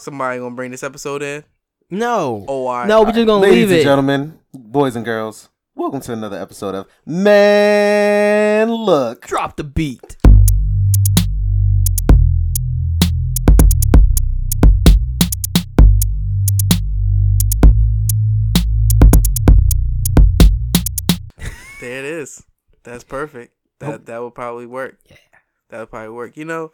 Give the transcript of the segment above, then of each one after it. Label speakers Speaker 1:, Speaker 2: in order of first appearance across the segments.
Speaker 1: Somebody gonna bring this episode in?
Speaker 2: No.
Speaker 1: Oh, I.
Speaker 2: no, we're just gonna
Speaker 3: Ladies
Speaker 2: leave
Speaker 3: and
Speaker 2: it.
Speaker 3: gentlemen, boys and girls, welcome to another episode of Man Look.
Speaker 2: Drop the beat.
Speaker 1: There it is. That's perfect. That
Speaker 2: Nope.
Speaker 1: that would probably work. Yeah. That would probably work. You know,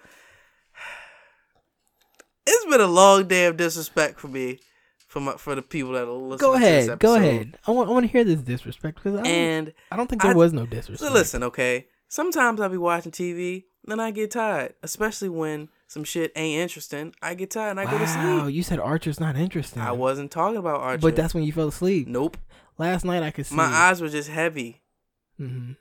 Speaker 1: it's been a long day of disrespect for me, for my for the people that are listening.
Speaker 2: Go
Speaker 1: to this
Speaker 2: ahead. Go
Speaker 1: episode.
Speaker 2: ahead. I want. I want to hear this disrespect because I, don't-
Speaker 1: And
Speaker 2: I don't think there
Speaker 1: I-
Speaker 2: was no
Speaker 1: so
Speaker 2: disrespect.
Speaker 1: listen, okay. Sometimes I'll be watching TV and I get tired, especially when some shit ain't interesting. I get tired and I go to
Speaker 2: Wow,
Speaker 1: sleep.
Speaker 2: you said Archer's not interesting.
Speaker 1: I wasn't talking about Archer.
Speaker 2: but that's when you fell asleep.
Speaker 1: nope.
Speaker 2: Last night I could see.
Speaker 1: My eyes were just heavy.
Speaker 2: hmm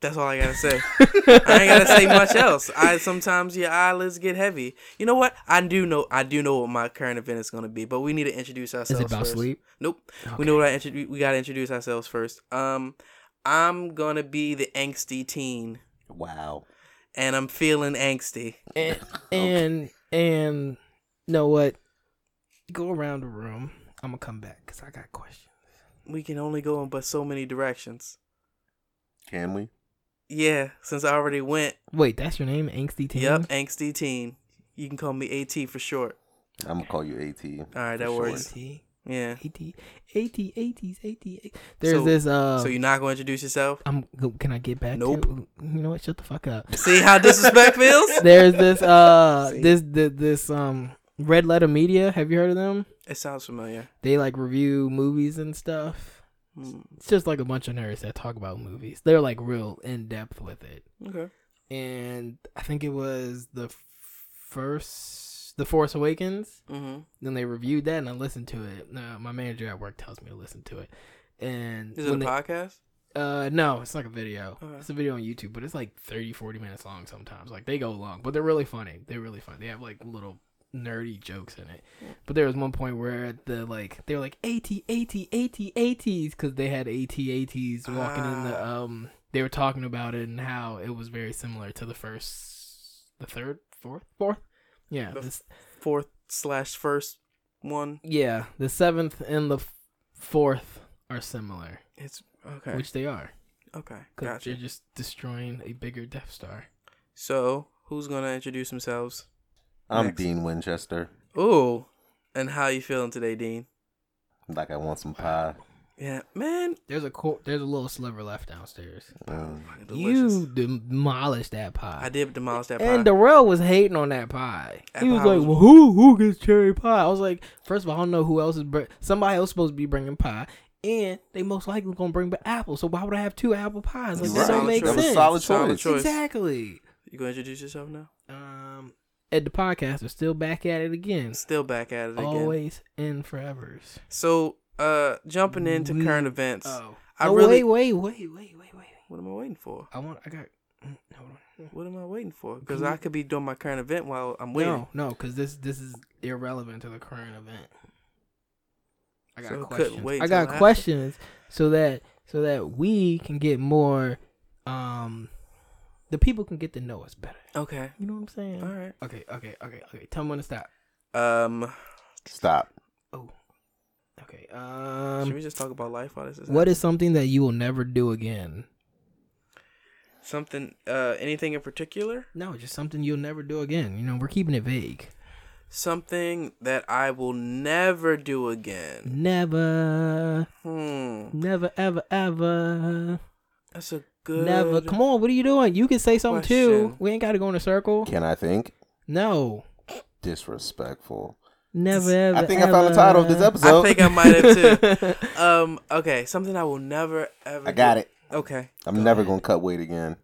Speaker 1: That's all I gotta say. I ain't gotta say much else. I sometimes your eyelids get heavy. You know what? I do know. I do know what my current event is gonna be, but we need to introduce
Speaker 2: Is
Speaker 1: ourselves.
Speaker 2: it about
Speaker 1: first.
Speaker 2: sleep?
Speaker 1: Nope.
Speaker 2: Okay.
Speaker 1: We know what I introduce. We gotta introduce ourselves first. Um, I'm gonna be the angsty teen,
Speaker 3: Wow.
Speaker 1: and I'm feeling angsty.
Speaker 2: And and and you know what? Go around the room. I'm gonna come back because I got questions.
Speaker 1: We can only go in but so many directions.
Speaker 3: Can we?
Speaker 1: Yeah, since I already went.
Speaker 2: Wait, that's your name, Angsty Teen.
Speaker 1: Yep, angsty teen. You can call me AT for short.
Speaker 3: I'm gonna call you AT.
Speaker 1: All right, that
Speaker 3: For short.
Speaker 1: works. Yeah.
Speaker 2: AT, AT, 80s, 80. There's
Speaker 1: So-
Speaker 2: this. Uh,
Speaker 1: so you're not gonna introduce yourself?
Speaker 2: I'm. oh, Can I get back?
Speaker 1: Nope.
Speaker 2: To, you know what? Shut the fuck up.
Speaker 1: See how disrespect feels?
Speaker 2: There's this. Uh,
Speaker 1: See?
Speaker 2: this this this um Red Letter Media. Have you heard of them?
Speaker 1: It sounds familiar.
Speaker 2: They like review movies and stuff.
Speaker 1: Hmm,
Speaker 2: It's just like a bunch of nerds that talk about movies. They're like real in depth with it.
Speaker 1: Okay.
Speaker 2: and I think it was the first, The Force Awakens.
Speaker 1: hmm
Speaker 2: Then they reviewed that, and I listened to it. Uh, my manager at work tells me to listen to it, and
Speaker 1: Is it
Speaker 2: when
Speaker 1: a
Speaker 2: they-
Speaker 1: podcast?
Speaker 2: uh, no, it's like a video.
Speaker 1: Okay.
Speaker 2: It's a video on YouTube, but it's like 30, 40 minutes long sometimes. Like they go long, but they're really funny. They're really funny. They have like little nerdy jokes in it. But there was one point where the like they were like AT AT AT ATs because they had AT ATs walking in the
Speaker 1: Ah.
Speaker 2: um. They were talking about it and how it was very similar to the first, the third, fourth, fourth. Yeah,
Speaker 1: The f-
Speaker 2: this,
Speaker 1: Fourth slash first one.
Speaker 2: yeah, the seventh and the f- fourth are similar,
Speaker 1: It's okay.
Speaker 2: which they are.
Speaker 1: okay,
Speaker 2: Because
Speaker 1: gotcha.
Speaker 2: they're just destroying a bigger Death Star.
Speaker 1: So who's gonna introduce themselves?
Speaker 3: I'm
Speaker 1: Next.
Speaker 3: Dean Winchester.
Speaker 1: Ooh, and how you feeling today, Dean?
Speaker 3: Like I want some pie.
Speaker 1: Yeah, man.
Speaker 2: There's a cor- there's a little sliver left downstairs.
Speaker 3: Mm.
Speaker 1: fucking Delicious.
Speaker 2: You demolished that
Speaker 1: I
Speaker 2: pie.
Speaker 1: did demolish that pie.
Speaker 2: And Darrell was hating on that pie.
Speaker 1: That
Speaker 2: he was
Speaker 1: pie
Speaker 2: like,
Speaker 1: was-
Speaker 2: "Well, who who gets cherry pie?" I was like, first of all, I don't know who else is. Br- somebody else supposed to be bringing pie, and they most likely gonna bring back apple. So why would I have two apple pies? Like
Speaker 3: You
Speaker 2: that
Speaker 3: right.
Speaker 2: don't make
Speaker 3: That was
Speaker 2: sense.
Speaker 3: solid
Speaker 1: Solid
Speaker 3: choice.
Speaker 1: choice.
Speaker 2: Exactly.
Speaker 1: you gonna introduce yourself now?
Speaker 2: Um, Ed the podcast are still back at it again.
Speaker 1: Still back at it again.
Speaker 2: Always and forever's.
Speaker 1: So, uh, jumping into
Speaker 2: We-
Speaker 1: current events.
Speaker 2: Oh,
Speaker 1: I
Speaker 2: Oh,
Speaker 1: really-
Speaker 2: wait, wait, wait, wait, wait, wait.
Speaker 1: what am I waiting for?
Speaker 2: I want. I got. mm, Hold on.
Speaker 1: What am I waiting for? Because
Speaker 2: Can
Speaker 1: I
Speaker 2: we-
Speaker 1: could be doing my current event while I'm waiting.
Speaker 2: No, no, because this this is irrelevant to the current event. I got
Speaker 1: So cut-
Speaker 2: questions.
Speaker 1: wait
Speaker 2: I
Speaker 1: till
Speaker 2: got
Speaker 1: after.
Speaker 2: questions so that so that we can get more. Um, the people can get to know us better.
Speaker 1: Okay.
Speaker 2: You know what I'm saying?
Speaker 1: All right.
Speaker 2: Okay, okay, okay, okay. Tell me when to stop.
Speaker 1: Um,
Speaker 3: Stop.
Speaker 2: Okay.
Speaker 1: should
Speaker 2: Um,
Speaker 1: we just talk about life while this is
Speaker 2: what is something that you will never do again?
Speaker 1: Something, uh, anything in particular?
Speaker 2: No, just something you'll never do again. You know, we're keeping it vague.
Speaker 1: Something that I will never do again.
Speaker 2: Never,
Speaker 1: Hmm.
Speaker 2: never, ever, ever.
Speaker 1: That's a good.
Speaker 2: Never. Come on, what are you doing? You can say something too.
Speaker 1: question.
Speaker 2: We ain't got to go in a circle.
Speaker 3: Can I think?
Speaker 2: No. Disrespectful. Never. Ever,
Speaker 3: I think I found the title of this episode.
Speaker 1: I think I might have too.
Speaker 2: episode.
Speaker 1: um. Okay. Something I will never ever.
Speaker 3: I got
Speaker 1: do-
Speaker 3: it.
Speaker 1: Okay.
Speaker 3: I'm
Speaker 2: Go
Speaker 3: never
Speaker 2: ahead.
Speaker 3: gonna cut weight again.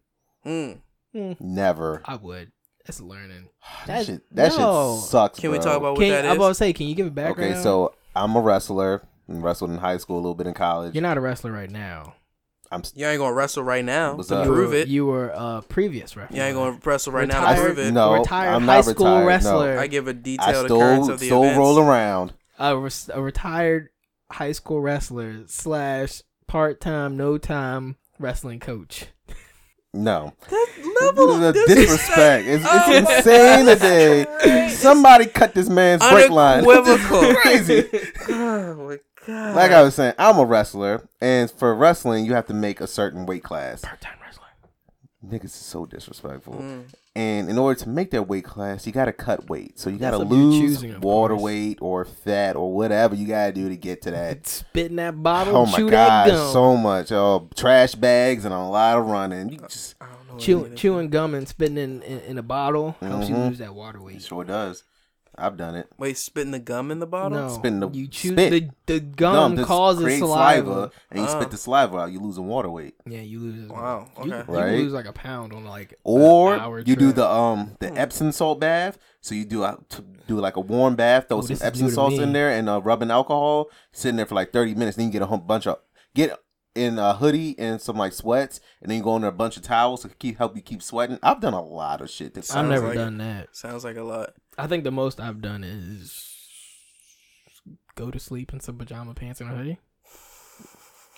Speaker 1: Mm.
Speaker 3: Never.
Speaker 2: I would. That's learning. Hmm.
Speaker 3: That
Speaker 2: That's-
Speaker 3: shit, that
Speaker 2: no.
Speaker 3: shit sucks.
Speaker 1: Ah, Can we
Speaker 3: bro.
Speaker 1: talk about what
Speaker 2: Can,
Speaker 1: that
Speaker 2: I'm
Speaker 1: is?
Speaker 2: about to say, can you give it back?
Speaker 3: Okay, so I'm a wrestler. I wrestled in high school, a little bit in college.
Speaker 2: you're not a wrestler right now.
Speaker 3: I'm s-
Speaker 1: You ain't gonna wrestle right now.
Speaker 3: What's
Speaker 1: to
Speaker 3: up?
Speaker 2: you
Speaker 1: prove
Speaker 2: were,
Speaker 1: it. You,
Speaker 2: You were a previous wrestler.
Speaker 1: ain't gonna wrestle right now. To
Speaker 2: Retired-
Speaker 1: prove it.
Speaker 3: No,
Speaker 2: retired
Speaker 3: I'm
Speaker 2: high
Speaker 3: not
Speaker 2: school
Speaker 3: retired, no.
Speaker 2: wrestler.
Speaker 1: I give a
Speaker 3: I
Speaker 1: detailed occurrence
Speaker 3: still
Speaker 1: of the
Speaker 3: still
Speaker 1: events.
Speaker 3: roll around.
Speaker 2: a, res- a retired high school wrestler slash part time, no time wrestling coach.
Speaker 3: No,
Speaker 1: That level of
Speaker 3: the
Speaker 1: disrespect.
Speaker 3: disrespect. It's,
Speaker 1: Oh
Speaker 3: it's
Speaker 1: my
Speaker 3: insane today.
Speaker 4: Right.
Speaker 3: Somebody cut this man's brake line. This is
Speaker 1: Unequivocal.
Speaker 3: crazy.
Speaker 1: Oh my god.
Speaker 3: Like I was saying, I'm a wrestler, and for wrestling, you have to make a certain weight class.
Speaker 2: Part-time wrestler.
Speaker 3: Niggas is so disrespectful.
Speaker 1: Mm.
Speaker 3: And in order to make that weight class, you gotta cut weight. So you gotta
Speaker 2: That's what you're
Speaker 3: lose
Speaker 2: choosing, of
Speaker 3: water
Speaker 2: course.
Speaker 3: weight or fat or whatever you gotta do to get to that.
Speaker 2: Spit in that bottle.
Speaker 3: Oh my
Speaker 2: chew
Speaker 3: god,
Speaker 2: that gum.
Speaker 3: so much. Oh, trash bags and a lot of running.
Speaker 2: Uh,
Speaker 3: You just
Speaker 1: I don't know what
Speaker 2: Chew,
Speaker 1: it is.
Speaker 2: chewing gum and spitting in, in, in a bottle helps you
Speaker 3: Mhm.
Speaker 2: lose that water
Speaker 3: it
Speaker 2: weight.
Speaker 3: sure does. I've done it.
Speaker 1: Wait, spitting the gum in the bottle?
Speaker 2: No,
Speaker 3: Spitting the-
Speaker 2: you chew
Speaker 3: spit.
Speaker 2: the the gum
Speaker 3: Gum just
Speaker 2: causes
Speaker 3: creates
Speaker 2: saliva.
Speaker 3: and you
Speaker 1: Oh.
Speaker 3: spit the saliva out. You losing water weight,
Speaker 2: Yeah, you lose.
Speaker 1: Wow,
Speaker 2: you,
Speaker 1: okay.
Speaker 2: you
Speaker 3: Right?
Speaker 2: lose like a pound on like an hour
Speaker 3: or you do
Speaker 2: trip.
Speaker 3: the um the Epsom salt bath. So you do a, t- do like a warm bath, throw
Speaker 2: Oh,
Speaker 3: some
Speaker 2: this is new
Speaker 3: Epsom
Speaker 2: to
Speaker 3: salts
Speaker 2: me.
Speaker 3: in there and uh, rubbing alcohol, sitting there for like thirty minutes. Then you get a whole bunch of get in a hoodie and some like sweats, and then you go under a bunch of towels to keep help you keep sweating. I've done a lot of shit. This
Speaker 2: I've
Speaker 1: Sounds
Speaker 2: never
Speaker 1: like
Speaker 2: done that.
Speaker 1: Sounds like a lot.
Speaker 2: I think the most I've done is go to sleep in some pajama pants and a hoodie.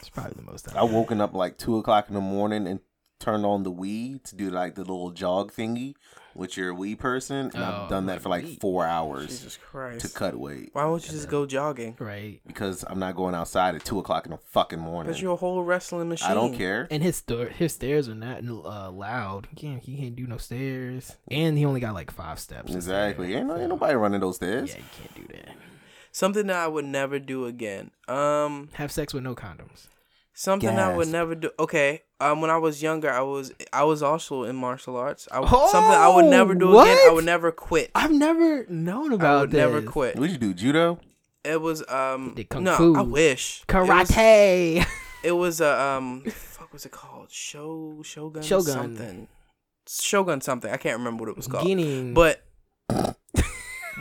Speaker 2: It's probably the most I've
Speaker 3: I
Speaker 2: done.
Speaker 3: woken up like two o'clock in the morning and turned on the Wii to do like the little jog thingy with your Wii person, and
Speaker 2: Oh,
Speaker 3: I've done that
Speaker 2: like
Speaker 3: for like
Speaker 2: Wii.
Speaker 3: four hours
Speaker 1: Jesus
Speaker 3: to
Speaker 1: Christ.
Speaker 3: cut weight
Speaker 1: Why won't you just go jogging?
Speaker 2: right.
Speaker 3: because I'm not going outside at two o'clock in the fucking morning.
Speaker 1: But you're a whole wrestling machine.
Speaker 3: I don't care.
Speaker 2: And his sto- his stairs are not uh, loud. He can't he can't do no stairs, and he only got like five steps. to
Speaker 3: Exactly.
Speaker 2: stairs,
Speaker 3: Ain't, no- ain't
Speaker 2: so-
Speaker 3: nobody running those stairs.
Speaker 2: Yeah, you can't do that.
Speaker 1: Something that I would never do again. Um,
Speaker 2: Have sex with no condoms.
Speaker 1: Something I would
Speaker 3: Gasp.
Speaker 1: never do. Okay, um, when I was younger, I was I was also in martial arts. I, something I would never do
Speaker 2: Oh,
Speaker 1: again. I
Speaker 2: what?
Speaker 1: would never quit.
Speaker 2: I've never known
Speaker 1: I
Speaker 2: about
Speaker 1: would
Speaker 2: this.
Speaker 1: never quit.
Speaker 3: What'd you do? Judo?
Speaker 1: It was um
Speaker 2: Did kung
Speaker 1: no,
Speaker 2: fu.
Speaker 1: I wish It was-
Speaker 2: Karate.
Speaker 1: It was a um, fuck was it called? Show Shogun
Speaker 2: Shogun.
Speaker 1: something. Shogun something. I can't remember what it was called.
Speaker 2: Guinea.
Speaker 1: But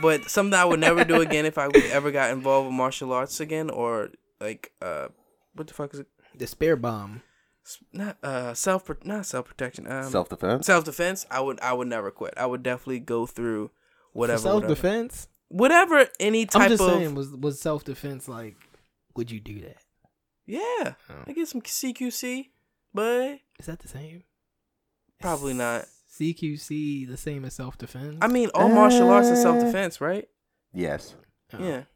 Speaker 1: but something I would never do again if I ever got involved with martial arts again or like uh, what the fuck is it?
Speaker 2: the spear bomb.
Speaker 1: Not uh self pro- not self protection. Um,
Speaker 3: Self defense?
Speaker 1: self defense, I would I would never quit. I would definitely go through whatever
Speaker 2: Self
Speaker 1: whatever.
Speaker 2: defense.
Speaker 1: whatever any type
Speaker 2: I'm just
Speaker 1: of
Speaker 2: saying, was was self defense like? Would you do that?
Speaker 1: yeah.
Speaker 2: Oh.
Speaker 1: I get some CQC, but
Speaker 2: Is that the same?
Speaker 1: Probably not.
Speaker 2: CQC the same as self defense.
Speaker 1: I mean all martial arts is
Speaker 3: Uh,
Speaker 1: self defense, right?
Speaker 3: Yes.
Speaker 1: Yeah.
Speaker 2: Oh,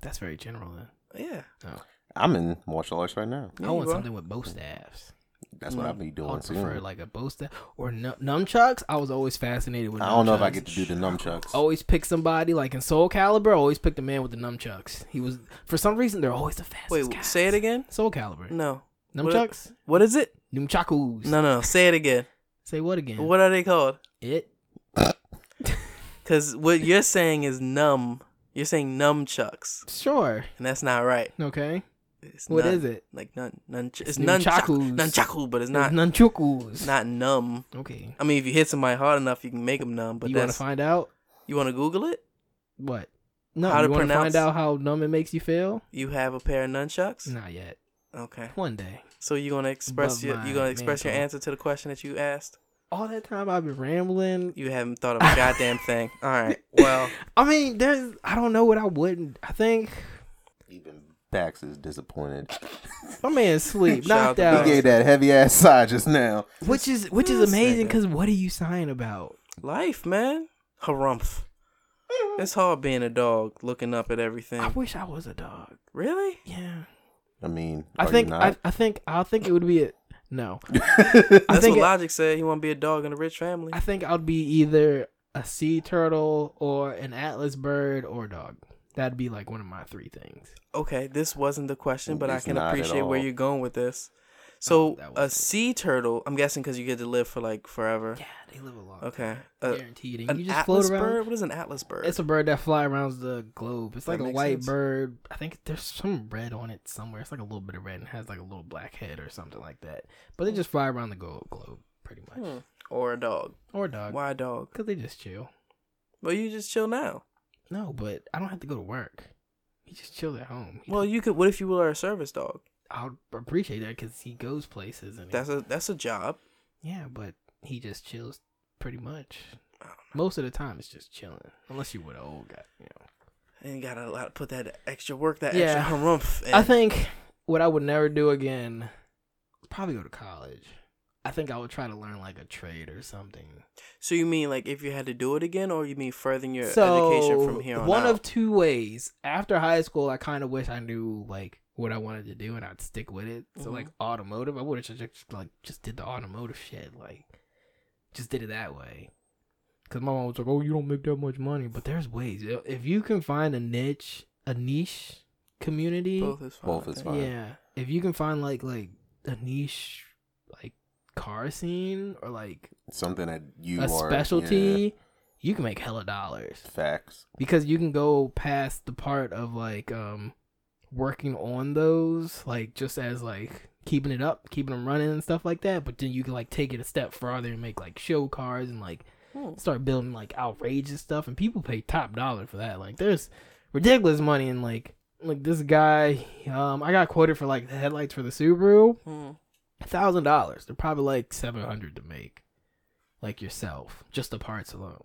Speaker 2: that's very general then.
Speaker 1: Yeah.
Speaker 2: Oh.
Speaker 3: I'm in martial arts right now.
Speaker 1: Yeah,
Speaker 2: I want
Speaker 1: you are.
Speaker 2: something with both staffs.
Speaker 3: That's what I'll be
Speaker 2: I
Speaker 3: doing
Speaker 2: would prefer
Speaker 3: soon.
Speaker 2: like a bow staff or nu- nunchucks. I was always fascinated with.
Speaker 3: I don't know if
Speaker 2: nunchucks.
Speaker 3: I
Speaker 2: Oh.
Speaker 3: get to do the nunchucks.
Speaker 2: Always pick somebody like in Soul Calibur. I Always pick the man with the nunchucks. He was for some reason they're always the fastest.
Speaker 1: Wait,
Speaker 2: guys.
Speaker 1: say it again?
Speaker 2: Soul Calibur.
Speaker 1: No. What-
Speaker 2: Nunchucks.
Speaker 1: What is it?
Speaker 2: Nunchakus.
Speaker 1: No, no, no. Say it again.
Speaker 2: Say what again?
Speaker 1: What are they called?
Speaker 2: It.
Speaker 1: Cuz what you're saying is numb. You're saying nunchucks,
Speaker 2: Sure.
Speaker 1: and that's not right.
Speaker 2: Okay.
Speaker 1: It's
Speaker 2: What
Speaker 1: nun-
Speaker 2: is it?
Speaker 1: Like nun, nunch- it's
Speaker 2: It's
Speaker 1: nunchaku,
Speaker 2: nunchakus.
Speaker 1: nunchaku, but it's
Speaker 2: Not
Speaker 1: not
Speaker 2: nunchukus.
Speaker 1: not numb.
Speaker 2: okay.
Speaker 1: I mean, if you hit somebody hard enough, you can make them numb. But
Speaker 2: you want to
Speaker 1: that's
Speaker 2: find out
Speaker 1: you want to Google it.
Speaker 2: what? No.
Speaker 1: How
Speaker 2: you
Speaker 1: to
Speaker 2: wanna
Speaker 1: pronounce-
Speaker 2: find out how numb it makes you feel?
Speaker 1: You have a pair of nunchucks.
Speaker 2: Not yet.
Speaker 1: Okay,
Speaker 2: One day.
Speaker 1: so you're gonna express
Speaker 2: Above
Speaker 1: your
Speaker 2: my
Speaker 1: you're gonna express your
Speaker 2: mantle.
Speaker 1: answer to the question that you asked.
Speaker 2: All that time I've been rambling.
Speaker 1: You haven't thought of a goddamn thing. All right. Well,
Speaker 2: I mean, there's. I don't know what I wouldn't. I think
Speaker 3: Even Bax is disappointed.
Speaker 2: my man's sleep
Speaker 1: Shout out
Speaker 2: knocked
Speaker 1: to
Speaker 3: He
Speaker 1: Bax.
Speaker 2: out,
Speaker 3: gave that heavy ass side just now.
Speaker 2: which is which is
Speaker 1: This
Speaker 2: amazing.
Speaker 1: nigga.
Speaker 2: Because what are you sighing about?
Speaker 1: life, man. Harumph. It's hard being a dog, looking up at everything.
Speaker 2: I wish I was a dog.
Speaker 1: really?
Speaker 2: Yeah.
Speaker 3: I mean,
Speaker 2: I
Speaker 3: are you
Speaker 2: think
Speaker 3: not?
Speaker 2: I, I think I think it would be a no. I
Speaker 1: That's
Speaker 2: think
Speaker 1: what
Speaker 2: it-
Speaker 1: Logic said. He want to be a dog in a rich family.
Speaker 2: I think I'd be either a sea turtle or an atlas bird or a dog. That'd be like one of my three things.
Speaker 1: Okay, this wasn't the question, but I
Speaker 3: It's
Speaker 1: can
Speaker 3: not at
Speaker 1: appreciate where
Speaker 3: all.
Speaker 1: you're going with this. So,
Speaker 2: that
Speaker 1: a
Speaker 2: was-
Speaker 1: sea turtle, I'm guessing because you get to live for like forever.
Speaker 2: Yeah, they live a long time.
Speaker 1: Okay. Uh,
Speaker 2: Guaranteed. And
Speaker 1: an
Speaker 2: you just
Speaker 1: atlas
Speaker 2: float around.
Speaker 1: bird? What is an atlas bird?
Speaker 2: It's a bird that fly around the globe. It's
Speaker 1: That
Speaker 2: like a
Speaker 1: makes
Speaker 2: white
Speaker 1: sense.
Speaker 2: bird. I think there's some red on it somewhere. It's like a little bit of red and has like a little black head or something like that. But they just fly around the glo- globe pretty much.
Speaker 1: Hmm. Or a dog.
Speaker 2: Or a dog.
Speaker 1: Why a dog?
Speaker 2: Because they just chill.
Speaker 1: Well, you just chill now.
Speaker 2: No, but I don't have to go to work. He just chills at home.
Speaker 1: Well, you could. What if you were a service dog?
Speaker 2: I'll appreciate that because he goes places and he-
Speaker 1: That's a that's a job.
Speaker 2: yeah, but he just chills pretty much.
Speaker 1: I don't know.
Speaker 2: Most of the time, it's just chilling. Unless you with an old guy, you know.
Speaker 1: And you gotta allow, put that extra work, that
Speaker 2: Yeah.
Speaker 1: extra harumph. In.
Speaker 2: I think what I would never do again probably go to college. I think I would try to learn like a trade or something.
Speaker 1: So you mean like if you had to do it again, or you mean furthering your
Speaker 2: so
Speaker 1: education from here on
Speaker 2: one
Speaker 1: out?
Speaker 2: of two ways. After high school, I kind of wish I knew like what I wanted to do and I'd stick with it. So
Speaker 1: Mhm.
Speaker 2: like automotive, I would have just like just did the automotive shit, like just did it that way. Cause my mom was like, "Oh, you don't make that much money," but there's ways. If you can find a niche, a niche community,
Speaker 1: both is fine.
Speaker 3: Both
Speaker 1: I
Speaker 3: is
Speaker 1: think.
Speaker 3: fine.
Speaker 2: yeah, if you can find like like a niche like car scene or like
Speaker 3: Something that you
Speaker 2: a
Speaker 3: are
Speaker 2: specialty, you can make hella dollars
Speaker 3: yeah, facts.
Speaker 2: because you can go past the part of like um working on those like just as like keeping it up keeping them running and stuff like that but then you can like take it a step farther and make like show cars and like
Speaker 1: Hmm.
Speaker 2: start building like outrageous stuff and people pay top dollar for that like there's ridiculous money and like like this guy um i got quoted for like the headlights for the subaru
Speaker 1: Hmm.
Speaker 2: thousand dollars they're probably like 700 to make like yourself just the parts alone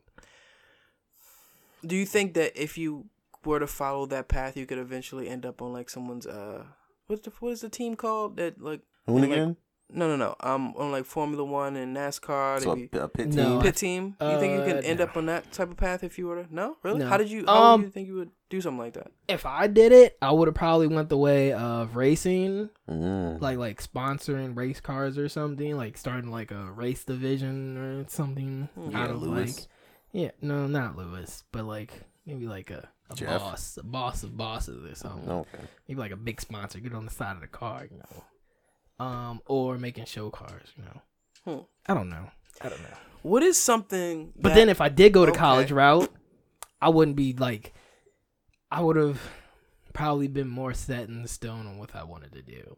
Speaker 1: Do you think that if you were to follow that path, you could eventually end up on like someone's uh, what's the what is the team called that like
Speaker 3: Who
Speaker 1: And, like,
Speaker 3: again?
Speaker 1: no no no um on like Formula One and NASCAR,
Speaker 3: So
Speaker 1: so,
Speaker 3: a, a pit
Speaker 2: No,
Speaker 3: team.
Speaker 1: pit team. you think you
Speaker 2: Uh,
Speaker 1: could end
Speaker 2: no.
Speaker 1: up on that type of path if you were to? No, really?
Speaker 2: No.
Speaker 1: How did you? How
Speaker 2: Um,
Speaker 1: do you think you would do something like that?
Speaker 2: if I did it, I would have probably went the way of racing,
Speaker 3: Mm.
Speaker 2: like like sponsoring race cars or something, like starting like a race division or something.
Speaker 3: yeah,
Speaker 2: out of,
Speaker 3: Lewis.
Speaker 2: Like, yeah, no, not Lewis, but like maybe like a, a
Speaker 3: Jeff?
Speaker 2: boss, a boss of bosses or something.
Speaker 3: okay.
Speaker 2: Maybe like a big sponsor, get on the side of the car, you know. Um, or making show cars, you know.
Speaker 1: Hmm.
Speaker 2: I don't know. I don't know.
Speaker 1: What is something?
Speaker 2: But
Speaker 1: that-
Speaker 2: then if I did go to
Speaker 1: okay.
Speaker 2: college route, I wouldn't be like I would have probably been more set in stone on what I wanted to do.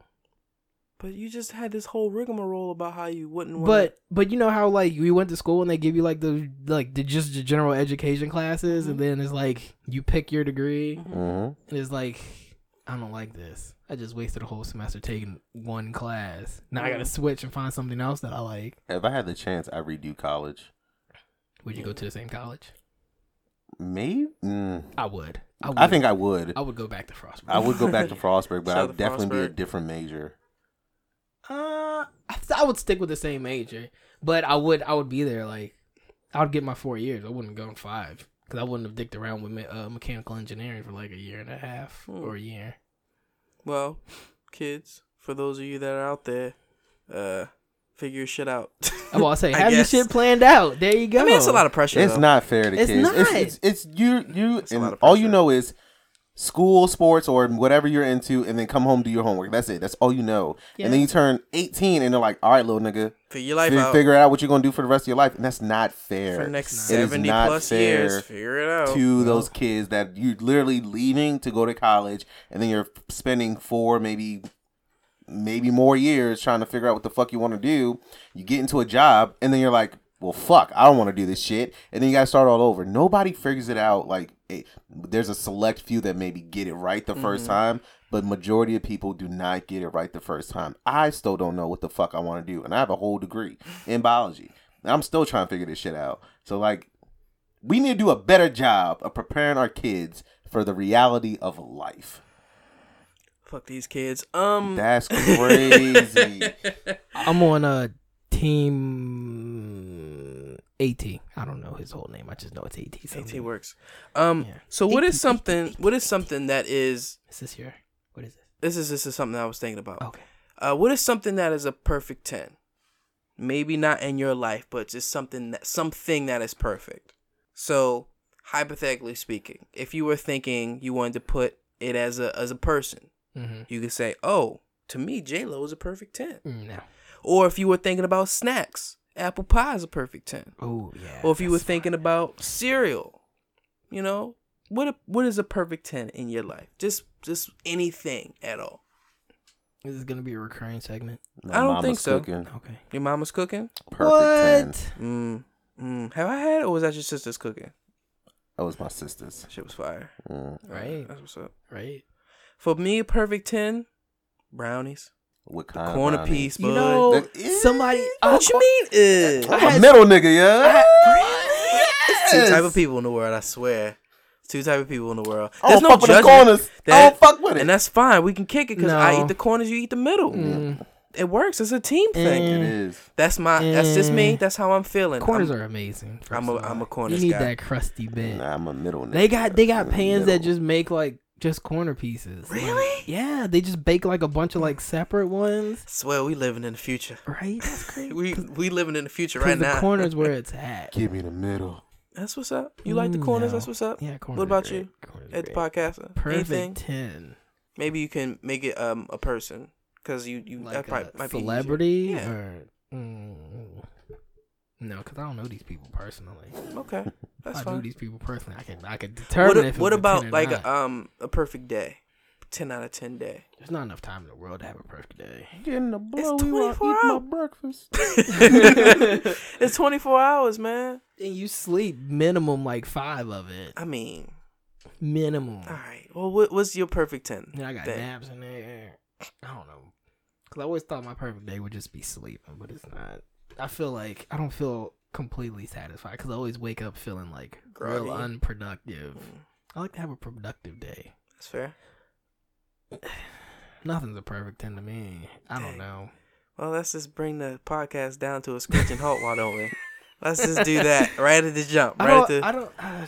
Speaker 1: but you just had this whole rigmarole about how you wouldn't. want
Speaker 2: But but you know how like we went to school and they give you like the like the just the general education classes
Speaker 1: Mm-hmm.
Speaker 2: and then it's like you pick your degree
Speaker 3: hmm
Speaker 2: and it's like I don't like this. I just wasted a whole semester taking one class. Now I got
Speaker 1: Mm.
Speaker 2: to switch and find something else that I like.
Speaker 3: If I had the chance, I redo college.
Speaker 2: Would you go to the same college?
Speaker 3: Maybe. Mm.
Speaker 2: I would. I, would.
Speaker 3: I think I would.
Speaker 2: I would go back to Frostburg.
Speaker 3: I would go back to Frostburg, but
Speaker 1: Shout
Speaker 3: I
Speaker 1: out
Speaker 3: would
Speaker 1: to
Speaker 3: definitely be a
Speaker 1: Frostburg.
Speaker 3: different major.
Speaker 2: Uh, I, th- I would stick with the same major, but I would I would be there like I would get my four years. I wouldn't go in five because I wouldn't have dicked around with me- uh, mechanical engineering for like a year and a half
Speaker 1: Hmm.
Speaker 2: or a year.
Speaker 1: Well, kids, for those of you that are out there, uh, figure your shit out.
Speaker 2: Oh, well, I say
Speaker 1: I
Speaker 2: have
Speaker 1: guess.
Speaker 2: your shit planned out. There you go.
Speaker 1: I mean, it's a lot of pressure.
Speaker 3: It's
Speaker 1: though.
Speaker 3: not fair to
Speaker 2: It's
Speaker 3: kids.
Speaker 2: not.
Speaker 3: It's, it's, it's you. You
Speaker 1: It's a lot
Speaker 3: and
Speaker 1: of
Speaker 3: all you
Speaker 1: pressure.
Speaker 3: know is school, sports, or whatever you're into, and then come home do your homework. That's it. That's all you know.
Speaker 2: Yeah.
Speaker 3: And then you turn 18, and they're like, "All right, little nigga,
Speaker 1: Figure your life
Speaker 3: fi-
Speaker 1: out
Speaker 3: figure out what you're gonna do for the rest of your life." And that's not fair
Speaker 1: for the next
Speaker 3: It is
Speaker 1: seventy
Speaker 3: not
Speaker 1: plus
Speaker 3: fair
Speaker 1: years. Figure it out.
Speaker 3: to those kids that you're literally leaving to go to college, and then you're spending four, maybe, maybe more years trying to figure out what the fuck you want to do. You get into a job, and then you're like, "Well, fuck, I don't want to do this shit," and then you gotta start all over. Nobody figures it out. Like, it, there's a select few that maybe get it right the 1st
Speaker 1: Mm-hmm.
Speaker 3: time. But majority of people do not get it right the first time. I still don't know what the fuck I want to do, and I have a whole degree in biology. And I'm still trying to figure this shit out. So like, we need to do a better job of preparing our kids for the reality of life.
Speaker 1: Fuck these kids. Um,
Speaker 3: That's crazy.
Speaker 2: I'm on a team AT. I don't know his whole name. I just know it's AT.
Speaker 1: AT
Speaker 2: something.
Speaker 1: works. Um,
Speaker 2: Yeah.
Speaker 1: so what is something? What is something that is?
Speaker 2: Is this here? What is this?
Speaker 1: This is this is something I was thinking about.
Speaker 3: Oh.
Speaker 2: Okay.
Speaker 1: Uh, what is something that is a perfect ten? Maybe not in your life, but just something that something that is perfect. So hypothetically speaking, if you were thinking you wanted to put it as a as a person,
Speaker 2: Mm-hmm.
Speaker 1: you could say, "Oh, to me, J Lo is a perfect 10.
Speaker 2: No.
Speaker 1: Or if you were thinking about snacks, apple pie is a perfect ten.
Speaker 2: Oh yeah.
Speaker 1: Or if you were
Speaker 2: that's fine.
Speaker 1: thinking about cereal, you know, what a, what is a perfect ten in your life? Just just anything at all.
Speaker 2: this is gonna be a recurring segment.
Speaker 1: I don't think so.
Speaker 3: Cooking.
Speaker 2: Okay.
Speaker 1: Your mama's cooking.
Speaker 3: Perfect
Speaker 2: what?
Speaker 3: 10.
Speaker 1: Mm, mm. Have I had, it, or was that your sister's cooking?
Speaker 3: That was my sister's.
Speaker 1: Shit was fire.
Speaker 3: Mm.
Speaker 2: Right.
Speaker 1: That's what's up.
Speaker 2: Right.
Speaker 1: For me, a perfect ten, brownies,
Speaker 3: What
Speaker 1: the
Speaker 3: kind
Speaker 2: Uh,
Speaker 1: corner
Speaker 3: brownie?
Speaker 1: piece, bud.
Speaker 2: You know,
Speaker 3: That-
Speaker 2: somebody.
Speaker 1: what you mean? Ugh.
Speaker 3: I'm a middle nigga, yeah.
Speaker 1: It's two type of people in the world. I swear, It's two type of people in the world.
Speaker 3: I
Speaker 1: There's
Speaker 3: don't
Speaker 1: no
Speaker 3: fuck with the
Speaker 1: judgment.
Speaker 3: corners. I don't fuck with it.
Speaker 1: and that's fine. We can kick it because I
Speaker 2: No. Mm.
Speaker 1: eat the corners, you eat the middle. it works. It's a team thing.
Speaker 3: It is.
Speaker 1: That's my. That's just me.
Speaker 2: Mm.
Speaker 1: That's how I'm feeling.
Speaker 2: Corners
Speaker 1: I'm,
Speaker 2: are amazing. first
Speaker 1: I'm a-
Speaker 2: of all.
Speaker 1: I'm a corners
Speaker 2: You need
Speaker 1: guy.
Speaker 2: that crusty bit.
Speaker 3: Nah, I'm a middle.
Speaker 2: They
Speaker 3: nigga.
Speaker 2: got they got
Speaker 3: I'm a
Speaker 2: pans that
Speaker 3: middle.
Speaker 2: just make like just corner pieces. Like,
Speaker 1: Really?
Speaker 2: yeah, they just bake like a bunch of like separate ones.
Speaker 1: swear we living in the future.
Speaker 2: Right? That's crazy.
Speaker 1: We we living in the future
Speaker 2: 'Cause
Speaker 1: right
Speaker 2: the
Speaker 1: now.
Speaker 2: corners where it's at.
Speaker 3: Give me the middle.
Speaker 1: That's what's up. You like the
Speaker 2: Mm,
Speaker 1: corners?
Speaker 2: no.
Speaker 1: That's what's up.
Speaker 2: Yeah, corners.
Speaker 1: What
Speaker 2: are
Speaker 1: about
Speaker 2: great.
Speaker 1: you
Speaker 2: Corners are
Speaker 1: At the
Speaker 2: great.
Speaker 1: podcast, uh,
Speaker 2: Perfect
Speaker 1: anything?
Speaker 2: ten.
Speaker 1: Maybe you can make it um a person because you you
Speaker 2: Like
Speaker 1: that probably,
Speaker 2: a
Speaker 1: might be easier.
Speaker 2: celebrity
Speaker 1: Yeah.
Speaker 2: or mm, no? Because I don't know these people personally.
Speaker 1: Okay, that's
Speaker 2: if I knew
Speaker 1: fine.
Speaker 2: these people personally, I can I could
Speaker 1: What,
Speaker 2: determine
Speaker 1: a-
Speaker 2: if it
Speaker 1: what
Speaker 2: was a 10
Speaker 1: about
Speaker 2: or
Speaker 1: like
Speaker 2: not.
Speaker 1: a, um a perfect day, ten out of ten day?
Speaker 2: There's not enough time in the world to have a perfect day.
Speaker 3: Getting the blow.
Speaker 1: 24
Speaker 3: eat my
Speaker 1: hours.
Speaker 3: breakfast.
Speaker 1: it's 24 hours, man.
Speaker 2: And you sleep minimum like five of it.
Speaker 1: I mean,
Speaker 2: Minimum.
Speaker 1: all right. Well, what, what's your perfect 10?
Speaker 2: And I got
Speaker 1: thing?
Speaker 2: naps in there. I don't know. Cause I always thought my perfect day would just be sleeping, but it's not. I feel like I don't feel completely satisfied because I always wake up feeling like
Speaker 1: Groggy.
Speaker 2: real unproductive.
Speaker 1: Mm,
Speaker 2: I like to have a productive day.
Speaker 1: That's fair.
Speaker 2: Nothing's a perfect ten to me. I
Speaker 1: Dang.
Speaker 2: don't know.
Speaker 1: Well, let's just bring the podcast down to a screeching halt, why don't we? Let's just do that right at the jump.
Speaker 2: I
Speaker 1: Right at
Speaker 2: don't.
Speaker 1: the,
Speaker 2: I don't. Uh,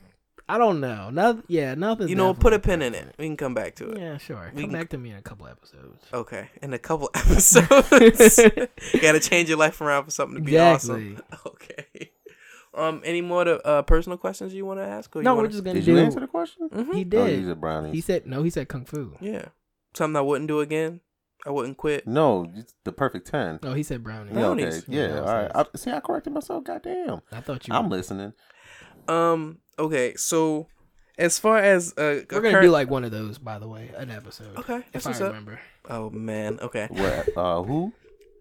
Speaker 2: I don't know. Noth- yeah, nothing.
Speaker 1: you know, put a pin in it. We can come back to it.
Speaker 2: Yeah, sure.
Speaker 1: We
Speaker 2: Come
Speaker 1: can-
Speaker 2: back to me in a couple episodes.
Speaker 1: Okay. In a couple episodes. you got to change your life around for something to be
Speaker 2: exactly.
Speaker 1: awesome. Okay. Um, any more to, uh, personal questions you want to ask? Or
Speaker 2: No,
Speaker 1: you
Speaker 2: we're
Speaker 1: wanna...
Speaker 2: just gonna
Speaker 3: Did you answer
Speaker 2: do.
Speaker 3: the question?
Speaker 1: Mhm.
Speaker 2: He
Speaker 3: Oh, you
Speaker 2: did.
Speaker 3: said brownies.
Speaker 2: He said no. He said kung fu.
Speaker 1: Yeah. Something I wouldn't do again. I wouldn't quit.
Speaker 3: No, it's the perfect ten.
Speaker 2: Oh, he said brownies.
Speaker 3: Yeah, okay.
Speaker 1: Brownies.
Speaker 3: Yeah,
Speaker 2: Yeah,
Speaker 3: all right.
Speaker 2: I was
Speaker 3: I, see, I corrected myself. Goddamn.
Speaker 2: I thought you.
Speaker 3: I'm
Speaker 2: were,
Speaker 3: listening.
Speaker 1: Um. Okay. So, as far as uh,
Speaker 2: we're gonna do like one of those, by the way, an episode.
Speaker 1: okay,
Speaker 2: If
Speaker 1: that's
Speaker 2: I
Speaker 1: what's up.
Speaker 2: remember.
Speaker 1: Oh man. Okay.
Speaker 3: What? Uh, who?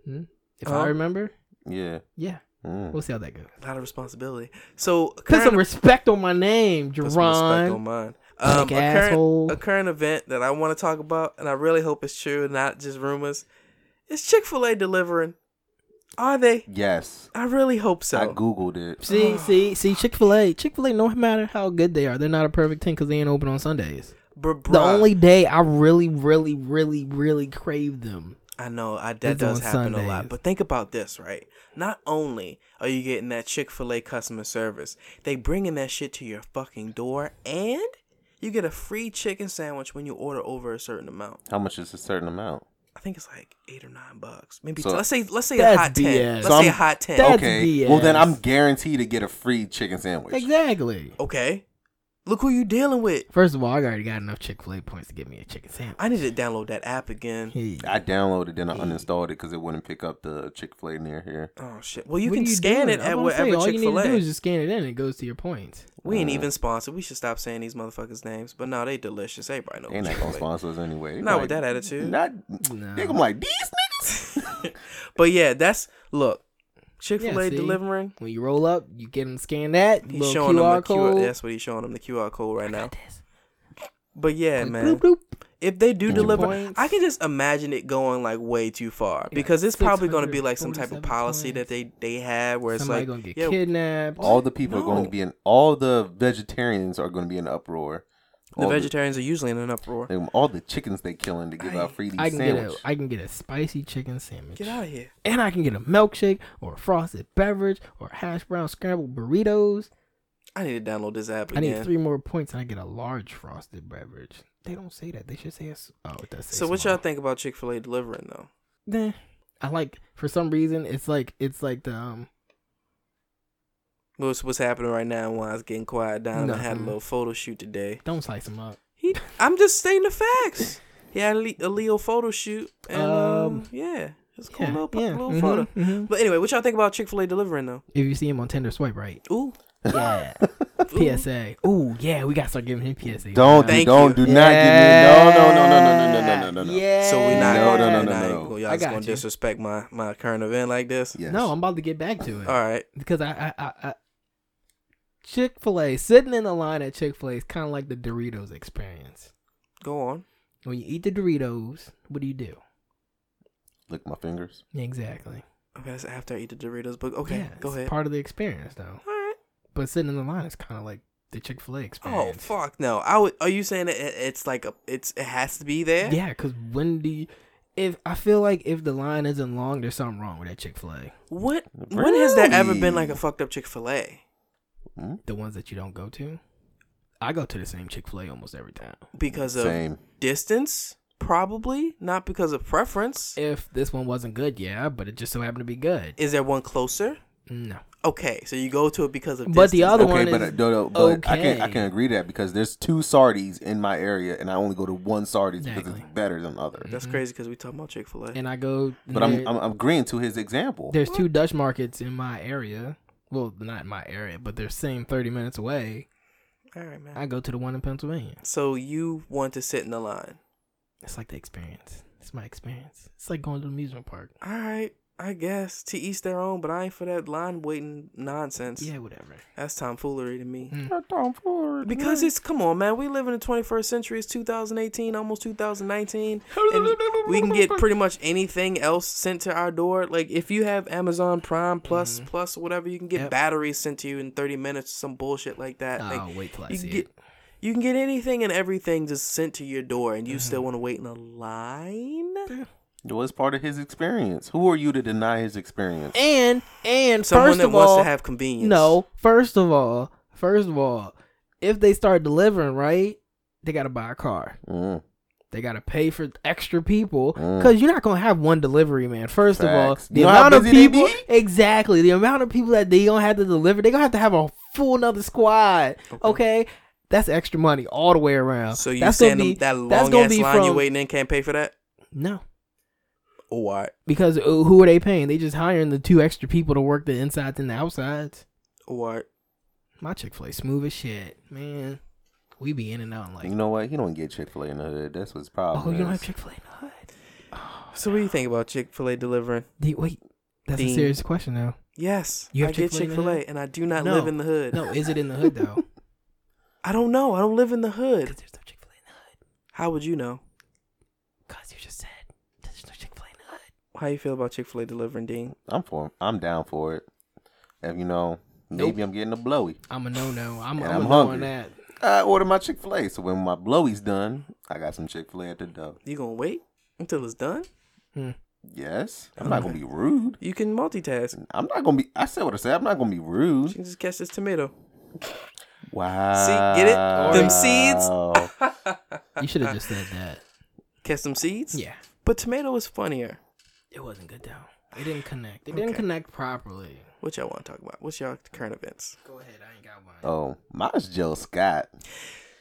Speaker 2: Hmm? If
Speaker 1: Huh?
Speaker 2: I remember,
Speaker 3: Yeah.
Speaker 2: yeah.
Speaker 1: Hmm.
Speaker 3: Mm.
Speaker 2: We'll see how that goes.
Speaker 1: A lot of responsibility. So,
Speaker 2: Put
Speaker 1: current,
Speaker 2: some respect on my name,
Speaker 1: put some respect on
Speaker 2: Jerron.
Speaker 1: mine. Um,
Speaker 2: Black
Speaker 1: a current,
Speaker 2: asshole.
Speaker 1: a current event that I want to talk about, and I really hope it's true, not just rumors. Is Chick Fil A delivering? Are they?
Speaker 3: Yes.
Speaker 1: I really hope so.
Speaker 3: I googled it.
Speaker 2: See, see, see, Chick Fil A, Chick Fil A. No matter how good they are, they're not a perfect ten because they ain't open on Sundays.
Speaker 1: Br-
Speaker 2: The
Speaker 1: bruh.
Speaker 2: only day I really, really, really, really crave them.
Speaker 1: I know I, that
Speaker 2: It's
Speaker 1: does
Speaker 2: on
Speaker 1: happen a lot.
Speaker 2: Sundays.
Speaker 1: But think about this, right? Not only are you getting that Chick Fil A customer service, they bringing that shit to your fucking door, and you get a free chicken sandwich when you order over a certain amount.
Speaker 3: How much is a certain amount?
Speaker 1: I think it's like eight or nine bucks, maybe.
Speaker 3: So-
Speaker 1: let let's say let's say a
Speaker 2: That's
Speaker 1: hot ten.
Speaker 2: BS.
Speaker 1: Let's
Speaker 3: So
Speaker 1: say
Speaker 3: I'm-
Speaker 1: a hot ten.
Speaker 2: That's
Speaker 3: okay.
Speaker 2: BS.
Speaker 3: Well, then I'm guaranteed to get a free chicken sandwich.
Speaker 2: Exactly.
Speaker 1: okay, look who you dealing with.
Speaker 2: First of all, I already got enough Chick Fil A points to get me a chicken sandwich.
Speaker 1: I need to download that app again.
Speaker 2: Hey.
Speaker 3: I downloaded then I uninstalled it because it wouldn't pick up the Chick Fil A near here.
Speaker 1: Oh shit! Well, you
Speaker 2: What
Speaker 1: can
Speaker 2: are
Speaker 1: scan
Speaker 2: doing?
Speaker 1: it
Speaker 2: I'm
Speaker 1: at
Speaker 2: about to say,
Speaker 1: whatever
Speaker 2: All
Speaker 1: Chick
Speaker 2: you need
Speaker 1: Fil
Speaker 2: to do
Speaker 1: A.
Speaker 2: is just Uh. scan it in. It goes to your points.
Speaker 1: We ain't
Speaker 3: Mm.
Speaker 1: even sponsored. We should stop saying these motherfuckers' names. But no, they delicious. Everybody knows.
Speaker 3: They not
Speaker 1: Chick-fil-A.
Speaker 3: gonna sponsor us anyway.
Speaker 1: Not
Speaker 3: Like,
Speaker 1: with that attitude.
Speaker 3: Not.
Speaker 2: No.
Speaker 3: They gonna like these niggas.
Speaker 1: but yeah, that's look. Chick Fil A
Speaker 2: Yeah, see?
Speaker 1: delivering.
Speaker 2: When you roll up, you get them scan that
Speaker 1: He's
Speaker 2: little
Speaker 1: showing
Speaker 2: QR
Speaker 1: them the
Speaker 2: code.
Speaker 1: QR. That's what he's showing them the QR code right now.
Speaker 2: Got this.
Speaker 1: But yeah,
Speaker 2: Click,
Speaker 1: man.
Speaker 2: bloop, bloop.
Speaker 1: If they do
Speaker 3: Get your
Speaker 1: deliver,
Speaker 2: points.
Speaker 1: I can just imagine it going like way too far because it's probably going to be like some type of
Speaker 2: 647
Speaker 1: policy that
Speaker 2: points.
Speaker 1: they they have where it's
Speaker 2: Somebody
Speaker 1: like
Speaker 2: gonna get
Speaker 1: yeah,
Speaker 2: kidnapped.
Speaker 3: All the people are going
Speaker 1: No.
Speaker 3: to be in. All the vegetarians are going to be in uproar.
Speaker 1: the
Speaker 3: All
Speaker 1: vegetarians are usually in an uproar.
Speaker 3: them- all the chickens they killing to give out free
Speaker 2: I can
Speaker 3: these sandwich.
Speaker 2: get a I can get a spicy chicken sandwich,
Speaker 1: Get out of here.
Speaker 2: and I can get a milkshake or a frosted beverage or hash brown scrambled burritos.
Speaker 1: I need to download this app
Speaker 2: I need
Speaker 1: again.
Speaker 2: three more points, and I get a large frosted beverage. They don't say that. They should say it's oh, it does say
Speaker 1: So what
Speaker 2: small.
Speaker 1: y'all think about Chick Fil A delivering though?
Speaker 2: Nah, I like for some reason it's like it's like the um
Speaker 1: What's what's happening right now? While it's getting quiet down, I had a
Speaker 2: Nothing.
Speaker 1: little photo shoot today.
Speaker 2: don't slice them up.
Speaker 1: He, I'm just stating the facts. He had a, le- a Leo photo shoot, and um,
Speaker 2: Um,
Speaker 1: yeah, it's a cool
Speaker 2: Yeah,
Speaker 1: little, pu-
Speaker 2: yeah,
Speaker 1: little
Speaker 2: mhm,
Speaker 1: photo.
Speaker 2: mhm.
Speaker 1: But anyway, what y'all think about Chick Fil A delivering though?
Speaker 2: If you see him on Tinder, swipe right.
Speaker 1: Ooh,
Speaker 2: Yeah. PSA. Ooh, yeah, we gotta start giving him PSA.
Speaker 3: Don't do,
Speaker 1: Thank
Speaker 3: don't
Speaker 1: you.
Speaker 3: do not give me no no no no no no no no no no.
Speaker 2: Yeah.
Speaker 1: so we not gonna,
Speaker 3: No, no, no,
Speaker 1: we
Speaker 3: no,
Speaker 1: not
Speaker 3: no, no.
Speaker 1: gonna- y'all
Speaker 2: I
Speaker 1: just
Speaker 2: got
Speaker 1: gonna
Speaker 2: you.
Speaker 1: disrespect my my current event like this?
Speaker 3: Yes.
Speaker 2: No, I'm about to get back to it.
Speaker 1: All right,
Speaker 2: Because I, I, I, I Chick fil A, sitting in the line at Chick fil A is kind of like the Doritos experience.
Speaker 1: go on.
Speaker 2: When you eat the Doritos, what do you do?
Speaker 3: Lick my fingers.
Speaker 2: Exactly.
Speaker 1: Okay, that's after I eat the Doritos, but okay,
Speaker 2: Yeah,
Speaker 1: go
Speaker 2: it's
Speaker 1: ahead.
Speaker 2: Part of the experience, though.
Speaker 1: All right.
Speaker 2: But sitting in the line is kind of like the Chick fil A
Speaker 1: Oh
Speaker 2: experience.
Speaker 1: fuck no! I would. Are you saying that it, it's like a? It's it has to be there.
Speaker 2: Yeah, because when do you, if I feel like if the line isn't long, there's something wrong with that Chick Fil A.
Speaker 1: What? When has there ever been like a
Speaker 3: Really?
Speaker 1: fucked up Chick Fil A?
Speaker 2: The ones that you don't go to, I go to the same Chick Fil A almost every time.
Speaker 1: Because of
Speaker 3: Same.
Speaker 1: distance, probably not because of preference.
Speaker 2: If this one wasn't good, yeah, but it just so happened to be good.
Speaker 1: Is there one closer?
Speaker 2: No,
Speaker 1: Okay, so you go to it because of
Speaker 2: but the
Speaker 1: distance.
Speaker 2: other
Speaker 3: okay,
Speaker 2: one
Speaker 3: but, uh,
Speaker 2: is
Speaker 3: no, no, but I can I
Speaker 2: okay.
Speaker 3: can agree to that because there's two Sardis in my area, and I only go to one Sardis because
Speaker 2: Exactly.
Speaker 3: it's better than the other.
Speaker 1: That's crazy because we talking about Chick Fil A.
Speaker 2: Mm-hmm. and I go.
Speaker 3: But I'm, I'm I'm agreeing to his example.
Speaker 2: there's two Dutch markets in my area. Well, not in my area, but they're same thirty minutes away.
Speaker 1: All right, man.
Speaker 2: I go to the one in Pennsylvania.
Speaker 1: So you want to sit in the line?
Speaker 2: It's like the experience. It's my experience. It's like going to the amusement park.
Speaker 1: All right, I guess to each their own. But I ain't for that line waiting nonsense.
Speaker 2: Yeah, whatever.
Speaker 1: That's tomfoolery to me. Because
Speaker 3: Because
Speaker 1: it's come on, man. We live in the 21st century. It's 2018, almost 2019, and we can get pretty much anything else sent to our door. Like if you have Amazon Prime Plus Plus or whatever, you can get
Speaker 2: Mm-hmm. Yep.
Speaker 1: batteries sent to you in 30 minutes. Some bullshit like that.
Speaker 2: Oh,
Speaker 1: Like,
Speaker 2: wait till I
Speaker 1: you
Speaker 2: see
Speaker 1: can get
Speaker 2: it.
Speaker 1: you can get anything and everything just sent to your door, and you
Speaker 2: Mm-hmm.
Speaker 1: still want to wait in a line.
Speaker 3: it was part of his experience. Who are you to deny his experience?
Speaker 2: And and
Speaker 1: Someone
Speaker 2: first
Speaker 1: that
Speaker 2: of
Speaker 1: wants
Speaker 2: all,
Speaker 1: to have convenience.
Speaker 2: no. First of all, first of all, if they start delivering, right, they gotta buy a car.
Speaker 3: Mm,
Speaker 2: They gotta pay for extra people
Speaker 3: Mm.
Speaker 2: because you're not gonna have one delivery man. First
Speaker 3: Facts.
Speaker 2: of all, the
Speaker 3: You know how
Speaker 2: amount of
Speaker 3: busy they
Speaker 2: people
Speaker 3: be?
Speaker 2: exactly the amount of people that they gonna have to deliver, they gonna have to have a full another squad. Okay. That's extra money all the way around.
Speaker 1: So you
Speaker 2: that's
Speaker 1: saying
Speaker 2: gonna be,
Speaker 1: that
Speaker 2: that's
Speaker 1: long
Speaker 2: gonna
Speaker 1: ass
Speaker 2: be
Speaker 1: line you
Speaker 2: from-
Speaker 1: waiting in can't pay for that?
Speaker 2: No,
Speaker 1: What?
Speaker 2: because uh, who are they paying? They just hiring the two extra people to work the insides and the outsides.
Speaker 1: What?
Speaker 2: My Chick Fil A smooth as shit, man. We be in and out like,
Speaker 3: you know what? He don't get Chick Fil A in the hood. That's what's problem.
Speaker 2: oh, you don't
Speaker 3: is.
Speaker 2: have Chick Fil A in the hood.
Speaker 1: So what do you think about Chick Fil A delivering?
Speaker 2: D- wait, that's
Speaker 1: Dean.
Speaker 2: a serious question now.
Speaker 1: Yes,
Speaker 2: You
Speaker 1: I
Speaker 2: have
Speaker 1: get Chick
Speaker 2: Chick-fil-A
Speaker 1: Fil
Speaker 2: now?
Speaker 1: A, and I do not
Speaker 2: No.
Speaker 1: live in the hood.
Speaker 2: No, is it in the hood though?
Speaker 1: I don't know. I don't live in the hood.
Speaker 2: Because there's no Chick Fil A in the hood.
Speaker 1: How would you know?
Speaker 2: Cause you just said there's no Chick Fil A in the hood.
Speaker 1: How you feel about Chick Fil A delivering, Dean?
Speaker 3: I'm for. I'm down for it. If you know, maybe I'm getting a blowy.
Speaker 2: I'm a no no. I'm,
Speaker 3: And
Speaker 2: I'm,
Speaker 3: I'm
Speaker 2: a no on
Speaker 3: hungry.
Speaker 2: that.
Speaker 3: I order my Chick Fil A. So when my blowy's done, I got some Chick Fil A at the door.
Speaker 1: You gonna wait until it's done?
Speaker 3: Yes, I'm not gonna be rude.
Speaker 1: You can multitask.
Speaker 3: I'm not gonna be. I said what I said. I'm not gonna be
Speaker 1: You
Speaker 3: rude.
Speaker 1: can just catch this tomato.
Speaker 3: Wow. Oh,
Speaker 1: get it? Them seeds?
Speaker 3: seeds.
Speaker 2: You should have just said that.
Speaker 1: Catch some seeds.
Speaker 2: Yeah,
Speaker 1: But tomato is funnier.
Speaker 2: it wasn't good though. It didn't connect. It didn't connect properly.
Speaker 1: What y'all want to talk about? What's y'all current events?
Speaker 2: Go ahead. I ain't got one.
Speaker 3: oh, mine's Joe Scott.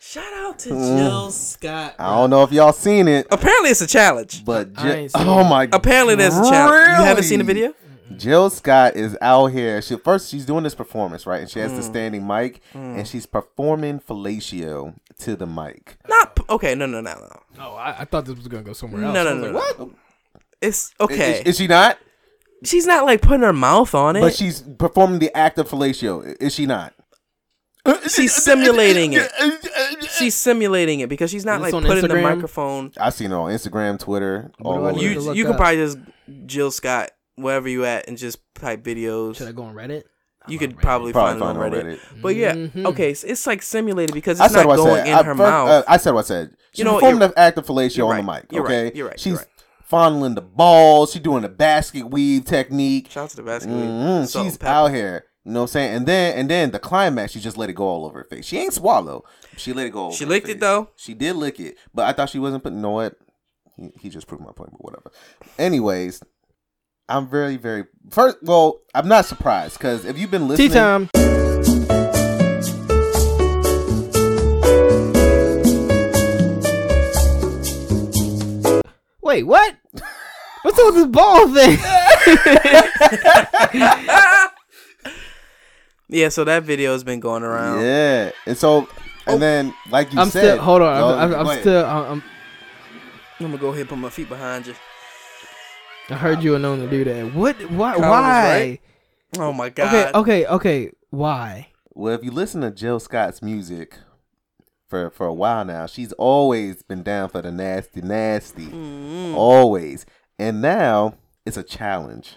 Speaker 1: Shout out to Jill Scott.
Speaker 3: I don't know if y'all seen it,
Speaker 1: Apparently, it's a challenge.
Speaker 3: but
Speaker 2: I
Speaker 3: Jill,
Speaker 2: ain't seen
Speaker 3: oh
Speaker 2: it.
Speaker 3: my god.
Speaker 1: Apparently, there's Oh, a challenge. You haven't seen the
Speaker 3: Really?
Speaker 1: video?
Speaker 3: Jill Scott is out here. She first she's doing this performance, right? And she has the
Speaker 1: Mm.
Speaker 3: standing mic and she's performing fellatio to the mic.
Speaker 1: Not okay. No, no, no, no.
Speaker 2: Oh, I, I thought this was gonna go somewhere
Speaker 1: No,
Speaker 2: else.
Speaker 1: no,
Speaker 2: I was
Speaker 1: no,
Speaker 2: like,
Speaker 1: no.
Speaker 2: what?
Speaker 1: It's
Speaker 3: Is-
Speaker 1: okay.
Speaker 3: Is, is she not?
Speaker 1: she's not like putting her mouth on it.
Speaker 3: But she's performing the act of fellatio. I- Is she not?
Speaker 1: she's simulating it. She's simulating it because she's not
Speaker 2: Is
Speaker 1: like
Speaker 2: this on
Speaker 1: putting the
Speaker 2: Instagram?
Speaker 1: microphone.
Speaker 3: I've seen her on Instagram, Twitter,
Speaker 2: What
Speaker 3: all
Speaker 2: do I
Speaker 3: over.
Speaker 2: need to
Speaker 1: You
Speaker 2: look
Speaker 1: you can
Speaker 2: up.
Speaker 1: probably just Jill Scott wherever you at and just type
Speaker 2: Should I
Speaker 1: videos.
Speaker 2: go on Reddit? I'm
Speaker 1: You
Speaker 2: on
Speaker 1: could
Speaker 2: Reddit.
Speaker 1: probably,
Speaker 3: Probably
Speaker 1: find it on
Speaker 3: find it
Speaker 1: Reddit.
Speaker 3: on
Speaker 1: But yeah,
Speaker 2: Mhm.
Speaker 1: okay, so it's like simulated because
Speaker 3: I
Speaker 1: it's
Speaker 3: said
Speaker 1: not
Speaker 3: what I
Speaker 1: going
Speaker 3: said.
Speaker 1: in
Speaker 3: I,
Speaker 1: her
Speaker 3: first-
Speaker 1: mouth.
Speaker 3: uh, I said what I said. She's
Speaker 1: You know what,
Speaker 3: performing
Speaker 1: you're-
Speaker 3: the act of fellatio
Speaker 1: you're
Speaker 3: on the
Speaker 1: right,
Speaker 3: mic.
Speaker 1: you're right,
Speaker 3: okay,
Speaker 1: you're right,
Speaker 3: She's
Speaker 1: you're right.
Speaker 3: fondling the balls. She's doing the basket weave technique.
Speaker 1: Shout out to the basketball.
Speaker 3: Mhm,
Speaker 1: Salt and
Speaker 3: She's
Speaker 1: pepper.
Speaker 3: out here. You know what I'm saying? And then and then the climax, she just let it go all over her face. She ain't swallow. She let it go. Over
Speaker 1: She
Speaker 3: her
Speaker 1: licked it,
Speaker 3: face.
Speaker 1: though.
Speaker 3: She did lick it, but I thought she wasn't. But you know what? He, he just proved my point. But whatever. Anyways, I'm very very first. Well, I'm not surprised because if you've been
Speaker 2: Tea
Speaker 3: listening,
Speaker 2: time. Wait, what? What's up with this ball thing?
Speaker 1: Yeah, so that video has been going around.
Speaker 3: yeah. And so and then like you
Speaker 2: Oh, I'm
Speaker 3: said,
Speaker 2: still. Hold on.
Speaker 3: No,
Speaker 2: I'm,
Speaker 3: go
Speaker 2: I'm, I'm
Speaker 3: ahead.
Speaker 2: still. I'm,
Speaker 1: I'm gonna go ahead and put my feet behind you.
Speaker 2: i heard you were known to do that. What? Why?
Speaker 1: Kyle was
Speaker 2: why?
Speaker 1: right. Oh my god.
Speaker 2: Okay. Okay. Okay. Why?
Speaker 3: Well, if you listen to Jill Scott's music for for a while now, she's always been down for the nasty, nasty,
Speaker 2: Mm.
Speaker 1: Mm-hmm.
Speaker 3: Oh. always. And now it's a challenge,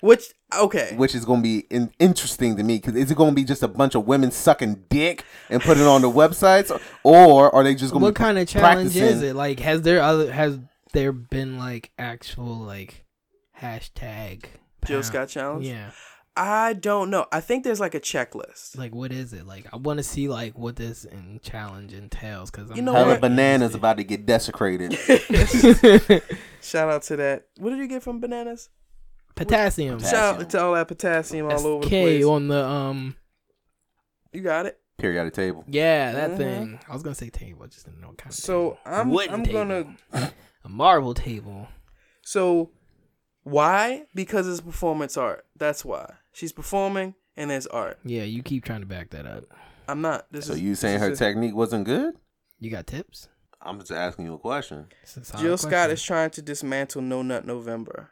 Speaker 1: Which okay.
Speaker 3: which is going to be in- interesting to me because is it going to be just a bunch of women sucking dick and putting it on the websites, or are they just going to
Speaker 2: What
Speaker 3: be
Speaker 2: kind of challenge is
Speaker 3: practicing-
Speaker 2: it? Like, has there other has there been like actual like hashtag
Speaker 1: Joe
Speaker 2: pound-
Speaker 1: Scott challenge.
Speaker 2: Yeah,
Speaker 1: I don't know. I think there's like a checklist.
Speaker 2: like what is it? Like I want to see like what this in challenge entails because
Speaker 1: You know
Speaker 3: Hella
Speaker 1: what?
Speaker 3: bananas about to get desecrated.
Speaker 1: Shout out to that. What did you get from bananas?
Speaker 2: potassium.
Speaker 3: Potassium.
Speaker 1: Shout out to all that potassium all over the
Speaker 2: SK
Speaker 1: place.
Speaker 2: on the um
Speaker 1: You got it.
Speaker 3: Periodic table.
Speaker 2: yeah that
Speaker 1: Mhm.
Speaker 2: thing. I was gonna say table, I just didn't know what kind of
Speaker 1: So
Speaker 2: table.
Speaker 1: I'm
Speaker 2: Wooden
Speaker 1: I'm
Speaker 2: table.
Speaker 1: gonna
Speaker 2: a marble table.
Speaker 1: so why? Because it's performance art. That's why she's performing and there's art.
Speaker 2: Yeah, you keep trying to back that up.
Speaker 1: I'm not. This
Speaker 3: So
Speaker 1: is
Speaker 3: you saying
Speaker 1: this
Speaker 3: her
Speaker 1: is-
Speaker 3: technique wasn't good?
Speaker 2: You got tips?
Speaker 3: I'm just asking you a question.
Speaker 2: It's a solid
Speaker 1: Jill Scott
Speaker 2: question.
Speaker 1: is trying to dismantle No Nut November.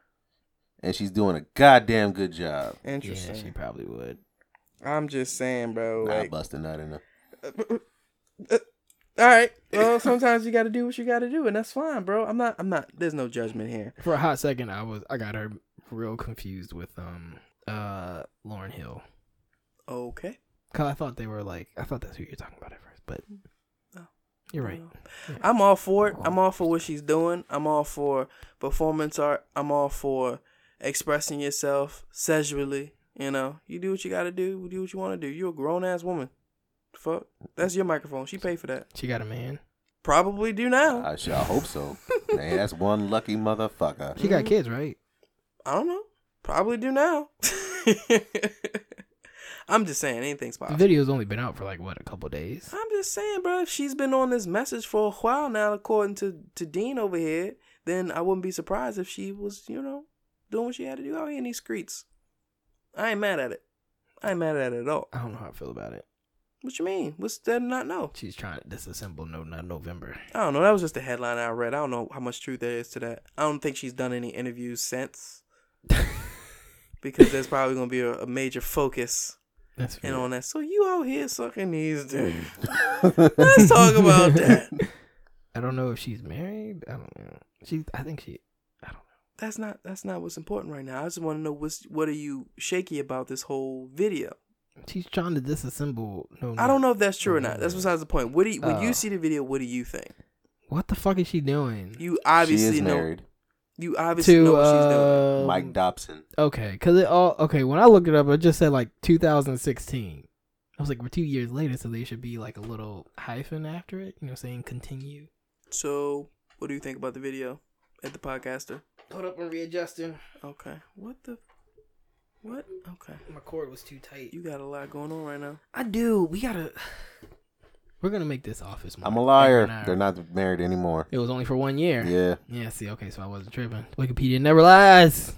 Speaker 3: And she's doing a goddamn good job.
Speaker 1: Interesting.
Speaker 2: Yeah, she probably would.
Speaker 1: I'm just saying, bro.
Speaker 3: Not
Speaker 1: Like,
Speaker 3: busting that in her.
Speaker 1: all right. Well, sometimes you got to do what you got to do, and that's fine, bro. I'm not. I'm not. There's no judgment here.
Speaker 2: For a hot second, I was I got her real confused with um uh Lauren Hill
Speaker 1: Okay.
Speaker 2: because I thought they were like I thought that's who you're talking about at first, but
Speaker 1: No.
Speaker 2: you're right.
Speaker 1: I'm all for it. I'm all for what she's doing. I'm all for performance art. I'm all for expressing yourself sexually. You know, you do what you got to do. Do what you want to do. You're a grown ass woman. Fuck. That's your microphone. She paid for that.
Speaker 2: She got a man.
Speaker 1: Probably do now.
Speaker 3: I sure hope so. Man, that's one lucky motherfucker.
Speaker 2: She
Speaker 1: Mm-hmm.
Speaker 2: got kids, right?
Speaker 1: I don't know. Probably do now. I'm just saying, anything's
Speaker 2: The
Speaker 1: possible.
Speaker 2: video's only been out for like what a couple days.
Speaker 1: I'm just saying, bro. If she's been on this message for a while now, according to to Dean over here, then I wouldn't be surprised if she was, you know, doing what she had to do out here in these streets. I ain't mad at it. I ain't mad at it at all.
Speaker 2: I don't know how I feel about it.
Speaker 1: What you mean? What's that? to Not know?
Speaker 2: She's trying to disassemble No Not November.
Speaker 1: I don't know. That was just a headline I read. I don't know how much truth there is to that. I don't think she's done any interviews since, because there's probably gonna be a, a major focus
Speaker 2: That's
Speaker 1: and
Speaker 2: weird.
Speaker 1: on that. So you out here sucking these dudes. Let's talk about that.
Speaker 2: I don't know if she's married. I don't know. She I think she I don't know.
Speaker 1: That's not that's not what's important right now. I just want to know what's what are you shaky about this whole video.
Speaker 2: She's trying to disassemble No
Speaker 1: I don't
Speaker 2: Nut.
Speaker 1: know if that's true or not. That's besides the point. What do you, when
Speaker 2: Mm-hmm. Oh.
Speaker 1: you see the video? What do you think?
Speaker 2: What the fuck is she doing?
Speaker 1: You
Speaker 3: she is
Speaker 1: obviously know.
Speaker 3: married.
Speaker 1: You obviously know
Speaker 2: to
Speaker 1: what she's doing.
Speaker 2: uh,
Speaker 3: Mike Dobson.
Speaker 2: Okay, because it all okay. When I looked it up, it just said like 2016. I was like, we're two years later, so there should be like a little hyphen after it. You know, saying continue.
Speaker 1: So what do you think about the video at the podcaster?
Speaker 2: Hold up, I'm readjusting.
Speaker 1: Okay. What the? What? Okay.
Speaker 2: My cord was too tight.
Speaker 1: You got a lot going on right now.
Speaker 2: I do. We gotta. We're gonna make this office. more
Speaker 3: I'm a liar.
Speaker 2: organized.
Speaker 3: They're not married anymore.
Speaker 2: It was only for one year. Yeah.
Speaker 3: Yeah.
Speaker 2: See. Okay. So I wasn't tripping. Wikipedia never lies.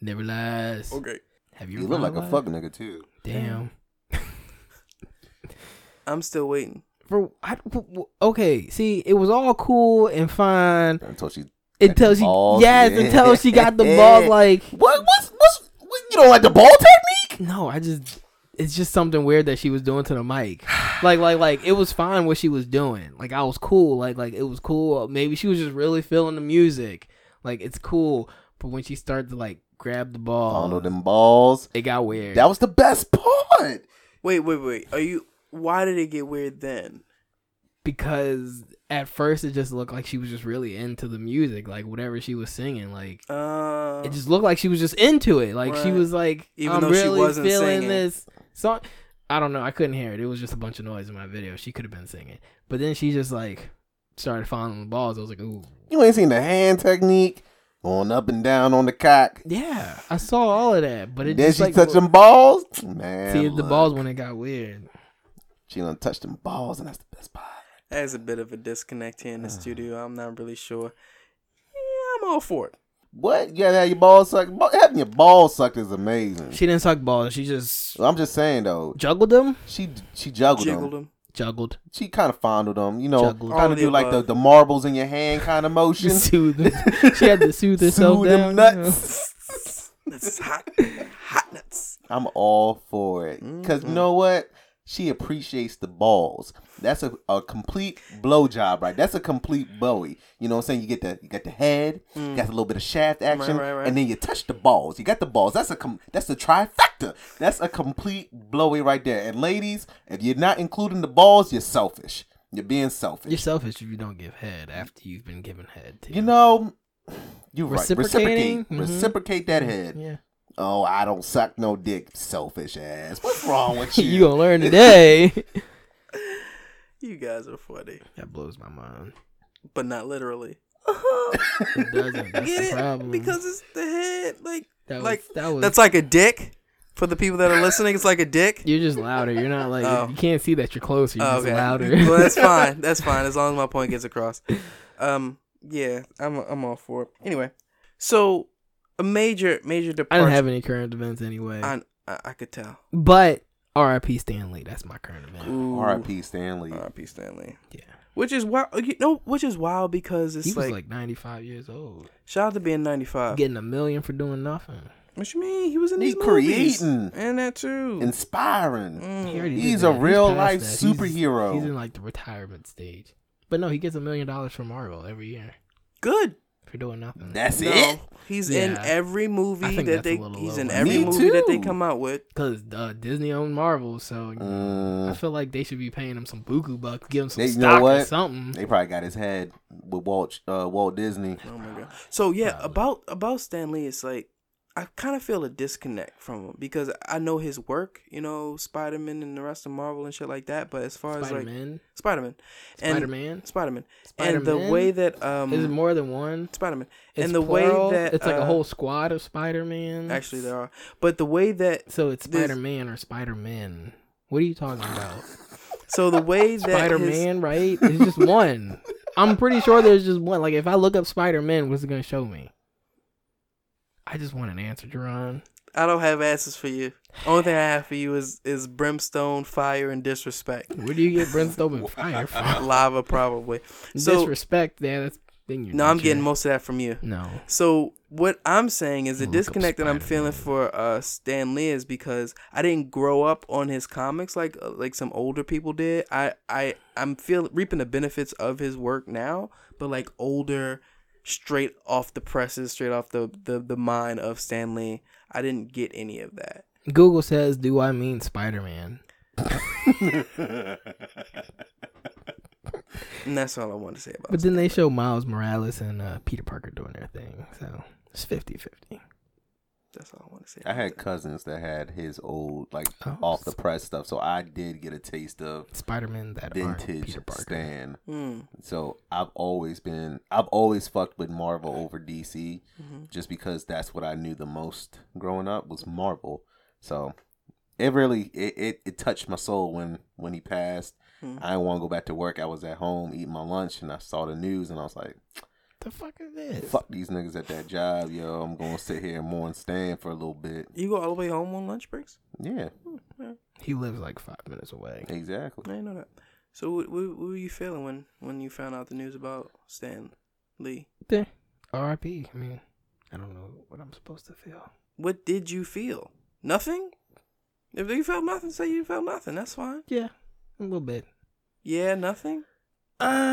Speaker 2: Never lies.
Speaker 1: Okay.
Speaker 2: Have you?
Speaker 3: You look like a
Speaker 2: realized?
Speaker 3: fuck nigga too.
Speaker 2: Damn.
Speaker 1: I'm still waiting.
Speaker 2: For I, w- w- okay. See, it was all cool and fine
Speaker 3: Until she
Speaker 2: until
Speaker 3: the
Speaker 2: she
Speaker 3: balls,
Speaker 2: yes
Speaker 3: yeah.
Speaker 2: until she got the balls like
Speaker 3: What what's what's what, you don't like the ball technique?
Speaker 2: no i just it's just something weird that she was doing to the mic like like like it was fine what she was doing like i was cool like like it was cool maybe she was just really feeling the music like it's cool but when she started to like grab the ball
Speaker 3: Fondle them balls.
Speaker 2: it got weird
Speaker 3: That was the best part.
Speaker 1: Wait, wait, wait. Are you? Why did it get weird then?
Speaker 2: because at first it just looked like she was just really into the music like whatever she was singing like
Speaker 1: Uh,
Speaker 2: it just looked like she was just into it. Like she
Speaker 1: Right.
Speaker 2: was like,
Speaker 1: Even
Speaker 2: I'm
Speaker 1: though she
Speaker 2: really
Speaker 1: wasn't
Speaker 2: feeling
Speaker 1: singing.
Speaker 2: this song. I don't know. I couldn't hear it. It was just a bunch of noise in my video. She could have been singing, but then she just like started fondling the balls. I was like, ooh,
Speaker 3: You ain't seen the hand technique going up and down on the cock.
Speaker 2: yeah. I saw all of that, but it
Speaker 3: then
Speaker 2: just
Speaker 3: she
Speaker 2: like
Speaker 3: touched them balls. Man,
Speaker 2: see the
Speaker 3: look.
Speaker 2: balls when it got weird.
Speaker 3: She done touched them balls, and that's the best part.
Speaker 1: There's a bit of a disconnect here in
Speaker 2: Uh.
Speaker 1: the studio. I'm not really sure. Yeah, I'm all for it.
Speaker 3: What? You gotta have your balls sucked. Ba- Having your balls sucked is amazing.
Speaker 2: She didn't suck balls. She just
Speaker 3: I'm just saying though,
Speaker 2: juggled them.
Speaker 3: she she juggled,
Speaker 1: Jiggled
Speaker 3: them.
Speaker 1: him.
Speaker 2: Juggled.
Speaker 3: She kind of fondled them. You know,
Speaker 2: Juggled.
Speaker 1: All
Speaker 3: kind
Speaker 1: of
Speaker 3: of
Speaker 1: the
Speaker 3: do like the,
Speaker 1: above.
Speaker 3: the marbles in your hand kind of motion.
Speaker 2: Soothed. them. she had to soothe herself
Speaker 3: Soothe
Speaker 2: down.
Speaker 3: them nuts.
Speaker 1: That's hot. hot nuts.
Speaker 3: I'm all for it because you know what? She appreciates the balls. That's a, a complete blowjob, right? That's a complete Bowie. You know what I'm saying? You get the you got the head, you got a little bit of shaft action,
Speaker 1: right, right.
Speaker 3: and then you touch the balls. You got the balls. That's a com- that's the trifecta. That's a complete Blowy right there. And ladies, if you're not including the balls, you're selfish. You're being selfish.
Speaker 2: You're selfish if you don't give head after you've been given head. Too.
Speaker 3: you know, you're right.
Speaker 2: Reciprocating?
Speaker 3: Reciprocate.
Speaker 2: Mhm.
Speaker 3: Reciprocate that head.
Speaker 2: Yeah.
Speaker 3: Oh, I don't suck no dick, selfish ass. What's wrong with you?
Speaker 2: you gonna learn today.
Speaker 1: You guys are funny,
Speaker 2: that blows my mind.
Speaker 1: but not literally.
Speaker 2: It doesn't. That's
Speaker 1: Get
Speaker 2: the problem.
Speaker 1: it? Because it's the head. Like
Speaker 2: that was,
Speaker 1: like,
Speaker 2: that was.
Speaker 1: that's like a dick. For the people that are listening, it's like a dick.
Speaker 2: you're just louder. You're not like
Speaker 1: Oh.
Speaker 2: you can't see that you're closer. You're
Speaker 1: Oh,
Speaker 2: just
Speaker 1: okay.
Speaker 2: louder.
Speaker 1: well, that's fine. That's fine as long as my point gets across. Um, yeah, I'm I'm all for it. Anyway, so a major major
Speaker 2: I
Speaker 1: departure.
Speaker 2: don't have any current events anyway.
Speaker 1: I, I, I could tell.
Speaker 2: but R.I.P. Stanley. That's my current event.
Speaker 1: Ooh.
Speaker 3: R.I.P. Stanley.
Speaker 1: R.I.P. Stanley.
Speaker 2: Yeah.
Speaker 1: Which is wild. You know, which is wild because
Speaker 2: He
Speaker 1: it's
Speaker 2: was
Speaker 1: like, Uh.
Speaker 2: like, 95 years old,
Speaker 1: shout out to being 95.
Speaker 2: getting a million for doing nothing.
Speaker 1: what you mean? He was in
Speaker 3: He
Speaker 1: these movies.
Speaker 3: creating.
Speaker 1: and that too.
Speaker 3: Inspiring.
Speaker 1: Mm.
Speaker 2: He already did
Speaker 3: He's
Speaker 2: that.
Speaker 3: a real
Speaker 2: past
Speaker 3: life
Speaker 2: that. He's-
Speaker 3: superhero.
Speaker 2: He's, in like the retirement stage. But no, he gets a million dollars from Marvel every year
Speaker 1: Good.
Speaker 2: for doing nothing.
Speaker 3: That's
Speaker 1: No,
Speaker 3: it.
Speaker 1: he's in
Speaker 2: Yeah.
Speaker 1: every
Speaker 2: I
Speaker 1: movie that
Speaker 2: think that's a
Speaker 1: they.
Speaker 2: little
Speaker 1: He's
Speaker 2: low.
Speaker 1: in
Speaker 2: Me
Speaker 1: every movie that they
Speaker 3: too.
Speaker 1: come out with.
Speaker 2: Because uh, Disney owned Marvel, so I
Speaker 3: Mm,
Speaker 2: feel like they should be paying him some buku bucks, give him some
Speaker 3: They- you know
Speaker 2: stock or
Speaker 3: what?
Speaker 2: something.
Speaker 3: they probably got his head with Walt uh, Walt Disney.
Speaker 1: Oh my god. So yeah,
Speaker 2: Probably.
Speaker 1: about about Stan Lee, it's like I kind of feel a disconnect from him because I know his work, you know, Spider Man and the rest of Marvel and shit like that. But as far as like
Speaker 2: Spider-Man,
Speaker 1: Spider Man,
Speaker 2: Spider
Speaker 1: and
Speaker 2: Man,
Speaker 1: Spider Man, and
Speaker 2: Spider-Man?
Speaker 1: the way that
Speaker 2: is it
Speaker 1: um
Speaker 2: more than one?
Speaker 1: Spider Man,
Speaker 2: It's
Speaker 1: and the
Speaker 2: plural?
Speaker 1: way that
Speaker 2: it's like a
Speaker 1: uh,
Speaker 2: whole squad of Spider-Man.
Speaker 1: actually there are, but the way that
Speaker 2: so it's
Speaker 1: there's-
Speaker 2: Spider-Man or Spider-Man. What are you talking about?
Speaker 1: so the way that his-
Speaker 2: Spider Man, right? It's just one. I'm pretty sure there's just one. Like if I look up Spider Man, what's it gonna show me? I just want an answer, Jerron.
Speaker 1: I don't have answers for you. Only thing I have for you is is brimstone, fire, and disrespect.
Speaker 2: Where do you get brimstone and fire from?
Speaker 1: Lava probably. So
Speaker 2: Disrespect, yeah, that's in your
Speaker 1: no, I'm
Speaker 2: nature.
Speaker 1: getting most of that from you.
Speaker 2: No.
Speaker 1: So what I'm saying is the
Speaker 2: Look up
Speaker 1: disconnect that I'm feeling
Speaker 2: Spider-Man.
Speaker 1: for uh, Stan Lee is because I didn't grow up on his comics like uh, like some older people did. I I I'm feel reaping the benefits of his work now, but like older, straight off the presses, straight off the the the mind of Stan Lee, I didn't get any of that.
Speaker 2: Google says, Do I mean Spider Man?
Speaker 1: And that's all I want to say about.
Speaker 2: But then they show Miles Morales and uh, Peter Parker doing their thing. So it's 50 50.
Speaker 1: That's all I want to say.
Speaker 3: I had cousins that had his old like
Speaker 2: Oh.
Speaker 3: off the press stuff, so I did get a taste of
Speaker 2: Spider Man that aren't
Speaker 3: vintage
Speaker 2: Peter Parker.
Speaker 3: Stan.
Speaker 1: Mm,
Speaker 3: So I've always been I've always fucked with Marvel over DC
Speaker 1: mhm.
Speaker 3: just because that's what I knew the most growing up was Marvel. So it really it, it, it touched my soul when when he passed.
Speaker 1: Mhm.
Speaker 3: I didn't want to go back to work. I was at home eating my lunch and I saw the news and I was like,
Speaker 2: The fuck is this?
Speaker 3: fuck these niggas at that job, yo. I'm gonna sit here and mourn Stan for a little bit.
Speaker 1: You go all the way home on lunch breaks?
Speaker 3: Yeah,
Speaker 2: He lives like five minutes away.
Speaker 3: exactly.
Speaker 1: I didn't know that. So what, what, what were you feeling when when you found out the news about Stan Lee?
Speaker 2: there. R.I.P. I mean, I don't know what I'm supposed to feel.
Speaker 1: What did you feel? Nothing. If you felt nothing, say you felt nothing. That's fine.
Speaker 2: Yeah, a little bit.
Speaker 1: Yeah, nothing.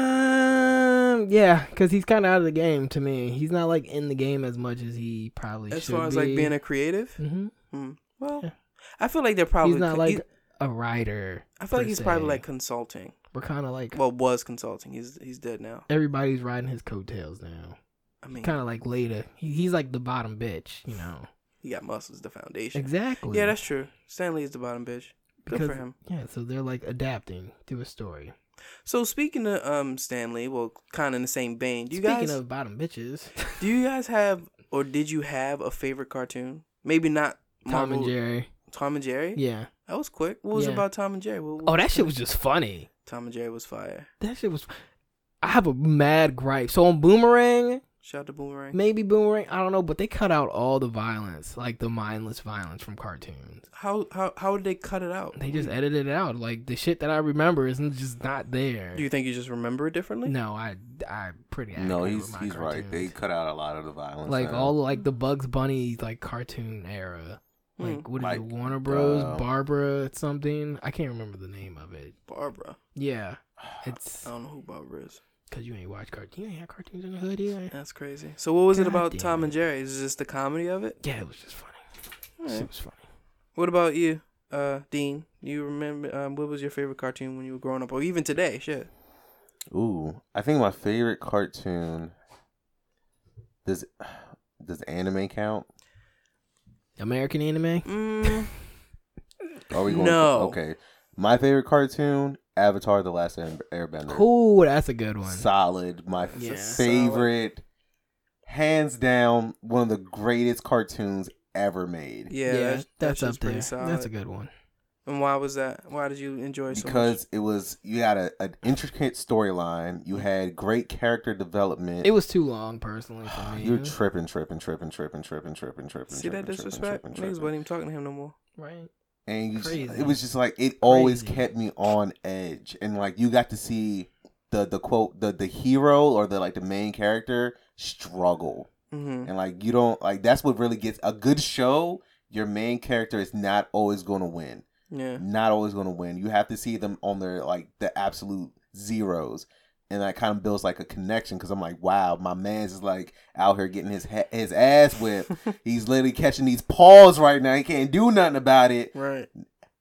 Speaker 2: Um, yeah, because he's kind of out of the game to me. He's not like in the game as much as he probably
Speaker 1: as
Speaker 2: should
Speaker 1: far as
Speaker 2: be.
Speaker 1: like being a creative,
Speaker 2: hmm
Speaker 1: hmm. well,
Speaker 2: Yeah.
Speaker 1: I feel like they're probably.
Speaker 2: he's not
Speaker 1: co-
Speaker 2: like
Speaker 1: he's-
Speaker 2: a writer.
Speaker 1: I feel like
Speaker 2: per
Speaker 1: he's probably
Speaker 2: se.
Speaker 1: like consulting.
Speaker 2: we're kind of like
Speaker 1: Well, was consulting. He's he's dead now.
Speaker 2: everybody's riding his coattails now.
Speaker 1: I mean,
Speaker 2: Kind of like later, he, he's like the bottom bitch, you know.
Speaker 1: he got muscles. The foundation.
Speaker 2: Exactly.
Speaker 1: Yeah, that's true. Stan Lee is the bottom bitch. Good for
Speaker 2: Because-
Speaker 1: him.
Speaker 2: yeah. So they're like adapting to a story.
Speaker 1: So speaking of um Stan Lee, well, kind of in the same vein. Do you
Speaker 2: Speaking
Speaker 1: guys
Speaker 2: of bottom bitches,
Speaker 1: Do you guys have or did you have a favorite cartoon? Maybe not
Speaker 2: Tom
Speaker 1: Marvel-
Speaker 2: and Jerry.
Speaker 1: Tom and Jerry.
Speaker 2: Yeah.
Speaker 1: That was quick. What was it
Speaker 2: Yeah.
Speaker 1: about Tom and Jerry? What-
Speaker 2: Oh,
Speaker 1: what-
Speaker 2: that shit was just funny.
Speaker 1: Tom and Jerry was fire.
Speaker 2: That shit was. I have a mad gripe. So on Boomerang,
Speaker 1: Shout out to Boomerang.
Speaker 2: maybe Boomerang, I don't know, but they cut out all the violence, like the mindless violence from cartoons.
Speaker 1: How how how did they cut it out?
Speaker 2: They just edited it out. Like the shit that I remember is just not there.
Speaker 1: Do you think you just remember it differently?
Speaker 2: no, I I pretty accurate
Speaker 3: No,
Speaker 2: with
Speaker 3: he's
Speaker 2: my
Speaker 3: he's right. They
Speaker 2: cartoons.
Speaker 3: cut out a lot of the violence.
Speaker 2: like
Speaker 3: now.
Speaker 2: all like the Bugs Bunny like cartoon era.
Speaker 1: Hmm.
Speaker 2: Like what is
Speaker 3: Like,
Speaker 2: it? Warner Bros.
Speaker 3: uh,
Speaker 2: Barbara something. I can't remember the name of it.
Speaker 1: Barbara.
Speaker 2: Yeah, it's
Speaker 1: I don't know who Barbara is.
Speaker 2: because you ain't watch cartoons. You ain't have cartoons in the hood either.
Speaker 1: That's crazy. So what was it
Speaker 2: God
Speaker 1: about
Speaker 2: damn
Speaker 1: Tom
Speaker 2: it.
Speaker 1: and Jerry? Is it just the comedy of it?
Speaker 2: Yeah, it was just funny. It
Speaker 1: Alright.
Speaker 2: was funny.
Speaker 1: What about you, uh, Dean? You remember um, what was your favorite cartoon when you were growing up, or even today? Shit.
Speaker 3: Ooh, I think my favorite cartoon. Does does anime count?
Speaker 2: American anime.
Speaker 1: Mm,
Speaker 3: Are we going?
Speaker 1: No.
Speaker 3: okay, my favorite cartoon: Avatar: The Last Air- Airbender.
Speaker 2: Cool, that's a good one.
Speaker 3: Solid. My
Speaker 1: Yeah.
Speaker 3: favorite, hands down, one of the greatest cartoons ever made.
Speaker 1: yeah, that's,
Speaker 2: that's, up
Speaker 1: pretty
Speaker 2: there.
Speaker 1: solid.
Speaker 2: That's a good one.
Speaker 1: and why was that? Why did you enjoy it so much?
Speaker 3: because it was you had a, an intricate storyline you had great character development Ah,
Speaker 2: It was too long, personally, for me.
Speaker 3: you're tripping tripping tripping tripping tripping tripping tripping
Speaker 1: See that
Speaker 3: tripping,
Speaker 1: disrespect?
Speaker 3: tripping,
Speaker 1: Niggas
Speaker 3: tripping,
Speaker 1: wasn't even talking to him no more.
Speaker 2: right?
Speaker 3: and you just-
Speaker 2: Crazy.
Speaker 3: it was just like it always
Speaker 2: Crazy.
Speaker 3: kept me on edge and like you got to see the the quote the the hero or the like the main character struggle
Speaker 1: Mm-hmm.
Speaker 3: and like you don't like that's what really gets a good show your main character is not always going to win
Speaker 1: Yeah.
Speaker 2: Mm-hmm.
Speaker 3: not always going to win. You have to see them on their like the absolute zeros, and that kind of builds like a connection. Because I'm like, wow, my man's is like out here getting his ha- his ass whipped. He's literally catching these paws right now. He can't do nothing about it.
Speaker 1: Right.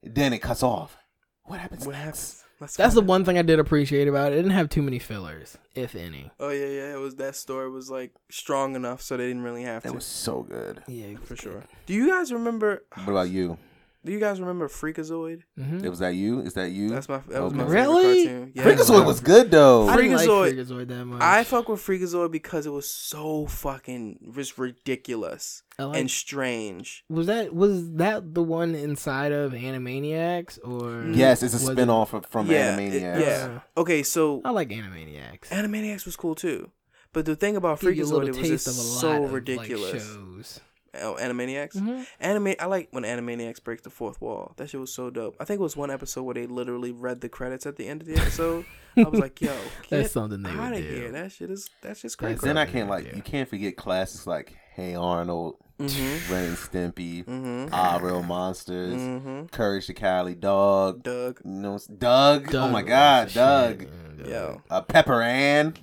Speaker 3: Then it cuts off. What happens?
Speaker 1: What
Speaker 3: next?
Speaker 1: happens? Let's
Speaker 2: That's the
Speaker 1: find out.
Speaker 2: one thing I did appreciate about it. It didn't have too many fillers, if any.
Speaker 1: Oh yeah, yeah. It was that story was like strong enough, so they didn't really have to.
Speaker 3: That was so good.
Speaker 2: Yeah,
Speaker 1: for sure. Do you guys remember?
Speaker 3: What about you?
Speaker 1: Do you guys remember Freakazoid?
Speaker 2: Mm-hmm.
Speaker 3: It was that you? Is that you?
Speaker 1: That's my that was my
Speaker 2: Really?
Speaker 1: favorite cartoon. Yeah.
Speaker 2: Freakazoid
Speaker 3: Freakazoid was good though.
Speaker 2: I didn't like
Speaker 1: Freakazoid-
Speaker 2: Freakazoid that much.
Speaker 1: I fuck with Freakazoid because it was so fucking just ridiculous
Speaker 2: I like-
Speaker 1: and strange.
Speaker 2: was that was that the one inside of Animaniacs or
Speaker 3: yes, it's
Speaker 2: was
Speaker 3: a
Speaker 2: it-
Speaker 3: spinoff of, from
Speaker 1: Yeah, it-
Speaker 3: Animaniacs.
Speaker 1: yeah. Okay, so
Speaker 2: I like Animaniacs.
Speaker 1: Animaniacs was cool too, but the thing about
Speaker 2: Give you a
Speaker 1: Freakazoid
Speaker 2: little
Speaker 1: it was just
Speaker 2: taste of a lot
Speaker 1: so
Speaker 2: of, like,
Speaker 1: ridiculous.
Speaker 2: shows.
Speaker 1: oh, Animaniacs.
Speaker 2: Mhm.
Speaker 1: Anime. I like when Animaniacs breaks the fourth wall. That shit was so dope. I think it was one episode where they literally read the credits at the end of the episode. I was like, yo,
Speaker 2: That's
Speaker 1: get
Speaker 2: something they would
Speaker 1: out of
Speaker 2: do.
Speaker 1: here. That shit is that's just
Speaker 2: That's
Speaker 1: crazy.
Speaker 3: Then I
Speaker 2: Probably
Speaker 3: can't
Speaker 2: not,
Speaker 3: like
Speaker 2: yeah.
Speaker 3: you can't forget classics like Hey Arnold,
Speaker 1: Mhm.
Speaker 3: Ren and Stimpy,
Speaker 1: Mm-hmm.
Speaker 3: Ah Real Monsters,
Speaker 1: Mm-hmm.
Speaker 3: Courage the Cowardly Dog,
Speaker 1: Doug.
Speaker 3: you know Doug. Oh
Speaker 2: Doug
Speaker 3: my
Speaker 2: was
Speaker 3: God,
Speaker 2: the
Speaker 3: Doug.
Speaker 2: shit, man, Doug.
Speaker 1: Yo.
Speaker 3: Uh, Pepper Ann.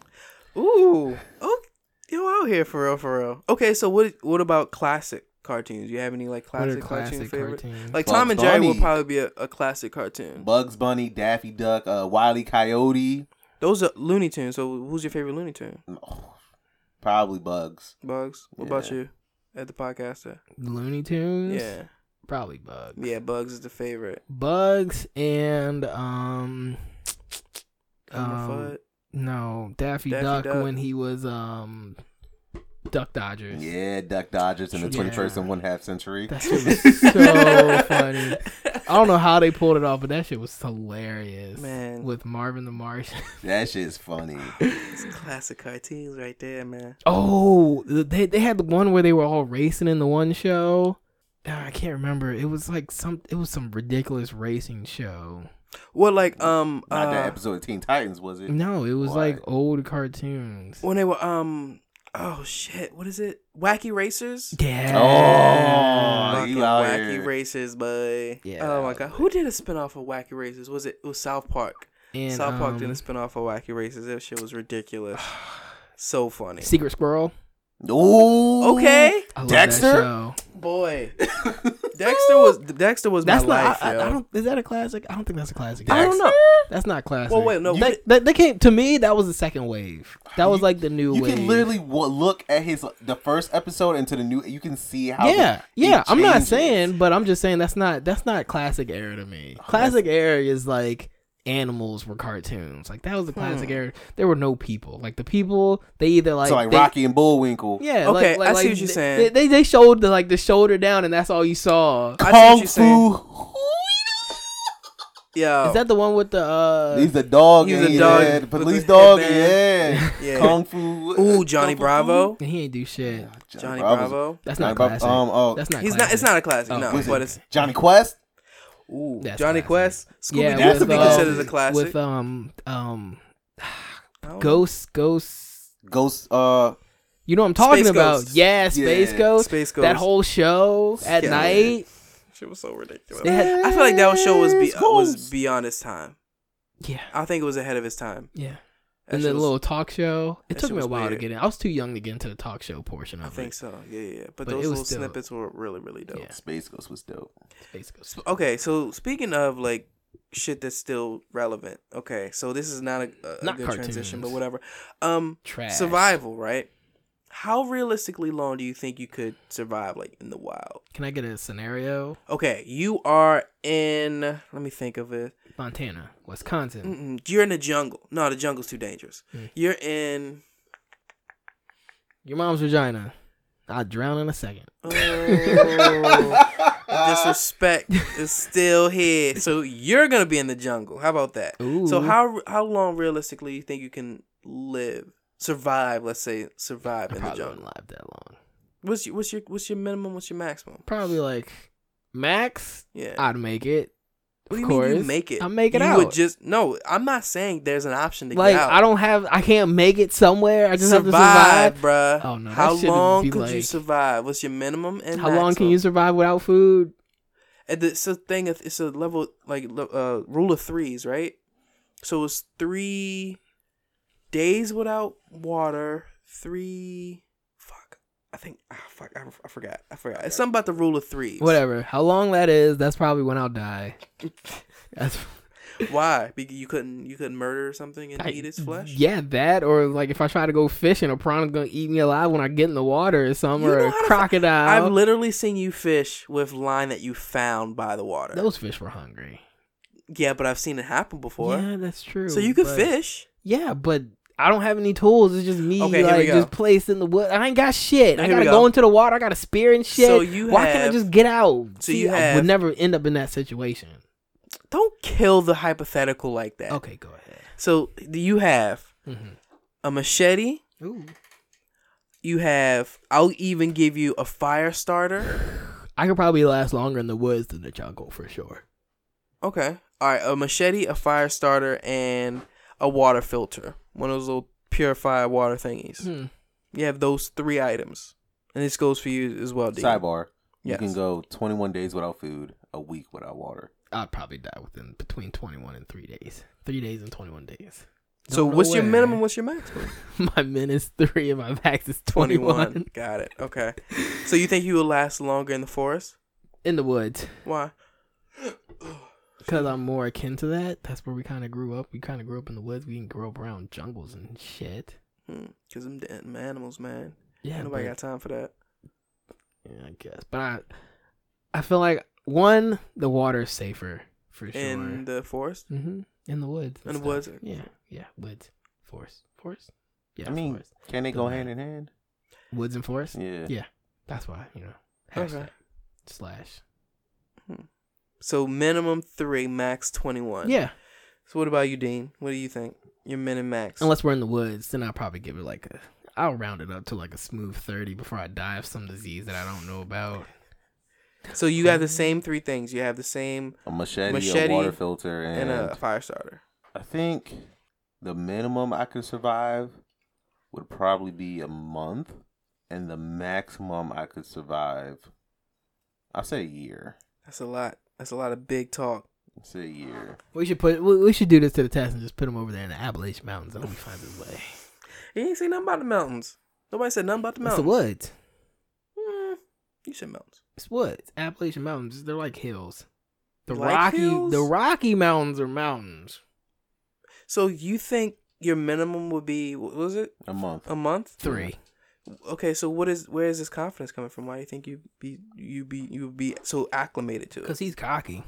Speaker 1: Ooh. Oh, yo, out here for real, for real. Okay, so what? What about classic cartoons? You have any like
Speaker 2: What are
Speaker 1: classic, cartoon favorite?
Speaker 2: cartoons?
Speaker 1: Like
Speaker 3: Bugs
Speaker 1: Tom and Jerry would
Speaker 3: Bunny.
Speaker 1: probably be a, a classic cartoon.
Speaker 3: Bugs Bunny, Daffy Duck, uh, Wiley Coyote.
Speaker 1: Those are Looney Tunes. So who's your favorite Looney Tune?
Speaker 3: Oh, probably Bugs.
Speaker 1: Bugs. What about
Speaker 3: Yeah.
Speaker 1: you? At the podcaster.
Speaker 2: Looney Tunes.
Speaker 1: Yeah.
Speaker 2: probably Bugs.
Speaker 1: Yeah. Bugs is the favorite.
Speaker 2: Bugs and um,
Speaker 1: Elmer
Speaker 2: Um,
Speaker 1: Fudd.
Speaker 2: no Daffy,
Speaker 1: Daffy
Speaker 2: Duck,
Speaker 1: Duck.
Speaker 2: when he was um, Duck Dodgers.
Speaker 3: Yeah, Duck Dodgers in the
Speaker 2: Yeah.
Speaker 3: 21st and one half century.
Speaker 2: That shit was so funny. I don't know how they pulled it off, but that shit was hilarious.
Speaker 1: Man.
Speaker 2: with Marvin the Martian.
Speaker 3: That shit's funny.
Speaker 1: It's classic cartoons right there, man.
Speaker 2: Oh, they they had the one where they were all racing in the one show. Ah, I can't remember. It was like some. It was some ridiculous racing show.
Speaker 1: Well, like um,
Speaker 3: Not that
Speaker 1: uh,
Speaker 3: episode of Teen Titans, was it?
Speaker 2: No, it was
Speaker 3: Why?
Speaker 2: like old cartoons.
Speaker 1: when they were um, oh shit, what is it? Wacky Racers.
Speaker 2: Yeah.
Speaker 3: Oh,
Speaker 1: Fucking
Speaker 3: you out
Speaker 1: Wacky
Speaker 3: here.
Speaker 1: Racers, boy.
Speaker 2: Yeah,
Speaker 1: Oh my
Speaker 2: that
Speaker 1: god, who did a spinoff of Wacky Racers? Was it, it was South Park?
Speaker 2: And,
Speaker 1: South Park did a
Speaker 2: um,
Speaker 1: spinoff of Wacky Racers. That shit was ridiculous. so funny.
Speaker 2: Secret Squirrel.
Speaker 3: Ooh.
Speaker 1: Okay,
Speaker 2: I love
Speaker 3: Dexter?
Speaker 2: That show.
Speaker 1: boy. Dexter was Dexter was
Speaker 2: That's
Speaker 1: my life.
Speaker 2: not. I,
Speaker 1: yo.
Speaker 2: I, I don't. Is that a classic? I don't think that's a classic.
Speaker 1: I don't know.
Speaker 2: That's not classic.
Speaker 1: Well, wait, no,
Speaker 2: That,
Speaker 1: you-
Speaker 2: that, that came to me. That was the second wave. That was
Speaker 3: You-
Speaker 2: like the new
Speaker 3: You
Speaker 2: wave.
Speaker 3: can literally w- look at his the first episode into the new. You can see how.
Speaker 2: Yeah,
Speaker 3: the- it
Speaker 2: yeah. I'm not
Speaker 3: changes.
Speaker 2: saying, but I'm just saying that's not that's not classic era to me.
Speaker 1: Oh,
Speaker 2: Classic era is like animals were cartoons. Like that was
Speaker 1: Hmm.
Speaker 2: the classic era. There were no people. Like the people, they either like
Speaker 3: so like
Speaker 2: they-
Speaker 3: Rocky and Bullwinkle.
Speaker 2: Yeah.
Speaker 1: Okay,
Speaker 2: like, like,
Speaker 1: I see
Speaker 2: like,
Speaker 1: what you're
Speaker 2: they-
Speaker 1: saying.
Speaker 2: They, they they showed the like the shoulder down, and that's all you saw.
Speaker 1: I see what
Speaker 3: Kung
Speaker 1: you're saying.
Speaker 3: Fu.
Speaker 1: Yo,
Speaker 2: Is that the one with the uh?
Speaker 3: He's a dog.
Speaker 1: He's
Speaker 3: and
Speaker 1: a
Speaker 3: he
Speaker 1: dog
Speaker 3: had
Speaker 1: with
Speaker 3: Police
Speaker 1: the
Speaker 3: dog.
Speaker 1: headband.
Speaker 3: Yeah.
Speaker 1: Yeah.
Speaker 3: Kung Fu.
Speaker 1: ooh Johnny
Speaker 3: Kung Fu.
Speaker 1: Bravo?
Speaker 2: He ain't do shit.
Speaker 1: Johnny
Speaker 3: Bravo's-
Speaker 1: Bravo.
Speaker 2: That's
Speaker 3: Johnny
Speaker 2: not
Speaker 3: Bravo-
Speaker 2: classic.
Speaker 3: um, oh,
Speaker 2: that's not.
Speaker 1: He's
Speaker 2: classic.
Speaker 1: not. It's not a classic.
Speaker 2: Oh,
Speaker 1: no,
Speaker 2: was
Speaker 3: was it
Speaker 1: but it's
Speaker 3: Johnny Quest.
Speaker 1: ooh
Speaker 2: That's
Speaker 1: Johnny
Speaker 2: classic.
Speaker 1: Quest. Scooby Doo
Speaker 3: that's
Speaker 1: could be
Speaker 3: a
Speaker 2: um,
Speaker 1: considered as a classic. Oh.
Speaker 2: With um um
Speaker 1: I
Speaker 3: Oh,
Speaker 1: don't know.
Speaker 2: ghosts ghosts.
Speaker 3: Ghost. Uh.
Speaker 2: You know what I'm talking
Speaker 1: Space
Speaker 2: about?
Speaker 1: Ghost.
Speaker 2: Yeah, Space
Speaker 3: Yeah,
Speaker 2: Ghost.
Speaker 1: Space
Speaker 2: That
Speaker 1: Ghost.
Speaker 2: whole show at
Speaker 1: Yeah.
Speaker 2: night.
Speaker 1: shit was so ridiculous.
Speaker 2: They had-
Speaker 1: I feel like that show was be- uh,
Speaker 3: Space
Speaker 1: was
Speaker 3: Ghost.
Speaker 1: beyond its time.
Speaker 2: yeah,
Speaker 1: I think it was ahead of its time.
Speaker 2: yeah.
Speaker 1: That
Speaker 2: and
Speaker 1: shit
Speaker 2: the
Speaker 1: was-
Speaker 2: little talk show. It
Speaker 1: that
Speaker 2: took
Speaker 1: shit
Speaker 2: me a
Speaker 1: was
Speaker 2: while to
Speaker 1: weird.
Speaker 2: get in. I was too young to get into the talk show portion of
Speaker 1: I
Speaker 2: it.
Speaker 1: think so. Yeah, yeah. yeah. But,
Speaker 2: But it
Speaker 1: those
Speaker 2: was
Speaker 1: little
Speaker 2: still-
Speaker 1: snippets were really, really dope.
Speaker 2: Yeah.
Speaker 3: Space Ghost was dope.
Speaker 1: oh,
Speaker 2: Space Ghost.
Speaker 1: Okay, so speaking of like shit that's still relevant. Okay, so this is not a, a
Speaker 2: Not
Speaker 1: good transition,
Speaker 2: cartoons.
Speaker 1: but whatever. Um,
Speaker 2: Trash.
Speaker 1: survival, right? How realistically long do you think you could survive, like in the wild?
Speaker 2: Can I get a scenario?
Speaker 1: Okay, you are in. Let me think of it.
Speaker 2: Montana, Wisconsin.
Speaker 1: Mm-mm, you're in the jungle. No, the jungle's too dangerous.
Speaker 2: Mm.
Speaker 1: You're in.
Speaker 2: Your mom's vagina. I'd drown in a second.
Speaker 1: Oh, disrespect is still here. So you're gonna be in the jungle. How about that?
Speaker 2: Ooh.
Speaker 1: So how how long realistically you think you can live, survive? Let's say survive in
Speaker 2: I
Speaker 1: the
Speaker 2: probably
Speaker 1: jungle.
Speaker 2: wouldn't live that long.
Speaker 1: What's your what's your what's your minimum? What's your maximum?
Speaker 2: Probably like max.
Speaker 1: Yeah.
Speaker 2: I'd make it.
Speaker 1: what do
Speaker 2: of
Speaker 1: you
Speaker 2: course,
Speaker 1: mean you make it?
Speaker 2: I make it
Speaker 1: you
Speaker 2: out.
Speaker 1: Would just no. I'm not saying there's an option to
Speaker 2: like
Speaker 1: get out.
Speaker 2: I don't have. I can't make it somewhere. I just have to survive.
Speaker 1: bruh.
Speaker 2: Oh, no, that
Speaker 1: How
Speaker 2: shouldn't
Speaker 1: long
Speaker 2: be
Speaker 1: could you
Speaker 2: like-
Speaker 1: survive? What's your minimum and
Speaker 2: How long can
Speaker 1: maximum?
Speaker 2: you survive without food?
Speaker 1: And it's a thing. It's a level like lo- uh rule of threes, right? So it's three days without water. Three. Fuck. I think. ah, fuck. I, I forgot. I forgot. It's something about the rule of threes.
Speaker 2: Whatever. How long that is, that's probably when I'll die. That's
Speaker 1: Why? Because you couldn't. You couldn't murder or something and
Speaker 2: I-
Speaker 1: eat its flesh.
Speaker 2: Yeah, that or like if I try to go fishing, a prana's gonna eat me alive when I get in the water or something,
Speaker 1: You
Speaker 2: or
Speaker 1: know
Speaker 2: a
Speaker 1: how to fi-
Speaker 2: crocodile.
Speaker 1: I've literally seen you fish with line that you found by the water.
Speaker 2: Those fish were hungry.
Speaker 1: Yeah, but I've seen it happen before.
Speaker 2: Yeah, that's true.
Speaker 1: so you could
Speaker 2: but-
Speaker 1: fish.
Speaker 2: Yeah, but I don't have any tools. It's just me
Speaker 1: Okay, here we
Speaker 2: like
Speaker 1: go.
Speaker 2: just placed in the wood. I ain't got shit.
Speaker 1: No,
Speaker 2: I
Speaker 1: here we
Speaker 2: gotta
Speaker 1: go.
Speaker 2: go. into the water. I got a spear and shit.
Speaker 1: So you
Speaker 2: Why can't
Speaker 1: have-
Speaker 2: I just get out?
Speaker 1: so you
Speaker 2: I
Speaker 1: have-
Speaker 2: would never end up in that situation.
Speaker 1: Don't kill the hypothetical like that.
Speaker 2: Okay, go ahead. Mm-hmm.
Speaker 1: So do you have a machete?
Speaker 2: hmm Ooh.
Speaker 1: You have. I'll even give you a fire starter.
Speaker 2: I could probably last longer in the woods than the jungle for sure.
Speaker 1: Okay. All right. A machete, a fire starter, and a water filter. One of those little purified water thingies.
Speaker 3: Mm-hmm.
Speaker 2: Hmm.
Speaker 1: You have those three items, and this goes for you as well. D.
Speaker 3: Sidebar. You
Speaker 1: Yes.
Speaker 3: can go 21 days without food, a week without water.
Speaker 2: I'd probably die within between 21 and three days. Three days and 21 days.
Speaker 1: So
Speaker 2: Don't know
Speaker 1: what's your
Speaker 2: where.
Speaker 1: minimum? What's your maximum?
Speaker 2: my min is three and my max is 21.
Speaker 1: Twenty-one. Got it. Okay. So you think you will last longer in the forest?
Speaker 2: in the woods
Speaker 1: Why?
Speaker 2: because I'm more akin to that. That's where we kind of grew up. We kind of grew up in the woods. We didn't grow up around jungles and shit.
Speaker 1: Because Hmm, I'm dead I'm animals, man.
Speaker 2: Yeah,
Speaker 1: Nobody
Speaker 2: but-
Speaker 1: got time for that.
Speaker 2: yeah, I guess. But I, I feel like one, the water is safer for sure.
Speaker 1: In the forest.
Speaker 2: hmm In the woods. and
Speaker 1: In the
Speaker 2: stuff.
Speaker 1: woods?
Speaker 2: Yeah, yeah, woods, forest, forest. Yeah,
Speaker 3: I mean,
Speaker 2: forest.
Speaker 3: Can they go hand in hand?
Speaker 2: woods and forest.
Speaker 3: Yeah.
Speaker 2: Yeah. That's why you know.
Speaker 1: Okay.
Speaker 2: Hashtag slash.
Speaker 1: So minimum three, max twenty-one.
Speaker 2: Yeah,
Speaker 1: So what about you, Dean? What do you think? Your min and max.
Speaker 2: unless we're in the woods, then I'll probably give it like a. I'll round it up to like a smooth thirty before I die of some disease that I don't know about.
Speaker 1: so you have the same three things. You have the same
Speaker 3: A machete,
Speaker 1: Machete
Speaker 3: a water filter, and,
Speaker 1: and a fire starter.
Speaker 3: I think the minimum I could survive would probably be a month, and the maximum I could survive, I say a year.
Speaker 1: That's a lot. That's a lot of big talk.
Speaker 3: I say a year.
Speaker 2: We should put. We we should do this to the test and just put him over there in the Appalachian Mountains and hope he finds his way.
Speaker 1: You ain't say nothing about the mountains. Nobody said nothing about the
Speaker 2: It's the
Speaker 1: mountains.
Speaker 2: woods.
Speaker 1: Mm, you said mountains.
Speaker 2: It's woods. Appalachian Mountains. They're like hills. The
Speaker 1: Like
Speaker 2: Rocky.
Speaker 1: hills?
Speaker 2: The Rocky Mountains are mountains.
Speaker 1: So you think your minimum would be what was it
Speaker 3: A month.
Speaker 1: a month?
Speaker 2: Three.
Speaker 1: Okay, so what is where is this confidence coming from? Why do you think you be you be you would be so acclimated to it?
Speaker 2: Cause he's cocky.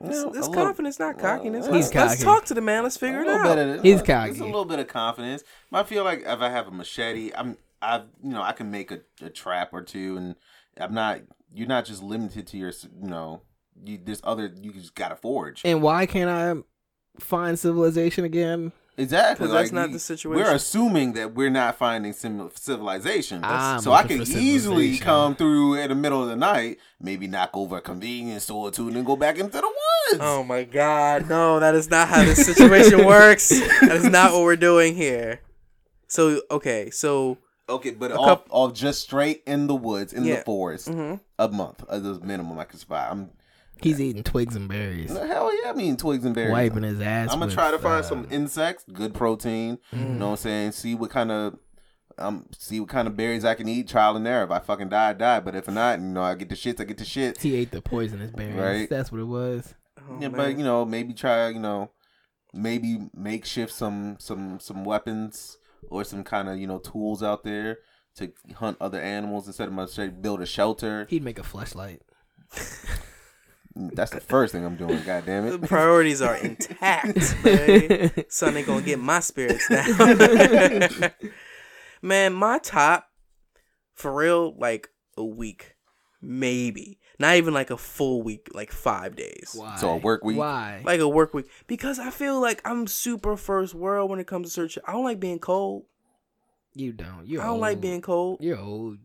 Speaker 1: This,
Speaker 3: No,
Speaker 1: this
Speaker 3: a little-
Speaker 1: confidence, not cockiness.
Speaker 3: He's
Speaker 1: Let's, let's
Speaker 2: cocky.
Speaker 1: talk to the man. Let's figure
Speaker 3: a
Speaker 1: it
Speaker 3: little
Speaker 1: out.
Speaker 3: bit of-
Speaker 2: He's
Speaker 3: it's a
Speaker 2: cocky.
Speaker 3: little bit of confidence. I feel like if I have a machete, I'm I you know I can make a, a trap or two, and I'm not. You're not just limited to your s- you know. You, there's other you just gotta forge.
Speaker 2: And why can't I find civilization again?
Speaker 3: Exactly.
Speaker 1: 'Cause that's
Speaker 3: like,
Speaker 1: not
Speaker 3: you-
Speaker 1: the situation.
Speaker 3: We're assuming that we're not finding sim- civilization.
Speaker 2: I'm
Speaker 3: so I
Speaker 2: looking
Speaker 3: can
Speaker 2: for
Speaker 3: easily
Speaker 2: civilization.
Speaker 3: come through in the middle of the night, maybe knock over a convenience store or two, and then go back into the woods.
Speaker 1: Oh my god, no, that is not how this situation works. That is not what we're doing here. So, okay, so
Speaker 3: Okay, but
Speaker 1: A
Speaker 3: off,
Speaker 1: cup-
Speaker 3: off just straight in the woods, in
Speaker 1: Yeah.
Speaker 3: the forest,
Speaker 1: mhm.
Speaker 3: a month, uh, the minimum I can survive. I'm,
Speaker 2: He's eating twigs and berries,
Speaker 3: hell yeah, I mean twigs and berries.
Speaker 2: wiping his ass.
Speaker 3: I'm gonna
Speaker 2: with,
Speaker 3: try to find
Speaker 2: uh,
Speaker 3: some insects, good protein. You
Speaker 1: Mm.
Speaker 3: know what I'm saying? See what kind of um, see what kind of berries I can eat. Trial and error. If I fucking die, I die. But if not, you know, I get the shits. I get the shits.
Speaker 2: He ate the poisonous berries.
Speaker 3: Right.
Speaker 2: That's what it was.
Speaker 1: Oh,
Speaker 3: yeah,
Speaker 1: man.
Speaker 3: but you know, maybe try, you know, maybe makeshift some some some weapons or some kind of you know tools out there to hunt other animals instead of my straight build a shelter.
Speaker 2: He'd make a flashlight.
Speaker 3: That's the first thing I'm doing. God damn
Speaker 1: The
Speaker 3: it!
Speaker 1: priorities are intact, baby. Son ain't gonna get my spirits now. Man, my top for real, like a week, maybe. Not even like a full week, like five days.
Speaker 2: Why?
Speaker 3: So a work week.
Speaker 2: Why?
Speaker 1: Like a work week. Because I feel like I'm super first world when it comes to search. I don't like being cold.
Speaker 2: you don't. You
Speaker 1: I don't
Speaker 3: Oh.
Speaker 1: like being cold.
Speaker 2: You're old.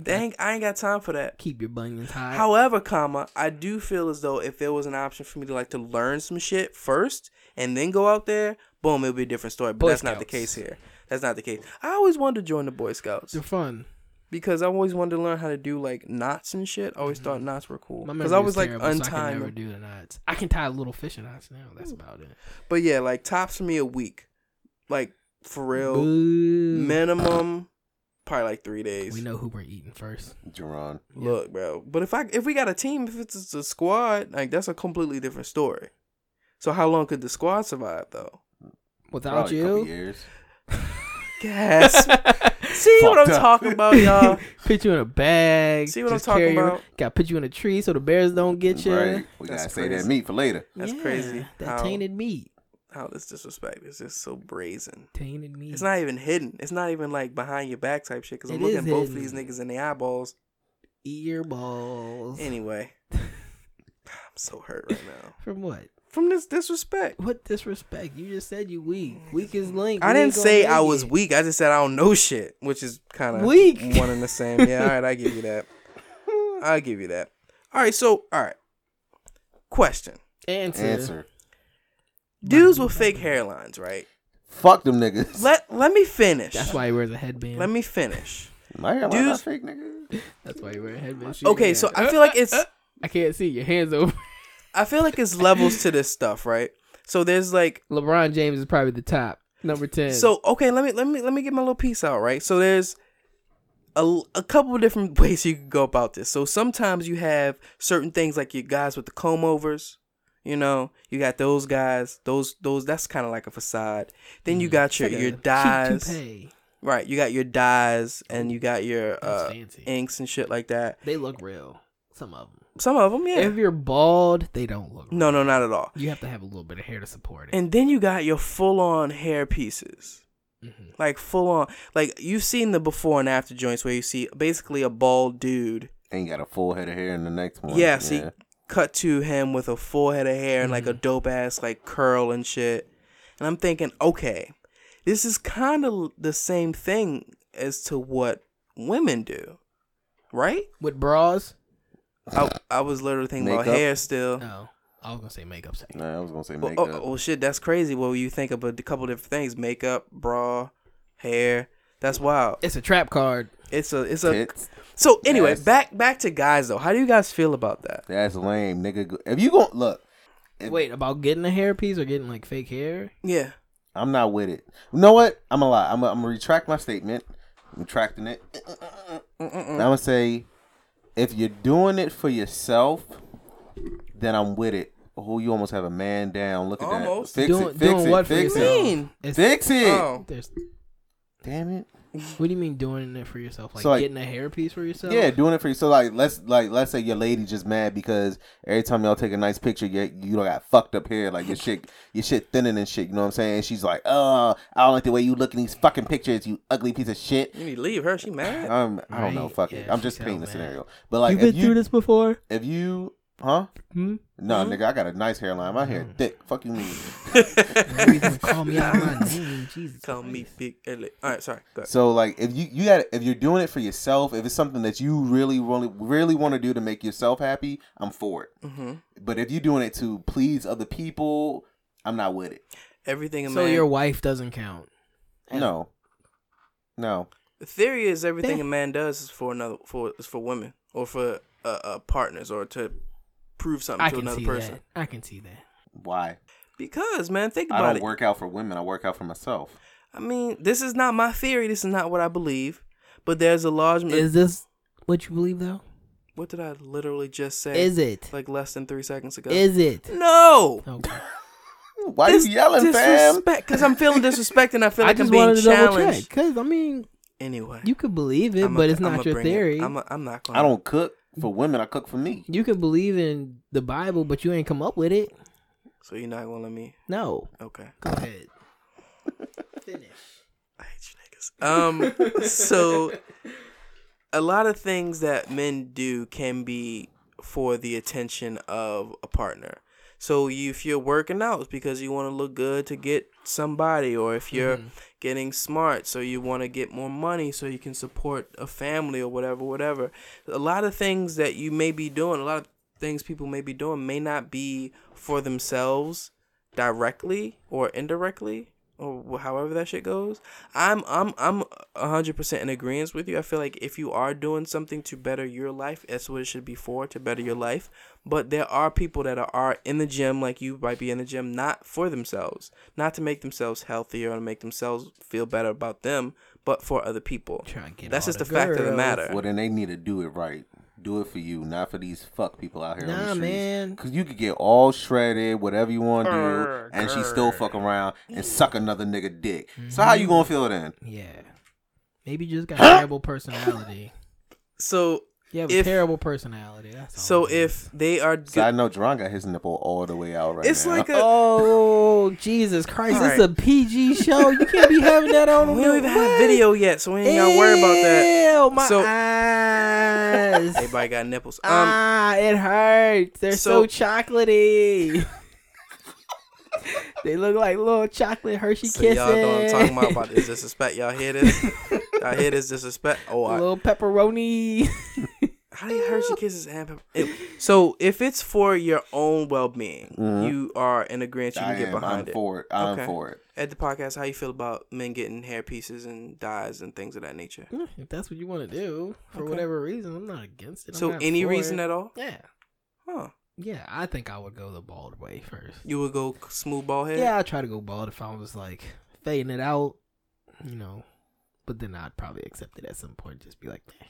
Speaker 1: Dang, I ain't got time for that.
Speaker 2: Keep your bunions high.
Speaker 1: However, comma, I do feel as though if there was an option for me to like to learn some shit first and then go out there, boom, it'd be a different story. But
Speaker 2: Boy
Speaker 1: that's not the
Speaker 2: Scouts.
Speaker 1: case here. That's not the case. I always wanted to join the Boy Scouts
Speaker 2: They're fun.
Speaker 1: because I always wanted to learn how to do like knots and shit. I always thought knots were cool
Speaker 2: Mm-hmm. My
Speaker 1: because I
Speaker 2: memory is
Speaker 1: was like
Speaker 2: terrible, so I can
Speaker 1: untimed.
Speaker 2: never do the knots. I can tie little fishing knots now. That's about it.
Speaker 1: but yeah, like tops for me a week, like for real,
Speaker 2: Boo.
Speaker 1: minimum, probably like three days.
Speaker 2: We know who we're eating first.
Speaker 3: Jerron.
Speaker 1: Look, bro. But if I if we got a team, if it's a squad, like that's a completely different story. So how long could the squad survive though?
Speaker 2: Without
Speaker 3: Probably a couple
Speaker 2: you,
Speaker 3: years.
Speaker 1: Gas. See what I'm
Speaker 3: Fucked up.
Speaker 1: talking about, y'all.
Speaker 2: put you in a bag.
Speaker 1: See what I'm
Speaker 2: just
Speaker 1: talking
Speaker 2: carry you-
Speaker 1: about?
Speaker 2: Got to put you in a tree so the bears don't get you.
Speaker 3: Right. We
Speaker 1: That's
Speaker 3: gotta say that
Speaker 1: crazy.
Speaker 3: meat for later.
Speaker 1: That's
Speaker 2: Yeah,
Speaker 1: crazy
Speaker 2: That
Speaker 1: how-
Speaker 2: tainted meat.
Speaker 1: How Oh, this disrespect is just so brazen.
Speaker 2: Tainted meat.
Speaker 1: It's not even hidden. It's not even like behind your back type shit. Cause I'm
Speaker 2: It is
Speaker 1: looking both of these
Speaker 2: hidden.
Speaker 1: niggas in the eyeballs.
Speaker 2: earballs.
Speaker 1: Anyway, I'm so hurt right now
Speaker 2: From what?
Speaker 1: from this disrespect.
Speaker 2: What disrespect? You just said you weak. Weak as link.
Speaker 1: I
Speaker 2: We
Speaker 1: didn't
Speaker 2: ain't gonna
Speaker 1: say
Speaker 2: make
Speaker 1: I was
Speaker 2: it.
Speaker 1: weak. I just said I don't know shit, which is kind of
Speaker 2: Weak.
Speaker 1: one and the same. Yeah, all right, I give you that. I'll give you that. All right, so all right. Question:
Speaker 2: Answer.
Speaker 3: Answer.
Speaker 1: Dudes with fake hairlines, right?
Speaker 3: Fuck them niggas.
Speaker 1: Let let me finish.
Speaker 2: That's why he wears a headband.
Speaker 1: Let me finish.
Speaker 3: My hairline
Speaker 1: Dudes-
Speaker 3: not fake nigga.
Speaker 2: That's why he wears a headband. She
Speaker 1: Okay,
Speaker 2: can't.
Speaker 1: so I feel like it's
Speaker 2: I can't see your hands over.
Speaker 1: I feel like it's levels to this stuff, right? So there's like
Speaker 2: LeBron James is probably the top number ten.
Speaker 1: So okay, let me let me let me get my little piece out, right? So there's a, a couple of different ways you can go about this. So sometimes you have certain things like your guys with the comb overs, you know, you got those guys, those those that's kind of like a facade. Then
Speaker 2: Mm,
Speaker 1: you got your
Speaker 2: Mm-hmm. Like a
Speaker 1: your
Speaker 2: cheap
Speaker 1: dyes,
Speaker 2: toupee.
Speaker 1: right? You got your dyes and you got your
Speaker 2: That's
Speaker 1: uh,
Speaker 2: fancy.
Speaker 1: inks and shit like that.
Speaker 2: They look real. Some of them.
Speaker 1: Some of them, yeah.
Speaker 2: If you're bald, they don't look. Real.
Speaker 1: no, no, not at all.
Speaker 2: You have to have a little bit of hair to support it.
Speaker 1: And then you got your full on hair pieces.
Speaker 2: Mhm.
Speaker 1: Like full on, like you've seen the before and after joints where you see basically a bald dude
Speaker 3: Ain't got a full head of hair in the next one.
Speaker 1: Yeah, see, cut to him with a full head of hair and
Speaker 3: Mm.
Speaker 1: like a dope ass like curl and shit. And I'm thinking, okay, this is kind of the same thing as to what women do, right?
Speaker 2: With bras?
Speaker 1: I, I was literally thinking about
Speaker 3: Makeup?
Speaker 1: hair still.
Speaker 2: No, I was gonna say makeup. Sex.
Speaker 3: Nah, I was gonna say
Speaker 1: Well,
Speaker 3: makeup.
Speaker 1: oh, oh, shit, that's crazy. Well, you think of a couple different things: makeup, bra, hair. That's wild.
Speaker 2: It's a trap card.
Speaker 1: It's a it's a.
Speaker 3: Tits.
Speaker 1: So anyway,
Speaker 3: Yes.
Speaker 1: back back to guys though. How do you guys feel about that?
Speaker 3: That's lame, nigga. If you gon' look, It-
Speaker 2: Wait, about getting a hairpiece or getting like fake hair?
Speaker 1: Yeah.
Speaker 3: I'm not with it. You know what? I'm a lie. I'm gonna I'm gonna retract my statement. I'm retracting it. I'm gonna say, if you're doing it for yourself, then I'm with it. Who you almost have a man down. Look at
Speaker 1: Almost.
Speaker 3: that. Fix
Speaker 2: doing
Speaker 3: it. Fix
Speaker 2: doing
Speaker 3: it.
Speaker 2: what
Speaker 3: fix
Speaker 2: for
Speaker 1: What
Speaker 2: yourself?
Speaker 1: do
Speaker 3: it.
Speaker 1: you mean?
Speaker 2: It's-
Speaker 3: Fix it.
Speaker 1: Oh.
Speaker 2: There's.
Speaker 3: Damn it.
Speaker 2: What do you mean doing it for yourself? Like,
Speaker 3: So, like-
Speaker 2: getting a hairpiece for yourself?
Speaker 3: Yeah, doing it for you. So like, let's like let's say your lady just mad because every time y'all take a nice picture, you you don't got fucked up hair, like your shit your shit thinning and shit. You know what I'm saying? And she's like, oh, I don't like the way you look in these fucking pictures, you ugly piece of shit.
Speaker 1: You need to leave her. She mad.
Speaker 3: Um, I don't know.
Speaker 2: Right,
Speaker 3: Fuck it.
Speaker 2: yeah,
Speaker 3: I'm
Speaker 2: she
Speaker 3: just
Speaker 2: sound
Speaker 3: painting the
Speaker 2: mad.
Speaker 3: scenario. But like,
Speaker 2: You've been
Speaker 3: if you
Speaker 2: through this before.
Speaker 3: if you huh?
Speaker 2: Hmm?
Speaker 3: No, nigga, I got a nice hairline. My
Speaker 2: Mm-hmm.
Speaker 3: hair thick. Fuck you, mean.
Speaker 2: Why you gonna call me out of my name? Jesus.
Speaker 1: Call me big. L.A. All right, sorry. Go ahead.
Speaker 3: So like, if you you got if you're doing it for yourself, if it's something that you really really really want to do to make yourself happy, I'm for it.
Speaker 1: Mm-hmm.
Speaker 3: But if you're doing it to please other people, I'm not with it.
Speaker 1: Everything a
Speaker 2: So
Speaker 1: man.
Speaker 2: your wife doesn't count.
Speaker 3: No, no.
Speaker 1: the theory is everything a man does is for another for is for women or for uh, uh partners or to prove something
Speaker 2: I
Speaker 1: to
Speaker 2: can
Speaker 1: another
Speaker 2: see
Speaker 1: person.
Speaker 2: that. I can see that.
Speaker 3: Why?
Speaker 1: Because man, think
Speaker 3: I
Speaker 1: about
Speaker 3: don't
Speaker 1: it.
Speaker 3: work out for women. I work out for myself.
Speaker 1: I mean, this is not my theory. This is not what I believe. But there's a large
Speaker 2: Is this what you believe though?
Speaker 1: What did I literally just say?
Speaker 2: Is it?
Speaker 1: like uh, less than three seconds ago?
Speaker 2: Is it?
Speaker 1: no.
Speaker 2: Okay.
Speaker 3: Why you yelling, fam?
Speaker 1: disrespect, because I'm feeling disrespect and I feel
Speaker 2: I
Speaker 1: like I am
Speaker 2: just
Speaker 1: being
Speaker 2: wanted to double check
Speaker 1: challenged.
Speaker 2: because I mean,
Speaker 1: Anyway,
Speaker 2: you could believe it,
Speaker 1: I'ma-
Speaker 2: but it's
Speaker 1: I'ma
Speaker 2: not your
Speaker 1: bring it.
Speaker 2: theory.
Speaker 1: I'ma- I'm not going.
Speaker 3: I don't cook for women. I cook for me.
Speaker 2: You could believe in the Bible, but you ain't come up with it.
Speaker 1: So you're not going to let me?
Speaker 2: No.
Speaker 1: Okay.
Speaker 2: Go ahead. Finish.
Speaker 1: I hate you niggas. Um, so a lot of things that men do can be for the attention of a partner. So you, if you're working out, it's because you want to look good to get somebody, or if you're getting smart, so you want to get more money so you can support a family or whatever, whatever. A lot of things that you may be doing, a lot of things people may be doing, may not be for themselves directly or indirectly or wh- however that shit goes. I'm I'm I'm a hundred percent in agreement with you. I feel like if you are doing something to better your life, that's what it should be for to better your life. But there are people that are, are in the gym, like you might be in the gym, not for themselves, not to make themselves healthier or to make themselves feel better about them, but for other people.
Speaker 2: Trying to get
Speaker 1: That's
Speaker 2: all
Speaker 1: just
Speaker 2: the
Speaker 1: the fact of the
Speaker 2: girls.
Speaker 1: matter.
Speaker 3: Well, then they need to do it right. Do it for you, not for these fuck people out here. on
Speaker 2: Nah,
Speaker 3: the streets.
Speaker 2: man.
Speaker 3: Cause you could get all shredded, whatever you want to
Speaker 2: Grr,
Speaker 3: do, and she still fuck around and suck another nigga dick. So how
Speaker 1: Mm-hmm.
Speaker 3: you gonna feel then?
Speaker 2: Yeah. Maybe you just got terrible personality.
Speaker 1: So
Speaker 2: You have a
Speaker 1: If-
Speaker 2: terrible personality. That's all.
Speaker 1: so
Speaker 2: it is.
Speaker 1: if they are
Speaker 3: So I
Speaker 1: good,
Speaker 3: know Jerron got his nipple all the way out right
Speaker 1: it's
Speaker 3: now.
Speaker 1: like a
Speaker 2: Oh Jesus Christ!
Speaker 1: All
Speaker 2: It's a PG show. You can't be having that on.
Speaker 1: we don't even have video yet, so we ain't gotta worry about that.
Speaker 2: Ew, my
Speaker 1: So-
Speaker 2: eyes.
Speaker 1: Everybody got nipples. Um,
Speaker 2: ah, it hurts. They're
Speaker 1: so-
Speaker 2: so, chocolatey. they look like little chocolate Hershey
Speaker 1: So
Speaker 2: kisses.
Speaker 1: y'all know what I'm talking about, about this disrespect. Y'all hear this? y'all hear this disrespect? Oh, I,
Speaker 2: little pepperoni.
Speaker 1: how do you Hershey Kisses and pepper? Ew. So if it's for your own well being, you are in agreement. You
Speaker 3: Mm-hmm. I
Speaker 1: can get
Speaker 3: am.
Speaker 1: behind
Speaker 3: I'm
Speaker 1: it.
Speaker 3: for it. I'm
Speaker 1: Okay.
Speaker 3: for it.
Speaker 1: At the podcast, how you feel about men getting hair pieces and dyes and things of that nature?
Speaker 2: if that's what you want to do, for
Speaker 1: Okay.
Speaker 2: whatever reason, I'm not against it. I'm
Speaker 1: so
Speaker 2: not
Speaker 1: any
Speaker 2: for
Speaker 1: reason
Speaker 2: it.
Speaker 1: at all?
Speaker 2: Yeah,
Speaker 1: Huh?
Speaker 2: yeah. I think I would go the bald way first.
Speaker 1: You would go k- smooth ball head.
Speaker 2: Yeah, I try to go bald if I was like fading it out, you know. But then I'd probably accept it at some point. Just be like, eh.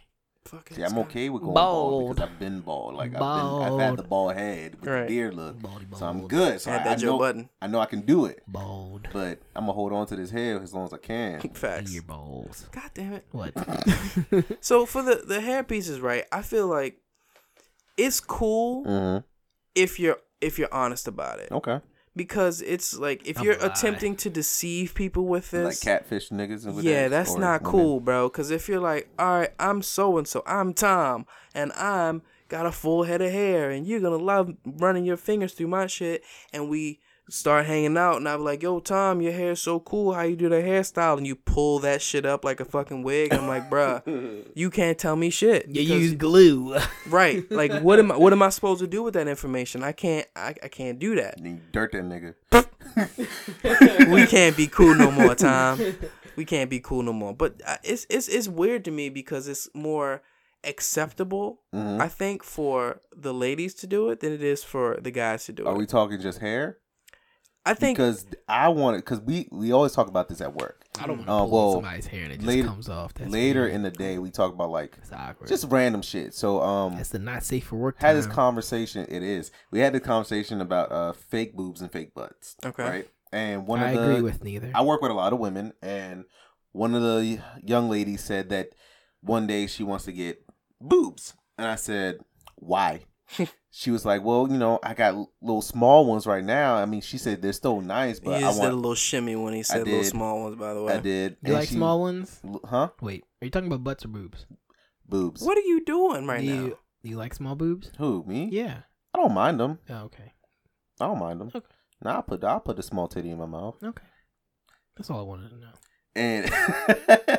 Speaker 1: Fuck it,
Speaker 3: See, I'm
Speaker 1: Scott.
Speaker 3: okay with going bald,
Speaker 2: Bald.
Speaker 3: because I've been bald. Like I've been, I've had the bald head with
Speaker 1: Right.
Speaker 3: the beard look,
Speaker 2: Baldy
Speaker 3: so I'm
Speaker 2: bald.
Speaker 3: good. So
Speaker 1: I
Speaker 3: I,
Speaker 1: had that
Speaker 3: I
Speaker 1: Joe
Speaker 3: know,
Speaker 1: Budden.
Speaker 3: I know I can do it,
Speaker 2: bald,
Speaker 3: but I'm gonna hold on to this hair as long as I can.
Speaker 1: Facts.
Speaker 2: ear balls.
Speaker 1: God damn it.
Speaker 2: What?
Speaker 1: So for the the hair pieces, right? I feel like it's cool
Speaker 3: Mm-hmm.
Speaker 1: if you're if you're honest about it.
Speaker 3: Okay.
Speaker 1: because it's like if
Speaker 2: I'm
Speaker 1: you're
Speaker 2: alive.
Speaker 1: attempting to deceive people with
Speaker 3: Like
Speaker 1: this
Speaker 3: catfish niggas. and with
Speaker 1: yeah
Speaker 3: that,
Speaker 1: that's
Speaker 3: or
Speaker 1: not
Speaker 3: women.
Speaker 1: cool bro because if you're like all right i'm so and so i'm tom and i'm got a full head of hair and you're gonna love running your fingers through my shit and we start hanging out and i'm like yo tom your hair's so cool how you do the hairstyle and you pull that shit up like a fucking wig i'm like bruh you can't tell me shit
Speaker 2: you
Speaker 1: because-
Speaker 2: use glue.
Speaker 1: right like what am i what am i supposed to do with that information i can't i, I can't do that
Speaker 3: And you dirt that nigga.
Speaker 1: we can't be cool no more, Tom. We can't be cool no more. But uh, it's it's it's weird to me because it's more acceptable,
Speaker 3: Mm-hmm.
Speaker 1: I think, for the ladies to do it than it is for the guys to do
Speaker 3: Are
Speaker 1: it.
Speaker 3: we talking just hair?
Speaker 1: I think
Speaker 3: Because I want it. Because we we always talk about this at work.
Speaker 2: I don't want to
Speaker 3: Uh,
Speaker 2: pull
Speaker 3: well,
Speaker 2: somebody's hair and it just
Speaker 3: later-
Speaker 2: comes off. That's
Speaker 3: Later
Speaker 2: weird.
Speaker 3: in the day, we talk about like
Speaker 2: It's awkward.
Speaker 3: just random shit. So um,
Speaker 2: that's the not safe for work.
Speaker 3: had this
Speaker 2: time.
Speaker 3: conversation. It is. We had this conversation about uh fake boobs and fake butts.
Speaker 1: Okay.
Speaker 3: Right. And one
Speaker 2: I
Speaker 3: of the
Speaker 2: agree with neither.
Speaker 3: I work with a lot of women, and one of the young ladies said that one day she wants to get boobs, and I said, "Why?" she was like, "Well, you know, I got l- little small ones right now. I mean, she said they're still nice,
Speaker 1: he
Speaker 3: but I
Speaker 1: just did a
Speaker 3: want."
Speaker 1: little shimmy when he said little
Speaker 3: did.
Speaker 1: small ones. By the way,
Speaker 3: I did.
Speaker 2: you
Speaker 3: and
Speaker 2: like
Speaker 3: she-
Speaker 2: small ones?
Speaker 3: l- Huh?
Speaker 2: Wait, are you talking about butts or boobs?
Speaker 3: Boobs.
Speaker 1: what are you doing right
Speaker 2: do
Speaker 1: now?
Speaker 2: you do you like small boobs?
Speaker 3: Who? Me?
Speaker 2: Yeah.
Speaker 3: I don't mind them.
Speaker 2: Oh, okay.
Speaker 3: I don't mind them.
Speaker 2: Okay.
Speaker 3: Nah, I put I put a small titty in my mouth.
Speaker 2: Okay. That's all I wanted to know.
Speaker 3: and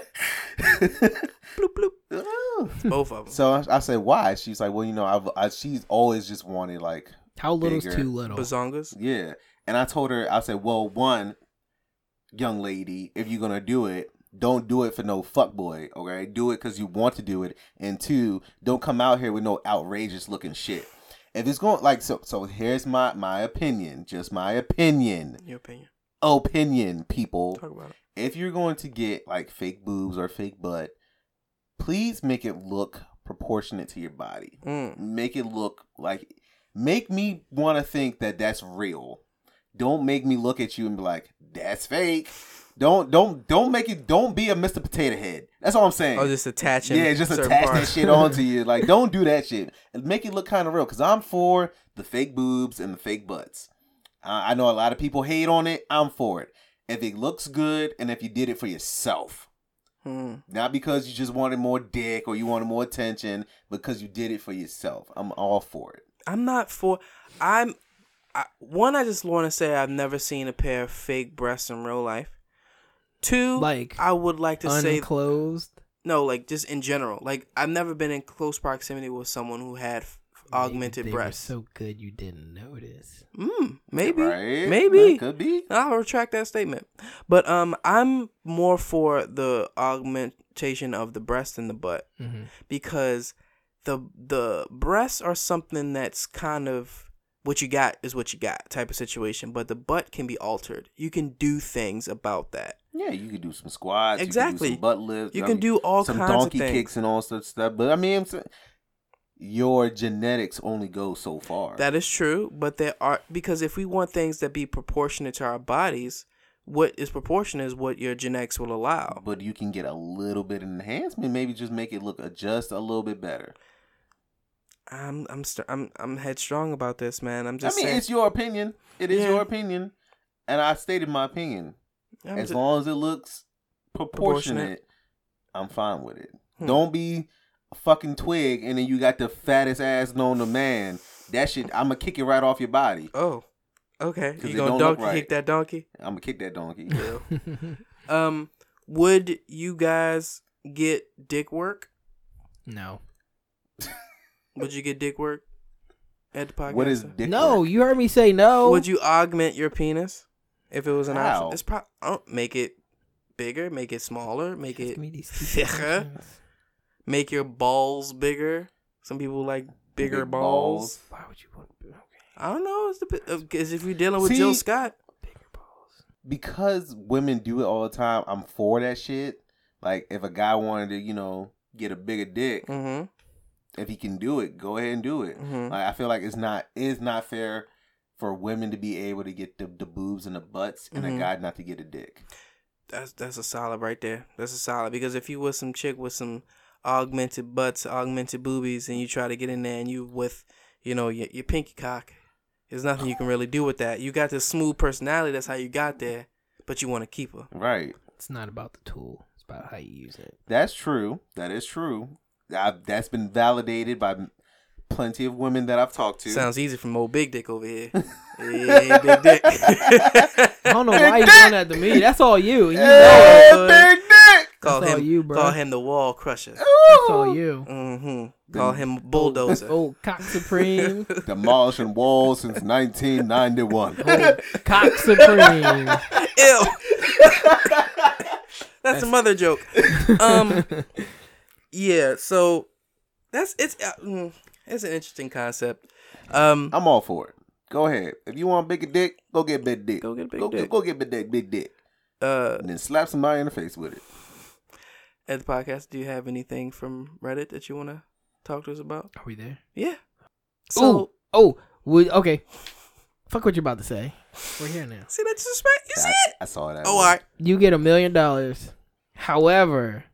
Speaker 1: bloop.
Speaker 3: Ooh.
Speaker 1: Both of them.
Speaker 3: so I, I said why she's like well you know I've, I she's always just wanted like
Speaker 2: How little's
Speaker 3: Bigger.
Speaker 2: too little?
Speaker 1: Bazongas.
Speaker 3: yeah and i told her i said well one young lady if you're gonna do it don't do it for no fuck boy okay do it because you want to do it and two don't come out here with no outrageous looking shit if it's going like so so here's my my opinion just my opinion
Speaker 1: Your opinion.
Speaker 3: opinion people
Speaker 1: Talk about it.
Speaker 3: if you're going to get like fake boobs or fake butt, please make it look proportionate to your body.
Speaker 1: Mm.
Speaker 3: Make it look like, make me want to think that that's real. Don't make me look at you and be like, that's fake. Don't don't don't make it. Don't be a Mr. Potato Head. That's all I'm saying.
Speaker 1: Oh, just attaching.
Speaker 3: Yeah, just
Speaker 1: certain
Speaker 3: attach that
Speaker 1: parts.
Speaker 3: shit onto you. Like, don't do that shit. And Make it look kind of real. Cause I'm for the fake boobs and the fake butts. I I know a lot of people hate on it. I'm for it. If it looks good and if you did it for yourself,
Speaker 1: Mm.
Speaker 3: not because you just wanted more dick or you wanted more attention, because you did it for yourself. I'm all for it.
Speaker 1: I'm not for. I'm. I, one, I just want to say I've never seen a pair of fake breasts in real life. Two,
Speaker 2: Like,
Speaker 1: I would like to say
Speaker 2: unclosed.
Speaker 1: no, like just in general. Like I've never been in close proximity with someone who had f- augmented
Speaker 2: they,
Speaker 1: breasts.
Speaker 2: They were so good you didn't notice.
Speaker 1: mm, maybe,
Speaker 3: Right?
Speaker 1: maybe.
Speaker 3: That could be.
Speaker 1: I'll retract that statement. But um, I'm more for the augmentation of the breast and the butt
Speaker 2: Mm-hmm.
Speaker 1: because the the breasts are something that's kind of what you got is what you got type of situation. But the butt can be altered. You can do things about that.
Speaker 3: Yeah, you could do some squats.
Speaker 1: Exactly.
Speaker 3: You could do some butt lifts.
Speaker 1: You
Speaker 3: I
Speaker 1: can
Speaker 3: mean,
Speaker 1: do all
Speaker 3: some
Speaker 1: kinds of
Speaker 3: donkey
Speaker 1: things.
Speaker 3: kicks and all such stuff. But I mean, I'm saying, your genetics only go so far.
Speaker 1: That is true, but there are because if we want things that be proportionate to our bodies, what is proportionate is what your genetics will allow.
Speaker 3: but you can get a little bit of enhancement. Maybe just make it look adjust a little bit better.
Speaker 1: I'm I'm st- I'm I'm headstrong about this, man. I'm just
Speaker 3: I mean,
Speaker 1: saying.
Speaker 3: it's your opinion. It is
Speaker 1: Yeah.
Speaker 3: your opinion, and I stated my opinion.
Speaker 1: I'm
Speaker 3: as
Speaker 1: ju-
Speaker 3: long as it looks proportionate,
Speaker 1: Proportionate.
Speaker 3: I'm fine with it.
Speaker 1: Hmm.
Speaker 3: Don't be a fucking twig, and then you got the fattest ass known to man. That shit, I'm gonna kick it right off your body.
Speaker 1: oh, okay.
Speaker 3: 'Cause
Speaker 1: You
Speaker 3: it
Speaker 1: gonna
Speaker 3: don't look
Speaker 1: donkey
Speaker 3: right.
Speaker 1: kick that donkey?
Speaker 3: I'm gonna kick that donkey.
Speaker 1: um, would you guys get dick work?
Speaker 2: no.
Speaker 1: Would you get dick work at the podcast?
Speaker 3: What is dick?
Speaker 2: no,
Speaker 3: work?
Speaker 2: you heard me say no.
Speaker 1: Would you augment your penis if it was an
Speaker 3: How?
Speaker 1: option? It's probably make it bigger, make it smaller, make
Speaker 2: Ask
Speaker 1: it
Speaker 2: me these stupid
Speaker 1: thicker.
Speaker 2: questions.
Speaker 1: make your balls bigger. Some people like bigger
Speaker 3: Big
Speaker 1: balls.
Speaker 2: Why would you want okay,
Speaker 1: I don't know. It's the because if you're dealing with
Speaker 3: See-
Speaker 1: Jill Scott,
Speaker 2: bigger balls?
Speaker 3: because women do it all the time. I'm for that shit. Like if a guy wanted to, you know, get a bigger dick,
Speaker 1: mm-hmm,
Speaker 3: if he can do it, go ahead and do it.
Speaker 1: mm-hmm.
Speaker 3: Like I feel like it's not it's not fair for women to be able to get the, the boobs and the butts and a
Speaker 1: Mhm.
Speaker 3: guy not to get a dick.
Speaker 1: that's that's a solid right there. That's a solid because if you with some chick with some augmented butts, augmented boobies, and you try to get in there and you with you know your, your pinky cock, there's nothing you can really do with that. You got this smooth personality. That's how you got there, but you want to keep her.
Speaker 3: Right.
Speaker 2: It's not about the tool. It's about how you use it.
Speaker 3: That's true. That is true. I, that's been validated by plenty of women that I've talked to.
Speaker 1: Sounds easy from old big dick over here. yeah, big dick.
Speaker 2: I don't know why you're doing that to me. That's all you. You know.
Speaker 3: Eh,
Speaker 1: good.
Speaker 3: big dick.
Speaker 1: Call
Speaker 2: That's all
Speaker 1: him
Speaker 2: you, bro.
Speaker 1: Call him the wall crusher.
Speaker 2: That's all you.
Speaker 1: Mm-hmm. Call him bulldozer.
Speaker 2: Old cock supreme.
Speaker 3: Demolishing walls since 1991.
Speaker 2: Old cock supreme.
Speaker 1: Ew. that's a mother joke. Um, yeah. So that's it's uh, mm, it's an interesting concept. Um,
Speaker 3: I'm all for it. Go ahead. If you want bigger dick, go get big dick.
Speaker 1: Go get a big
Speaker 3: go,
Speaker 1: dick.
Speaker 3: Go get big dick, big dick.
Speaker 1: uh,
Speaker 3: And then slap somebody in the face with it.
Speaker 1: at the podcast, do you have anything from Reddit that you want to talk to us about?
Speaker 2: Are we there?
Speaker 1: Yeah. So
Speaker 2: Oh, oh, would okay. Fuck what you're about to say. We're here now.
Speaker 1: see that's respect. You see
Speaker 3: I,
Speaker 1: it?
Speaker 3: I saw that.
Speaker 1: Oh, all
Speaker 3: one.
Speaker 1: right.
Speaker 2: You get a million dollars. However,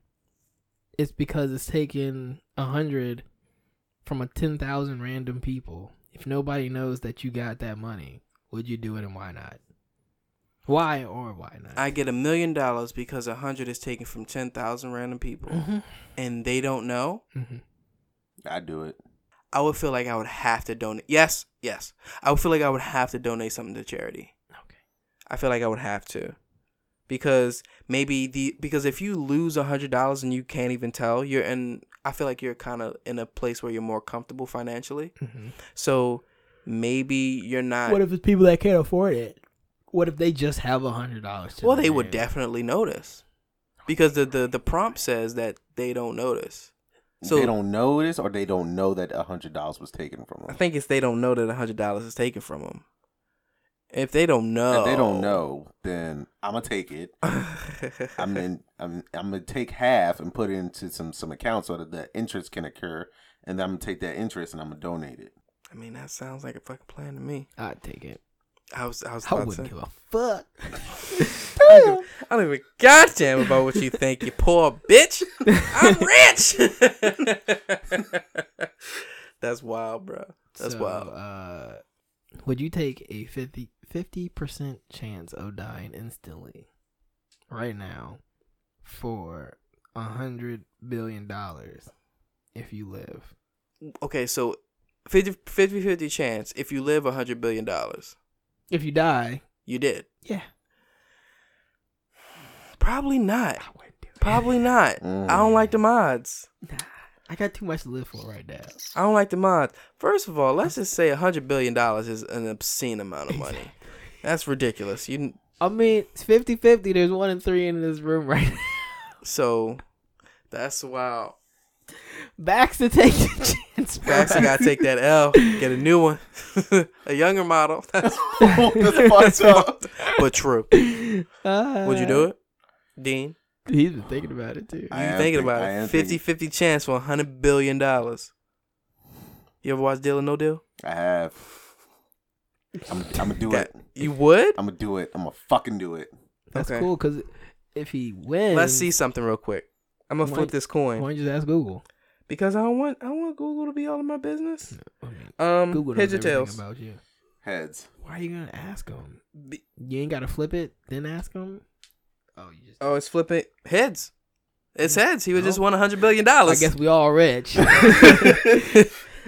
Speaker 2: it's because it's taken a hundred from a ten thousand random people. If nobody knows that you got that money, would you do it and why not? Why or why not?
Speaker 1: I get a million dollars because a hundred is taken from ten thousand random people,
Speaker 2: Mhm,
Speaker 1: and they don't know.
Speaker 2: mhm.
Speaker 3: I do it.
Speaker 1: I would feel like I would have to donate. Yes, yes. I would feel like I would have to donate something to charity.
Speaker 2: Okay.
Speaker 1: I feel like I would have to. Because maybe the because if you lose a hundred dollars and you can't even tell, you're in I feel like you're kinda in a place where you're more comfortable financially.
Speaker 2: Mhm.
Speaker 1: So maybe you're not
Speaker 2: What if it's people that can't afford it? What if they just have a hundred dollars? to
Speaker 1: Well they
Speaker 2: their
Speaker 1: would
Speaker 2: name?
Speaker 1: definitely notice. Because the, the, the prompt says that they don't notice. So
Speaker 3: they don't know this, or they don't know that a hundred dollars was taken from
Speaker 1: I
Speaker 3: them.
Speaker 1: think it's they don't know that a hundred dollars is taken from them, If they don't know,
Speaker 3: If they
Speaker 2: Oh.
Speaker 3: don't know, then I'm gonna take it. I'm in, I'm I'm gonna take half and put it into some some accounts so that the interest can occur, and then I'm gonna take that interest and I'm gonna donate it.
Speaker 1: I mean, that sounds like a fucking plan to me.
Speaker 2: I'd take it.
Speaker 1: I was, I was
Speaker 2: I
Speaker 1: about to.
Speaker 2: wouldn't give a fuck.
Speaker 1: I don't, give, I don't even goddamn about what you think, you poor bitch. I'm rich. That's wild, bro. That's
Speaker 2: So,
Speaker 1: wild.
Speaker 2: Uh, would you take a 50 percent chance of dying instantly, right now, for a hundred billion dollars if you live?
Speaker 1: Okay, so 50 50 chance if you live a $100 billion.
Speaker 2: If you die,
Speaker 1: You did.
Speaker 2: yeah,
Speaker 1: Probably not.
Speaker 2: I wouldn't do it.
Speaker 1: Probably not.
Speaker 3: Mm.
Speaker 1: I don't like them odds.
Speaker 2: Nah, I got too much to live for right now.
Speaker 1: I don't like them odds. First of all, let's just say a $100 billion is an obscene amount of money. That's ridiculous. You
Speaker 2: I mean, it's 50-50. There's one in three in this room right now.
Speaker 1: So, that's wild.
Speaker 2: Backs to take the chance. bro.
Speaker 1: Facts, you gotta take that L, get a new one, a younger model. That's
Speaker 3: That's fucked up.
Speaker 1: but true.
Speaker 2: Uh,
Speaker 1: Would you do it, Dean?
Speaker 2: He's been thinking about it too.
Speaker 3: I
Speaker 1: You
Speaker 3: am
Speaker 1: thinking
Speaker 3: think-
Speaker 1: about
Speaker 3: I am
Speaker 1: it? 50 50 chance for $100 billion. You ever watch Deal or No Deal?
Speaker 3: I have. I'm, I'm gonna do
Speaker 1: That-
Speaker 3: it.
Speaker 1: You would?
Speaker 3: I'm gonna do it. I'm gonna fucking do it.
Speaker 2: That's
Speaker 1: Okay.
Speaker 2: cool because if he wins,
Speaker 1: Let's see something real quick. I'm gonna flip
Speaker 2: Why-
Speaker 1: this
Speaker 2: Why
Speaker 1: coin
Speaker 2: don't you just ask Google?
Speaker 1: because I don't want I don't want Google to be all in my business.
Speaker 2: I mean,
Speaker 1: Um,
Speaker 2: Google knows
Speaker 1: heads or
Speaker 2: everything
Speaker 1: tails?
Speaker 2: about you.
Speaker 3: Heads.
Speaker 2: Why are you gonna ask him?
Speaker 1: Be-
Speaker 2: You ain't gotta flip it, then ask him. Oh, you just.
Speaker 1: oh, it's flipping heads. It's heads. He would just
Speaker 2: Mm. No.
Speaker 1: won $100 billion.
Speaker 2: I guess we all rich.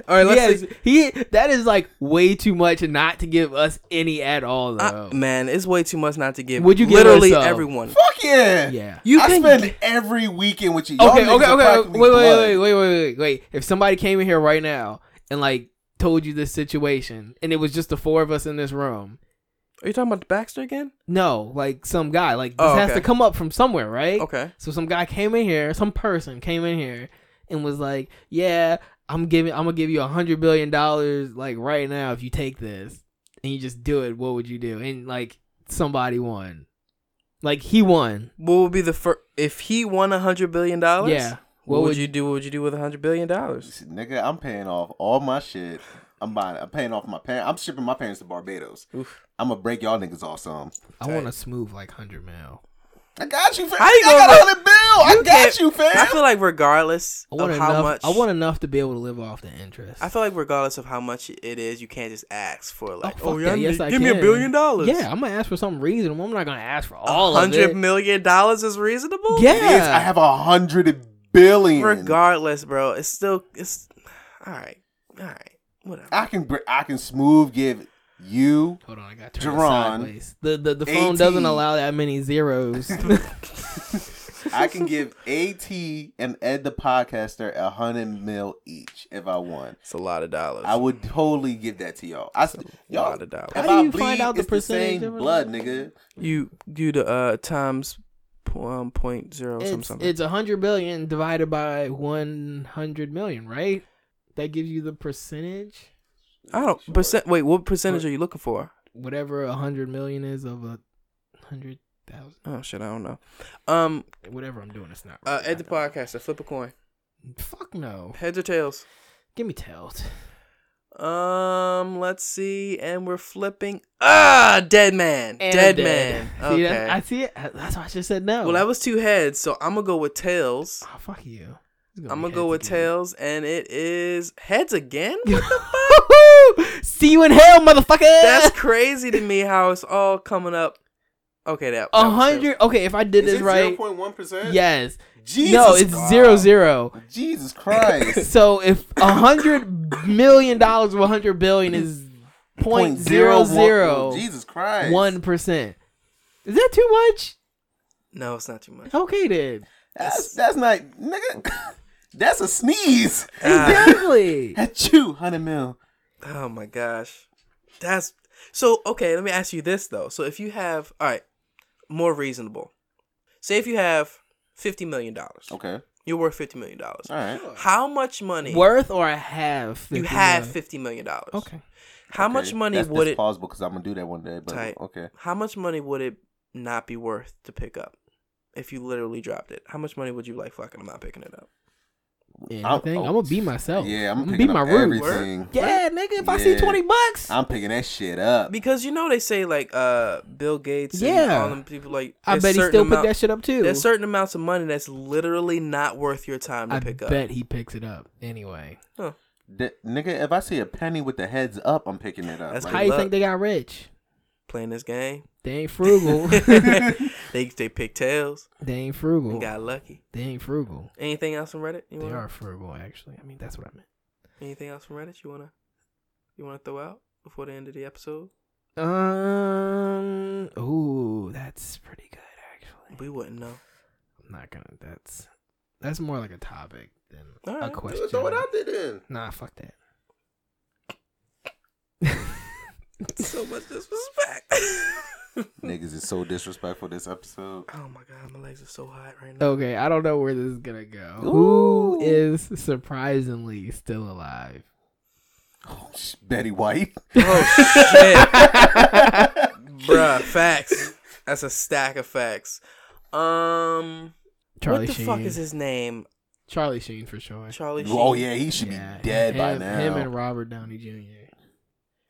Speaker 1: all right, let's see.
Speaker 2: yes, he. That is like way too much not to give us any at all,
Speaker 1: I-
Speaker 2: though.
Speaker 1: Uh, man, it's way too much not to give.
Speaker 2: Would you give
Speaker 1: literally
Speaker 2: us, uh,
Speaker 1: everyone?
Speaker 3: Fuck yeah.
Speaker 2: yeah.
Speaker 1: You
Speaker 3: I
Speaker 1: can
Speaker 3: spend every weekend with you. Y'all
Speaker 2: Okay,
Speaker 3: niggas
Speaker 2: okay,
Speaker 3: are
Speaker 2: okay.
Speaker 3: practically
Speaker 2: Wait, wait,
Speaker 3: blood.
Speaker 2: wait, wait, wait, wait, wait. If somebody came in here right now and like told you this situation, and it was just the four of us in this room,
Speaker 1: Are you talking about Baxter again?
Speaker 2: no, like some guy, like this
Speaker 1: Oh,
Speaker 2: has
Speaker 1: okay.
Speaker 2: to come up from somewhere, right?
Speaker 1: Okay.
Speaker 2: So some guy came in here, some person came in here and was like, "Yeah, I'm giving, I'm gonna give you a hundred billion dollars like right now if you take this and you just do it. What would you do?" And like somebody won, like he won.
Speaker 1: What would be the first if he won a hundred billion dollars?
Speaker 2: Yeah.
Speaker 1: What, would you do? What would you do with a hundred billion dollars?
Speaker 3: Nigga, I'm paying off all my shit. I'm buying. I'm paying off my parents. I'm shipping my parents to Barbados.
Speaker 1: Oof.
Speaker 3: I'm gonna break y'all niggas off some.
Speaker 2: I want a smooth like hundred mil.
Speaker 3: I got you, fam.
Speaker 1: How you
Speaker 3: I got
Speaker 1: gonna-
Speaker 3: a hundred bill. I got
Speaker 1: can't-
Speaker 3: you,
Speaker 1: I
Speaker 3: fam.
Speaker 1: feel like regardless
Speaker 2: I
Speaker 1: of
Speaker 2: want
Speaker 1: how
Speaker 2: enough.
Speaker 1: much
Speaker 2: I want enough to be able to live off the interest.
Speaker 1: I feel like regardless of how much it is, you can't just ask for like, oh,
Speaker 2: fuck
Speaker 1: yeah,
Speaker 2: that. Yes, I
Speaker 1: give me a
Speaker 2: can.
Speaker 1: billion dollars.
Speaker 2: Yeah, I'm gonna ask for some reason. I'm not gonna ask for
Speaker 1: a
Speaker 2: all of
Speaker 1: hundred
Speaker 2: it.
Speaker 1: million dollars is reasonable.
Speaker 2: Yeah,
Speaker 3: It is. I have a hundred billion.
Speaker 1: Regardless, bro, it's still it's all right. All right, whatever.
Speaker 3: I can. br- I can smooth give you.
Speaker 2: Hold on, I got turned
Speaker 3: Jerron.
Speaker 2: sideways. The the, the phone
Speaker 3: 18.
Speaker 2: doesn't allow that many zeros.
Speaker 3: I can give At and Ed the podcaster a hundred mil each if I won.
Speaker 1: It's a lot of dollars.
Speaker 3: I would totally give that to y'all. I st- y'all.
Speaker 1: lot of dollars.
Speaker 3: If
Speaker 2: How do
Speaker 3: I
Speaker 2: you
Speaker 3: bleed,
Speaker 2: find out the
Speaker 3: it's the same
Speaker 2: percentage of it?
Speaker 3: blood, nigga.
Speaker 1: You do the uh times p- um, point zero some
Speaker 2: it's
Speaker 1: something.
Speaker 2: it's a hundred billion divided by one hundred million, right? That gives you the percentage,
Speaker 1: I don't percent. Wait, what percentage are you looking for?
Speaker 2: whatever a hundred million is of a hundred thousand.
Speaker 1: Oh shit, I don't know. Um,
Speaker 2: Whatever I'm doing, it's not.
Speaker 1: uh,
Speaker 2: right.
Speaker 1: at the
Speaker 2: I Oh. know.
Speaker 1: podcaster, flip a coin.
Speaker 2: Fuck no.
Speaker 1: Heads or tails?
Speaker 2: Give me tails.
Speaker 1: Um, let's see. And we're flipping. Ah, dead man.
Speaker 2: And
Speaker 1: dead,
Speaker 2: I'm
Speaker 1: man.
Speaker 2: See,
Speaker 1: Okay.
Speaker 2: that, I see it. That's why I just said no.
Speaker 1: well, that was two heads, so I'm gonna go with tails.
Speaker 2: Oh, fuck you.
Speaker 1: I'm gonna go with tails, and it is heads again.
Speaker 2: What the fuck? See you in hell, motherfucker.
Speaker 1: That's crazy to me how it's all coming up. Okay, that that
Speaker 2: a
Speaker 1: was tails.
Speaker 2: hundred. Okay, if I did this right,
Speaker 3: point one percent?
Speaker 2: yes.
Speaker 3: Jesus
Speaker 2: no, it's
Speaker 3: Christ.
Speaker 2: zero zero.
Speaker 3: Jesus Christ.
Speaker 2: So if a hundred million dollars of a hundred billion is point
Speaker 1: oh,
Speaker 2: zero zero
Speaker 3: Oh, Jesus Christ.
Speaker 2: one percent, is that too much?
Speaker 1: No, it's not too much.
Speaker 2: Okay then.
Speaker 3: That's that's not nigga. That's a sneeze.
Speaker 1: Ah.
Speaker 2: Exactly.
Speaker 3: At you, hundred mil.
Speaker 1: Oh my gosh. That's so okay, let me ask you this though. So if you have all right, more reasonable. Say if you have fifty million dollars.
Speaker 3: Okay.
Speaker 1: You're worth fifty million dollars.
Speaker 3: All right.
Speaker 1: How much money
Speaker 2: Worth or have?
Speaker 1: you
Speaker 2: 50
Speaker 1: have
Speaker 2: million?
Speaker 1: fifty million dollars?
Speaker 2: Okay.
Speaker 1: How much money
Speaker 3: that's,
Speaker 1: would
Speaker 3: that's
Speaker 1: it?
Speaker 3: plausible because I'm gonna do that one day. But
Speaker 1: Tight.
Speaker 3: okay,
Speaker 1: How much money would it not be worth to pick up if you literally dropped it? How much money would you like? Fucking, I'm not picking it up.
Speaker 2: Anything. I'm,
Speaker 3: oh,
Speaker 2: gonna be myself.
Speaker 3: yeah, I'm,
Speaker 2: I'm gonna be
Speaker 3: picking
Speaker 2: my
Speaker 3: up
Speaker 2: root.
Speaker 3: everything.
Speaker 2: Yeah, nigga. If I see
Speaker 3: Yeah.
Speaker 2: twenty bucks,
Speaker 3: I'm picking that shit up.
Speaker 1: Because you know they say like uh Bill Gates, and
Speaker 2: Uh, Yeah.
Speaker 1: all them people like
Speaker 2: I
Speaker 1: there's
Speaker 2: bet he
Speaker 1: certain
Speaker 2: still
Speaker 1: amount-
Speaker 2: put that shit up too.
Speaker 1: There's certain amounts of money that's literally not worth your time to
Speaker 2: I
Speaker 1: pick up.
Speaker 2: bet he picks it up anyway.
Speaker 3: D- nigga, if I see a penny with the heads up, I'm picking it up.
Speaker 1: That's
Speaker 2: How
Speaker 1: Good
Speaker 2: you
Speaker 1: luck.
Speaker 2: think they got rich?
Speaker 1: Playing this game,
Speaker 2: They ain't frugal.
Speaker 1: they they pick tails
Speaker 2: they ain't
Speaker 1: and
Speaker 2: frugal.
Speaker 1: got lucky.
Speaker 2: They ain't frugal.
Speaker 1: Anything else from Reddit? You
Speaker 2: They
Speaker 1: want
Speaker 2: are frugal, actually. I mean, that's what I meant.
Speaker 1: anything else from Reddit you wanna you wanna throw out before the end of the episode?
Speaker 2: Um. Ooh, that's pretty good, actually.
Speaker 1: We wouldn't know.
Speaker 2: I'm not gonna. That's that's more like a topic than
Speaker 1: All
Speaker 2: a
Speaker 1: right.
Speaker 2: question.
Speaker 3: there then.
Speaker 2: Nah, fuck that.
Speaker 1: so much disrespect.
Speaker 3: Niggas is so disrespectful this episode.
Speaker 1: oh my god, my legs are so hot right now.
Speaker 2: Okay, I don't know where this is gonna go. Who
Speaker 3: Ooh.
Speaker 2: is surprisingly still alive?
Speaker 3: Oh, sh- Betty White.
Speaker 1: Oh shit. Bruh, facts. That's a stack of facts. Um
Speaker 2: Charlie
Speaker 1: what the
Speaker 2: Sheen.
Speaker 1: fuck is his name?
Speaker 2: Charlie Sheen for sure.
Speaker 1: Charlie Sheen.
Speaker 3: oh yeah, he should
Speaker 2: Yeah,
Speaker 3: be dead
Speaker 2: him,
Speaker 3: by now.
Speaker 2: Him and Robert Downey Jr.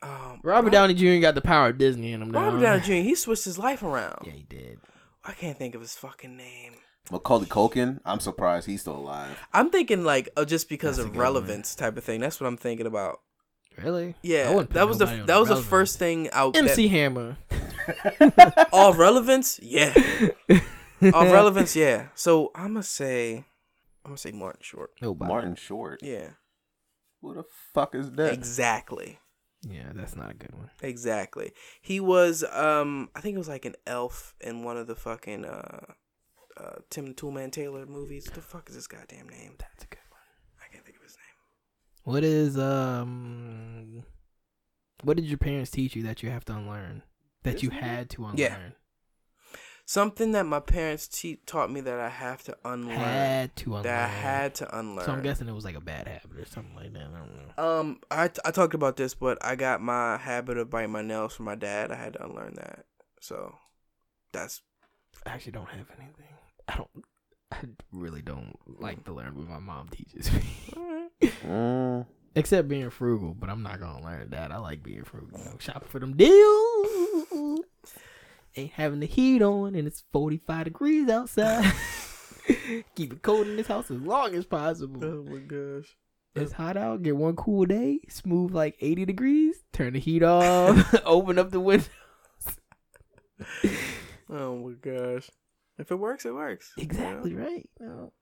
Speaker 1: Um,
Speaker 2: Robert
Speaker 1: Rob-
Speaker 2: Downey Jr. got the power of Disney in him now.
Speaker 1: Robert Downey Jr. He switched his life around.
Speaker 2: Yeah, he did.
Speaker 1: I can't think of his fucking name.
Speaker 3: Macaulay Culkin. I'm surprised he's still alive.
Speaker 1: I'm thinking like oh, just because
Speaker 2: That's a
Speaker 1: of
Speaker 2: good one.
Speaker 1: relevance type of thing. That's what I'm thinking about.
Speaker 2: Really? I
Speaker 1: Yeah,
Speaker 2: wouldn't put
Speaker 1: that was the
Speaker 2: nobody on
Speaker 1: that was the
Speaker 2: relevant.
Speaker 1: first thing out.
Speaker 2: MC Hammer.
Speaker 1: all relevance, yeah. All relevance, yeah. So I'm gonna say, I'm gonna say Martin Short.
Speaker 2: Nobody.
Speaker 3: Martin Short.
Speaker 1: Yeah,
Speaker 3: Who the fuck is that?
Speaker 1: exactly,
Speaker 2: Yeah, that's not a good one.
Speaker 1: exactly. He was, um, I think it was like an elf in one of the fucking uh, uh Tim Toolman Taylor movies. What the fuck is this goddamn name?
Speaker 2: That's a good one.
Speaker 1: I can't think of his name.
Speaker 2: What is um? What did your parents teach you that you have to unlearn? That you had to unlearn.
Speaker 1: Yeah. Something that my parents te- taught me that I have to unlearn.
Speaker 2: Had to unlearn.
Speaker 1: that I had to unlearn.
Speaker 2: So I'm guessing it was like a bad habit or something like that. I don't know.
Speaker 1: Um, I I talked about this, but I got my habit of biting my nails from my dad. I had to unlearn that. So that's
Speaker 2: I actually don't have anything. I don't. I really don't like to learn what my mom teaches me.
Speaker 3: Mm.
Speaker 2: Except being frugal, but I'm not gonna learn that. I like being frugal. You know, shopping for them deals. Ain't having the heat on and it's 45 degrees outside. Keep it cold in this house as long as possible.
Speaker 1: Oh my gosh.
Speaker 2: It's hot out. Get one cool day. Smooth like 80 degrees. Turn the heat off. open up the window.
Speaker 1: Oh my gosh. If it works, it works. you know?
Speaker 2: Exactly right. No.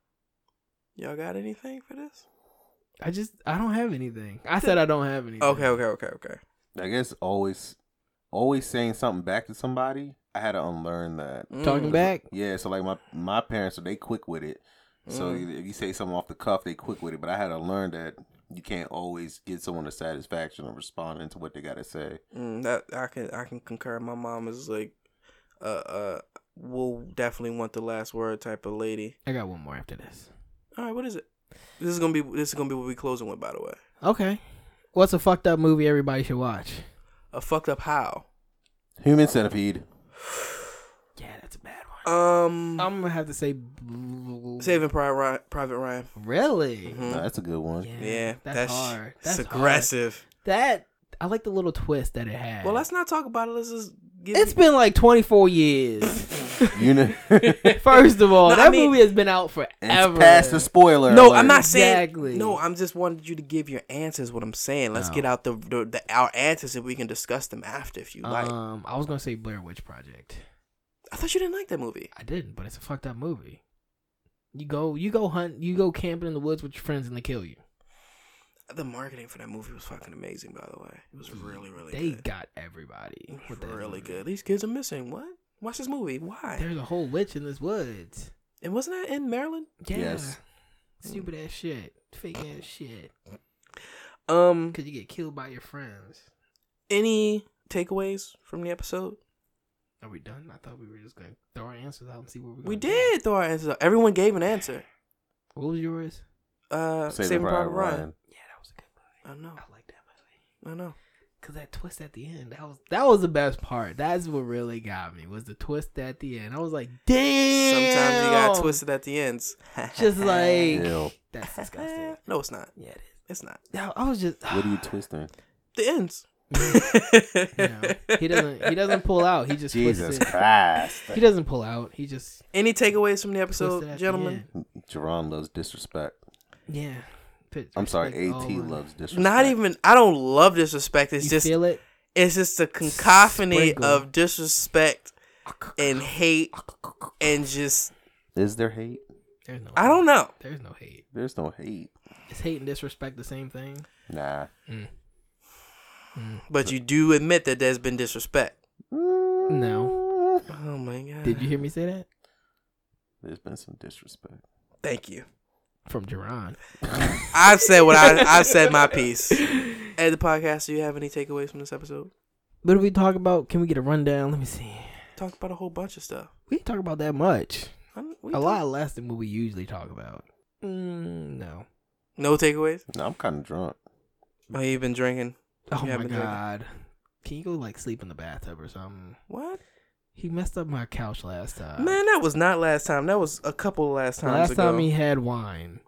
Speaker 1: Y'all got anything for this?
Speaker 2: I just I don't have anything. I said I don't have anything.
Speaker 1: Okay, okay, okay, okay.
Speaker 3: I guess always, always saying something back to somebody. I had to unlearn that.
Speaker 2: Talking
Speaker 1: Mm.
Speaker 2: back.
Speaker 3: Yeah, so like my my parents, so they quick with it. So
Speaker 1: Mm.
Speaker 3: if you say something off the cuff, they quick with it. But I had to learn that you can't always get someone a satisfaction of responding to what they gotta say.
Speaker 1: Mm, that I can I can concur. My mom is like, uh, uh, will definitely want the last word type of lady.
Speaker 2: I got one more after this.
Speaker 1: All right, what is it? This is gonna be this is gonna be what we closing with. By the way,
Speaker 2: Okay. What's a fucked up movie everybody should watch?
Speaker 1: a fucked up how?
Speaker 3: Human centipede.
Speaker 2: Yeah, that's a bad one.
Speaker 1: Um,
Speaker 2: I'm gonna have to say
Speaker 1: Saving Private Ryan. Private Ryan.
Speaker 2: Really?
Speaker 1: Mhm.
Speaker 3: Nah, that's a good one.
Speaker 1: Yeah,
Speaker 2: that's, hard.
Speaker 1: It's
Speaker 2: That's aggressive.
Speaker 1: aggressive.
Speaker 2: That I like the little twist that it had.
Speaker 1: Well, let's not talk about it. Let's just get
Speaker 2: It's been like 24 years.
Speaker 3: You know, it's
Speaker 2: First of all,
Speaker 1: No, I
Speaker 2: that
Speaker 1: mean-
Speaker 2: movie has been out forever.
Speaker 3: past the spoiler.
Speaker 1: no.
Speaker 3: alert.
Speaker 1: I'm not saying.
Speaker 2: Exactly.
Speaker 1: No, I'm just wanted you to give your answers. What I'm saying. Let's
Speaker 2: No.
Speaker 1: get out the, the, the our answers and we can discuss them after if you like.
Speaker 2: um, I was gonna say Blair Witch Project.
Speaker 1: I thought you didn't like that movie.
Speaker 2: I didn't, but it's a fucked up movie. You go, you go hunt, you go camping in the woods with your friends, and they kill you.
Speaker 1: The marketing for that movie was fucking amazing. By the way, it was really really
Speaker 2: They
Speaker 1: good.
Speaker 2: got everybody.
Speaker 1: It was
Speaker 2: with that
Speaker 1: really
Speaker 2: movie.
Speaker 1: good. These kids are missing. What? Watch this movie. Why?
Speaker 2: There's a whole witch in this woods.
Speaker 1: and wasn't that in Maryland?
Speaker 2: Yeah.
Speaker 3: Yes.
Speaker 2: Stupid ass shit. Fake ass shit.
Speaker 1: Um,
Speaker 2: Because you get killed by your friends.
Speaker 1: any takeaways from the episode?
Speaker 2: Are we done? I thought we were just going to throw our answers out and see what we're
Speaker 1: We
Speaker 2: gonna do.
Speaker 1: did throw our answers. out. Everyone gave an answer.
Speaker 2: What was yours?
Speaker 1: Uh,
Speaker 3: Saving
Speaker 1: Saving
Speaker 3: Private
Speaker 1: Private Ryan.
Speaker 3: Ryan.
Speaker 2: Yeah, that was a good movie.
Speaker 1: I know.
Speaker 2: I like that movie.
Speaker 1: I know.
Speaker 2: Cause that twist at the end, that was that was the best part. That's what really got me was the twist at the end. I was like, damn.
Speaker 1: Sometimes you got twisted at the ends.
Speaker 2: Just like
Speaker 3: Ew.
Speaker 2: that's disgusting.
Speaker 1: no, it's not.
Speaker 2: Yeah, it is.
Speaker 1: It's not
Speaker 2: No, I was just.
Speaker 3: What are you twisting?
Speaker 1: the ends.
Speaker 2: you know, he doesn't. He doesn't pull out. He just
Speaker 3: Jesus
Speaker 2: twists it.
Speaker 3: Christ.
Speaker 2: He doesn't pull out. He just
Speaker 1: Any takeaways from the
Speaker 2: twists it at
Speaker 1: episode,
Speaker 2: the
Speaker 1: gentlemen?
Speaker 2: end.
Speaker 3: Jerron loves disrespect.
Speaker 2: Yeah. Put-
Speaker 3: I'm sorry,
Speaker 2: like,
Speaker 3: AT
Speaker 2: oh,
Speaker 3: loves disrespect.
Speaker 1: Not even. I don't love disrespect. It's
Speaker 2: You
Speaker 1: just.
Speaker 2: feel it.
Speaker 1: It's just a cacophony
Speaker 2: Sprinkle.
Speaker 1: of disrespect and hate and just.
Speaker 3: Is there hate?
Speaker 2: There's no.
Speaker 1: I don't know.
Speaker 2: There's no hate.
Speaker 3: There's no hate.
Speaker 2: Is hate and disrespect the same thing?
Speaker 3: Nah.
Speaker 1: Mm. But you do admit that there's been disrespect.
Speaker 2: No.
Speaker 1: Oh my god.
Speaker 2: Did you hear me say that
Speaker 3: There's been some disrespect.
Speaker 1: Thank you.
Speaker 2: from Jerron?
Speaker 1: I've said what I. I've said my piece. Ed the podcast. Do you have any takeaways from this episode?
Speaker 2: What did we talk about? Can we get a rundown? Let me see.
Speaker 1: Talked about a whole bunch of stuff.
Speaker 2: We didn't talk about that much.
Speaker 1: I don't- we
Speaker 2: a
Speaker 1: talked-
Speaker 2: lot less than what we usually talk about. Mm, no.
Speaker 1: No takeaways.
Speaker 3: No, I'm kind of drunk.
Speaker 1: Oh, you've been drinking.
Speaker 2: Oh
Speaker 1: Yeah,
Speaker 2: my
Speaker 1: but they're-
Speaker 2: god. Can you go like sleep in the bathtub or something?
Speaker 1: What?
Speaker 2: He messed up my couch last time.
Speaker 1: Man, that was not last time. That was a couple last
Speaker 2: The
Speaker 1: times
Speaker 2: last
Speaker 1: ago.
Speaker 2: time he had wine,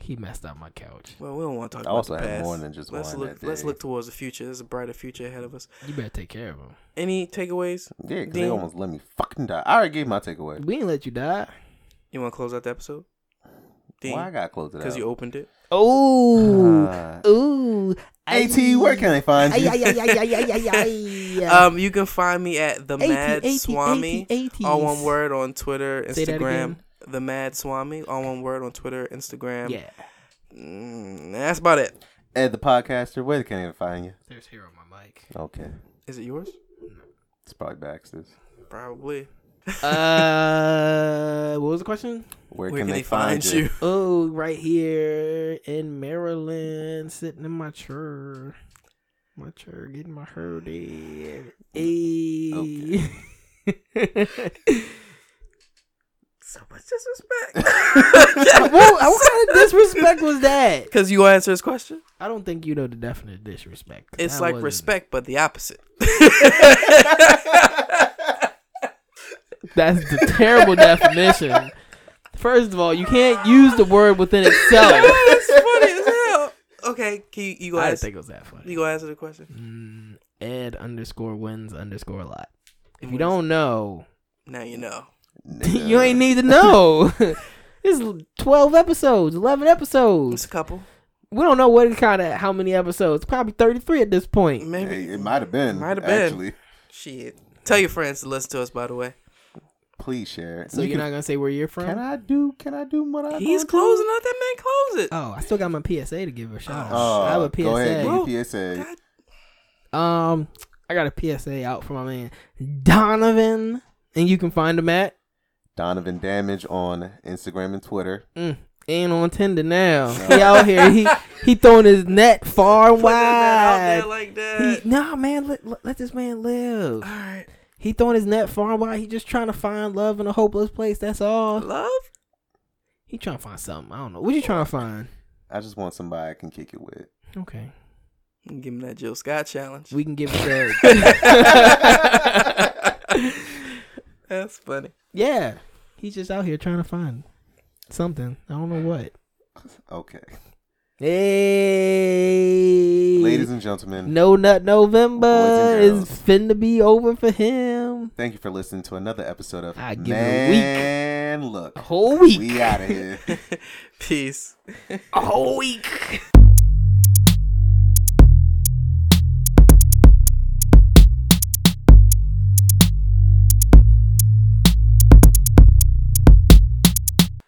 Speaker 2: he messed up my couch.
Speaker 1: Well, we don't want to talk
Speaker 3: I
Speaker 1: about
Speaker 3: also
Speaker 1: the
Speaker 3: had
Speaker 1: past.
Speaker 3: more than just
Speaker 1: let's
Speaker 3: wine
Speaker 1: look.
Speaker 3: that
Speaker 1: Let's
Speaker 3: day.
Speaker 1: look towards the future. There's a brighter future ahead of us.
Speaker 2: You better take care of him.
Speaker 1: Any takeaways?
Speaker 3: Yeah, because they
Speaker 1: Dean?
Speaker 3: almost let me fucking die. I already gave my takeaway.
Speaker 2: We ain't let you die.
Speaker 1: You want to close out the episode?
Speaker 3: Why I got close to
Speaker 1: Because
Speaker 3: that?
Speaker 1: you opened it.
Speaker 2: Oh,
Speaker 3: Uh,
Speaker 2: ooh.
Speaker 3: AT, where can I find you?
Speaker 1: Um, you can find me at the Mad Swami, all one word on Twitter,
Speaker 2: Say that
Speaker 1: Instagram.
Speaker 2: again.
Speaker 1: The Mad Swami, all one word on Twitter, Instagram.
Speaker 2: Yeah.
Speaker 1: Mm, that's about it.
Speaker 3: Ed the podcaster, where can I find you?
Speaker 2: There's here on my mic.
Speaker 3: Okay,
Speaker 1: Is it yours?
Speaker 3: it's probably Baxter's.
Speaker 1: Probably.
Speaker 2: uh, what was the question?
Speaker 3: Where, can, they, find, you?
Speaker 2: Oh, right here in Maryland, sitting in my chair. My chair, getting my hair did. Hey.
Speaker 1: So much disrespect.
Speaker 2: what, what kind of disrespect was that?
Speaker 1: Because you answer his question.
Speaker 2: I don't think you know the definite disrespect. 'cause
Speaker 1: It's
Speaker 2: that
Speaker 1: like
Speaker 2: wasn't-
Speaker 1: respect, but the opposite.
Speaker 2: That's the terrible definition. First of all, you can't use the word within itself.
Speaker 1: That's funny as hell. Okay, can you, you go
Speaker 2: I didn't
Speaker 1: answer?
Speaker 2: think it was that funny.
Speaker 1: You go answer the question.
Speaker 2: Mm, Ed underscore wins underscore a lot. If you
Speaker 1: Wins.
Speaker 2: don't know,
Speaker 1: Now you know.
Speaker 2: you ain't need to know. it's twelve episodes, eleven
Speaker 1: It's
Speaker 2: episodes.
Speaker 1: a couple,
Speaker 2: We don't know what kind of how many episodes. Probably thirty three at this point.
Speaker 1: maybe.
Speaker 3: Hey, it might have been.
Speaker 1: Might
Speaker 3: Might
Speaker 1: have
Speaker 3: have
Speaker 1: been.
Speaker 3: Actually,
Speaker 1: Shit. Tell your friends to listen to us. By the way,
Speaker 3: please share it.
Speaker 2: So
Speaker 3: You
Speaker 2: you are not gonna say where you're from?
Speaker 3: can, can I do? Can I do what I?
Speaker 1: he's
Speaker 3: gonna do?
Speaker 1: closing out. That man close it.
Speaker 2: oh, I still got my PSA to give a shout out.
Speaker 3: Oh,
Speaker 2: I have a
Speaker 3: Go ahead,
Speaker 2: PSA.
Speaker 1: Bro,
Speaker 3: do your PSA.
Speaker 1: God,
Speaker 2: Um, I got a PSA out for my man Donovan, and you can find him at
Speaker 3: Donovan Damage on Instagram and Twitter.
Speaker 2: Mm, ain't on Tinder now. He out here. He he throwing his net far and
Speaker 1: put that man out
Speaker 2: wide.
Speaker 1: there like
Speaker 2: He,
Speaker 1: that.
Speaker 2: nah, man, let, let, let this man live.
Speaker 1: All right,
Speaker 2: He throwing his net far and wide. He just trying to find love in a hopeless place. That's all.
Speaker 1: love.
Speaker 2: He trying to find something. I don't know. What you trying to find?
Speaker 3: I just want somebody I can kick it with.
Speaker 2: Okay,
Speaker 1: Give him that Jill Scott challenge.
Speaker 2: we can give it that.
Speaker 1: That's funny.
Speaker 2: yeah, he's just out here trying to find something. I don't know what.
Speaker 3: Okay,
Speaker 2: Hey,
Speaker 3: ladies and gentlemen,
Speaker 2: No Nut November
Speaker 3: Boys and
Speaker 2: is finna be over for him.
Speaker 3: thank you for listening to another episode of
Speaker 2: I give it a
Speaker 3: Man Look.
Speaker 2: A whole week.
Speaker 3: We out of here.
Speaker 1: Peace.
Speaker 2: A whole week.